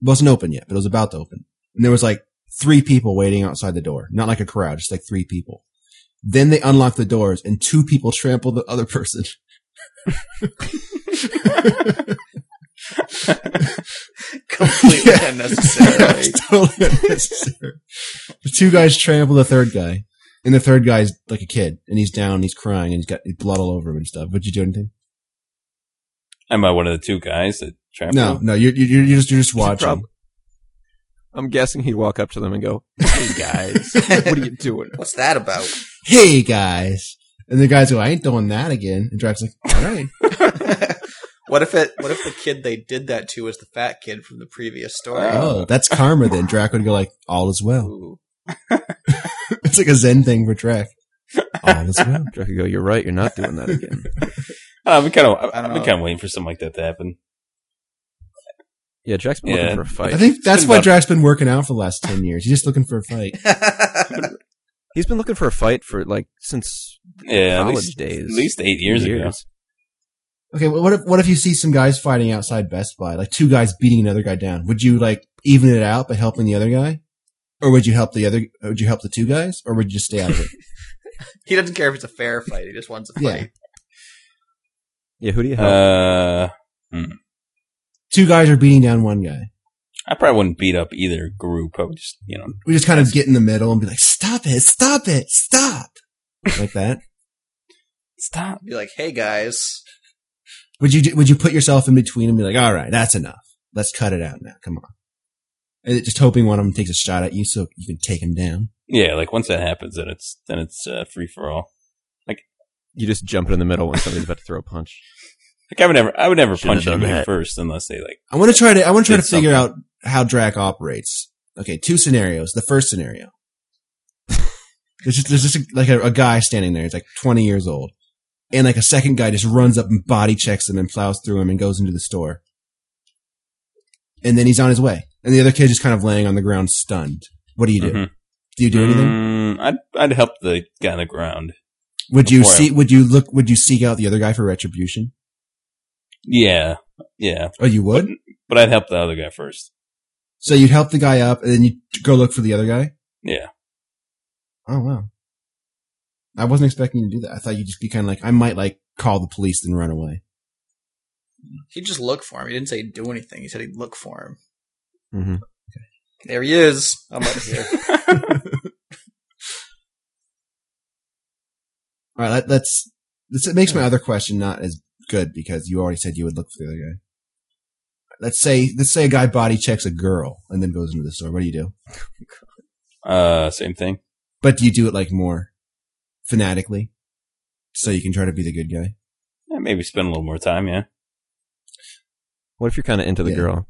Speaker 4: It wasn't open yet, but it was about to open. And there was like three people waiting outside the door. Not like a crowd, just like three people. Then they unlock the doors and two people trample the other person.
Speaker 5: Completely
Speaker 4: Yeah.
Speaker 5: unnecessarily.
Speaker 4: It's totally unnecessary. The two guys trample the third guy, and the third guy's like a kid, and he's down, and he's crying, and he's got blood all over him and stuff. Would you do anything?
Speaker 1: Am I one of the two guys that trapped
Speaker 4: No,
Speaker 1: him?
Speaker 4: no, you're you're, you're just you're just watching.
Speaker 3: prob- I'm guessing he'd walk up to them and go, "Hey guys, what are you doing?"
Speaker 5: What's that about?
Speaker 4: hey guys, and the guys go, I ain't doing that again. And Drax like, all right,
Speaker 5: what if it? What if the kid they did that to was the fat kid from the previous story?
Speaker 4: oh, that's karma. Then Drac would go like, all is well.
Speaker 5: Ooh.
Speaker 4: It's like a Zen thing for Drac. All is well.
Speaker 3: Drac would go, "You're right. You're not doing that again."
Speaker 1: I've been kind of.
Speaker 5: I
Speaker 1: I've
Speaker 5: don't
Speaker 1: been
Speaker 5: know.
Speaker 1: kind of waiting for something like that to happen.
Speaker 3: Yeah, Drac's been
Speaker 1: Yeah.
Speaker 3: looking for a
Speaker 4: I
Speaker 3: fight.
Speaker 4: think that's
Speaker 1: been
Speaker 4: why
Speaker 1: about-
Speaker 4: Drac's been working out for the last ten years. He's just looking for a fight.
Speaker 3: He's been looking for a fight for like since
Speaker 1: Yeah, at
Speaker 3: college
Speaker 1: least,
Speaker 3: days,
Speaker 1: at least eight years, ago.
Speaker 4: Okay, well, what if what if you see some guys fighting outside Best Buy, like two guys beating another guy down? Would you like even it out by helping the other guy, or would you help the other? Would you help the two guys, or would you just stay out of it?
Speaker 5: he doesn't care if it's a fair fight. He just wants a
Speaker 4: Yeah.
Speaker 5: fight.
Speaker 3: Yeah, who do you help?
Speaker 1: Uh,
Speaker 4: two guys are beating down one guy.
Speaker 1: I probably wouldn't beat up either group. I would just, you know,
Speaker 4: We just kind of get in the middle and be like, "Stop it! Stop it! Stop!" Like that.
Speaker 1: stop.
Speaker 5: Be like, hey guys,
Speaker 4: Would you do- would you put yourself in between and be like, "All right, that's enough. Let's cut it out now. Come on." And just hoping one of them takes a shot at you so you can take him down.
Speaker 1: Yeah, like once that happens, then it's then it's uh, free for all.
Speaker 3: you just jump it in the middle when somebody's about to throw a punch.
Speaker 1: Like I would never, I would never
Speaker 3: Should've
Speaker 1: punch
Speaker 3: done
Speaker 1: anybody
Speaker 3: that.
Speaker 1: first unless they like.
Speaker 4: I want to try to I want to try to
Speaker 1: Did
Speaker 4: figure out how Drac operates. Okay, two scenarios. The first scenario. there's just, there's just a, like a, a guy standing there. He's like 20 years old, and like a second guy just runs up and body checks him and plows through him and goes into the store. And then he's on his way, and the other kid just kind of laying on the ground, stunned. What do you do?
Speaker 1: Mhm.
Speaker 4: Do you do anything?
Speaker 1: Mm, I'd I'd help the guy on the ground.
Speaker 4: Would you
Speaker 1: before I-
Speaker 4: see? Would you look? Would you seek out the other guy for retribution?
Speaker 1: Yeah, yeah,
Speaker 4: Oh, you would.
Speaker 1: but I'd help the other guy first.
Speaker 4: So you'd help the guy up, and then you go look for the other guy.
Speaker 1: Yeah.
Speaker 4: Oh wow. I wasn't expecting you to do that. I thought you'd just be kind of like, I might like call the police and run away.
Speaker 5: He just looked for him. He didn't say he'd do anything. He said he'd look for him.
Speaker 3: Mm-hmm.
Speaker 5: There he is. I'm out of here.
Speaker 4: All right, let, let's. This it makes my other question not as good because you already said you would look for the other guy. Let's say let's say a guy body checks a girl and then goes into the store. What do you do?
Speaker 1: Uh, same thing.
Speaker 4: But do you do it like more fanatically, so you can try to be the good guy?
Speaker 1: Yeah, maybe spend a little more time. Yeah.
Speaker 3: What if you're kind of into the
Speaker 4: Yeah.
Speaker 3: girl?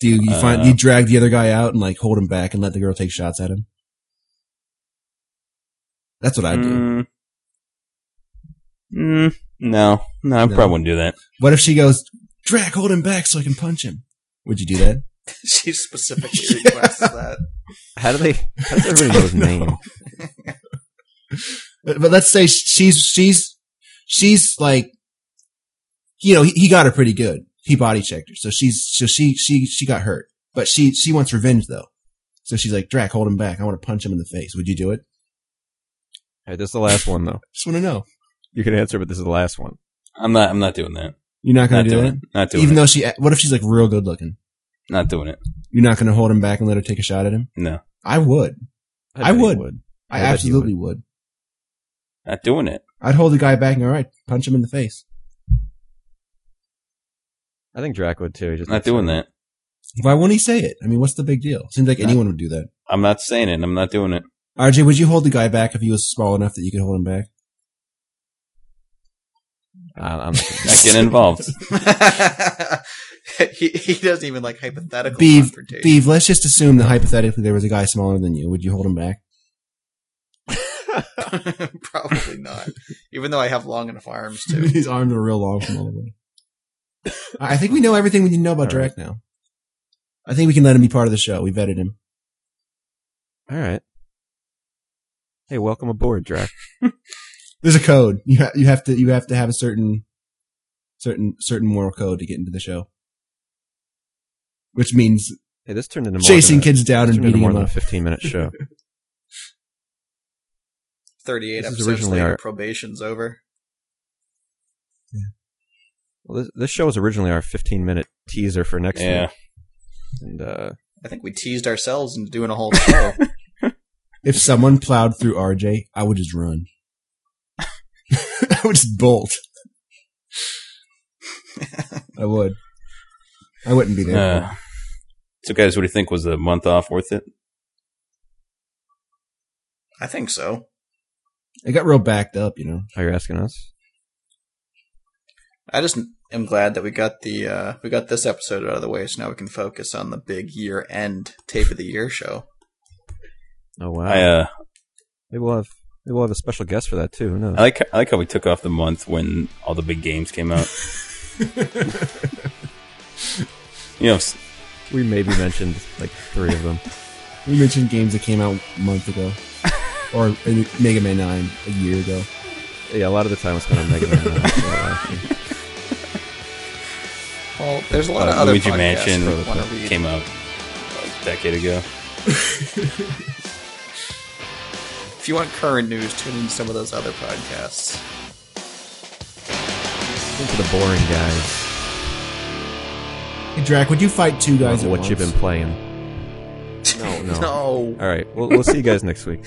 Speaker 4: Do you, you find
Speaker 1: Uh,
Speaker 4: you drag the other guy out and like hold him back and let the girl take shots at him? That's what I do.
Speaker 1: Mm. Mm, no, no, I
Speaker 4: No.
Speaker 1: probably wouldn't do that.
Speaker 4: What if she goes, Drac, hold him back so I can punch him? Would you do that?
Speaker 5: she specifically requests that.
Speaker 3: How do they? How does everybody know his
Speaker 4: I don't
Speaker 3: name?
Speaker 4: know. but, but let's say she's she's she's like, you know, he, he got her pretty good. He body checked her, so she's so she she she got hurt, but she she wants revenge though. So she's like, Drac, hold him back. I want to punch him in the face. Would you do it?
Speaker 3: All right, this is the last one though.
Speaker 4: Just want to know.
Speaker 3: You can answer, but this is the last one.
Speaker 1: I'm not. I'm not doing that.
Speaker 4: You're
Speaker 1: Not
Speaker 4: not going to do
Speaker 1: doing
Speaker 4: it,
Speaker 1: it. Not doing
Speaker 4: even
Speaker 1: it.
Speaker 4: though she. What if she's like real good looking?
Speaker 1: Not doing it.
Speaker 4: You're not going to hold him back and let her take a shot at him.
Speaker 1: No,
Speaker 4: I would. I
Speaker 3: bet he
Speaker 4: would.
Speaker 3: I
Speaker 4: I,
Speaker 3: bet you
Speaker 4: absolutely would.
Speaker 1: not doing it.
Speaker 4: I'd hold the guy back and all right, punch him in the face.
Speaker 3: I think Drac would too. He just
Speaker 1: Not doing that.
Speaker 4: Why wouldn't he say it? I mean, what's the big deal? Seems like anyone would do that.
Speaker 1: I'm not saying it. and I'm not doing it.
Speaker 4: RJ, would you hold the guy back if he was small enough that you could hold him back?
Speaker 3: I, I'm not
Speaker 1: Not getting involved.
Speaker 5: he, he doesn't even like hypothetical
Speaker 4: Beef,
Speaker 5: confrontation.
Speaker 4: Beeve, let's just assume that hypothetically there was a guy smaller than you. Would you hold him back?
Speaker 5: Probably not. Even though I have long enough arms too.
Speaker 4: His arms are real long from all the way. I I think we know everything we need to know about
Speaker 3: All
Speaker 4: Drake
Speaker 3: right.
Speaker 4: now. I think we can let him be part of the show. We vetted him.
Speaker 3: All right. Hey, welcome aboard, Drac.
Speaker 4: There's a code. You ha- you have to you have to have a certain certain certain moral code to get into the show. Which means
Speaker 3: Hey, this turned into more
Speaker 4: chasing
Speaker 3: than a,
Speaker 4: kids down
Speaker 3: this
Speaker 4: and
Speaker 3: turned into
Speaker 4: beating
Speaker 3: more
Speaker 4: them
Speaker 3: than a
Speaker 4: up.
Speaker 3: 15 minute show.
Speaker 5: 38
Speaker 3: This is
Speaker 5: episodes
Speaker 3: originally
Speaker 5: later,
Speaker 3: our-
Speaker 5: probation's over.
Speaker 3: Well, this, this show was originally our 15 minute teaser for next
Speaker 1: Yeah.
Speaker 3: week. And uh,
Speaker 5: I think we teased ourselves into doing a whole show.
Speaker 4: If someone plowed through RJ, I would just run. I would just bolt. I would. I wouldn't be there.
Speaker 1: Uh, so, guys, what do you think? Was the month off worth it?
Speaker 5: I think so.
Speaker 4: it got real backed up, you know.
Speaker 3: are you asking us?
Speaker 5: I just am glad that we got the uh, we got this episode out of the way, so now we can focus on the big year end tape of the year show.
Speaker 3: Oh, wow.
Speaker 1: I uh,
Speaker 3: maybe, we'll have, maybe we'll have a special guest for that, too. Who knows?
Speaker 1: I like. I like how we took off the month when all the big games came out. you know, s-
Speaker 3: we maybe mentioned like three of them.
Speaker 4: We mentioned games that came out a month ago. or in Mega Man 9 a year ago.
Speaker 3: Yeah, a lot of the time it's been on Mega Man. uh, so, uh,
Speaker 5: Well, there's a lot of
Speaker 1: uh,
Speaker 5: other
Speaker 1: Luigi
Speaker 5: podcasts
Speaker 1: Mansion
Speaker 5: that want to read.
Speaker 1: came out a decade ago.
Speaker 5: If you want current news, tune in to some of those other podcasts.
Speaker 3: think of the boring guys.
Speaker 4: Hey, Drac, would you fight two guys
Speaker 3: what
Speaker 4: at
Speaker 3: you've
Speaker 4: once?
Speaker 3: been playing. No, no.
Speaker 1: Oh,
Speaker 5: No,
Speaker 3: All right, we'll, we'll see you guys next week.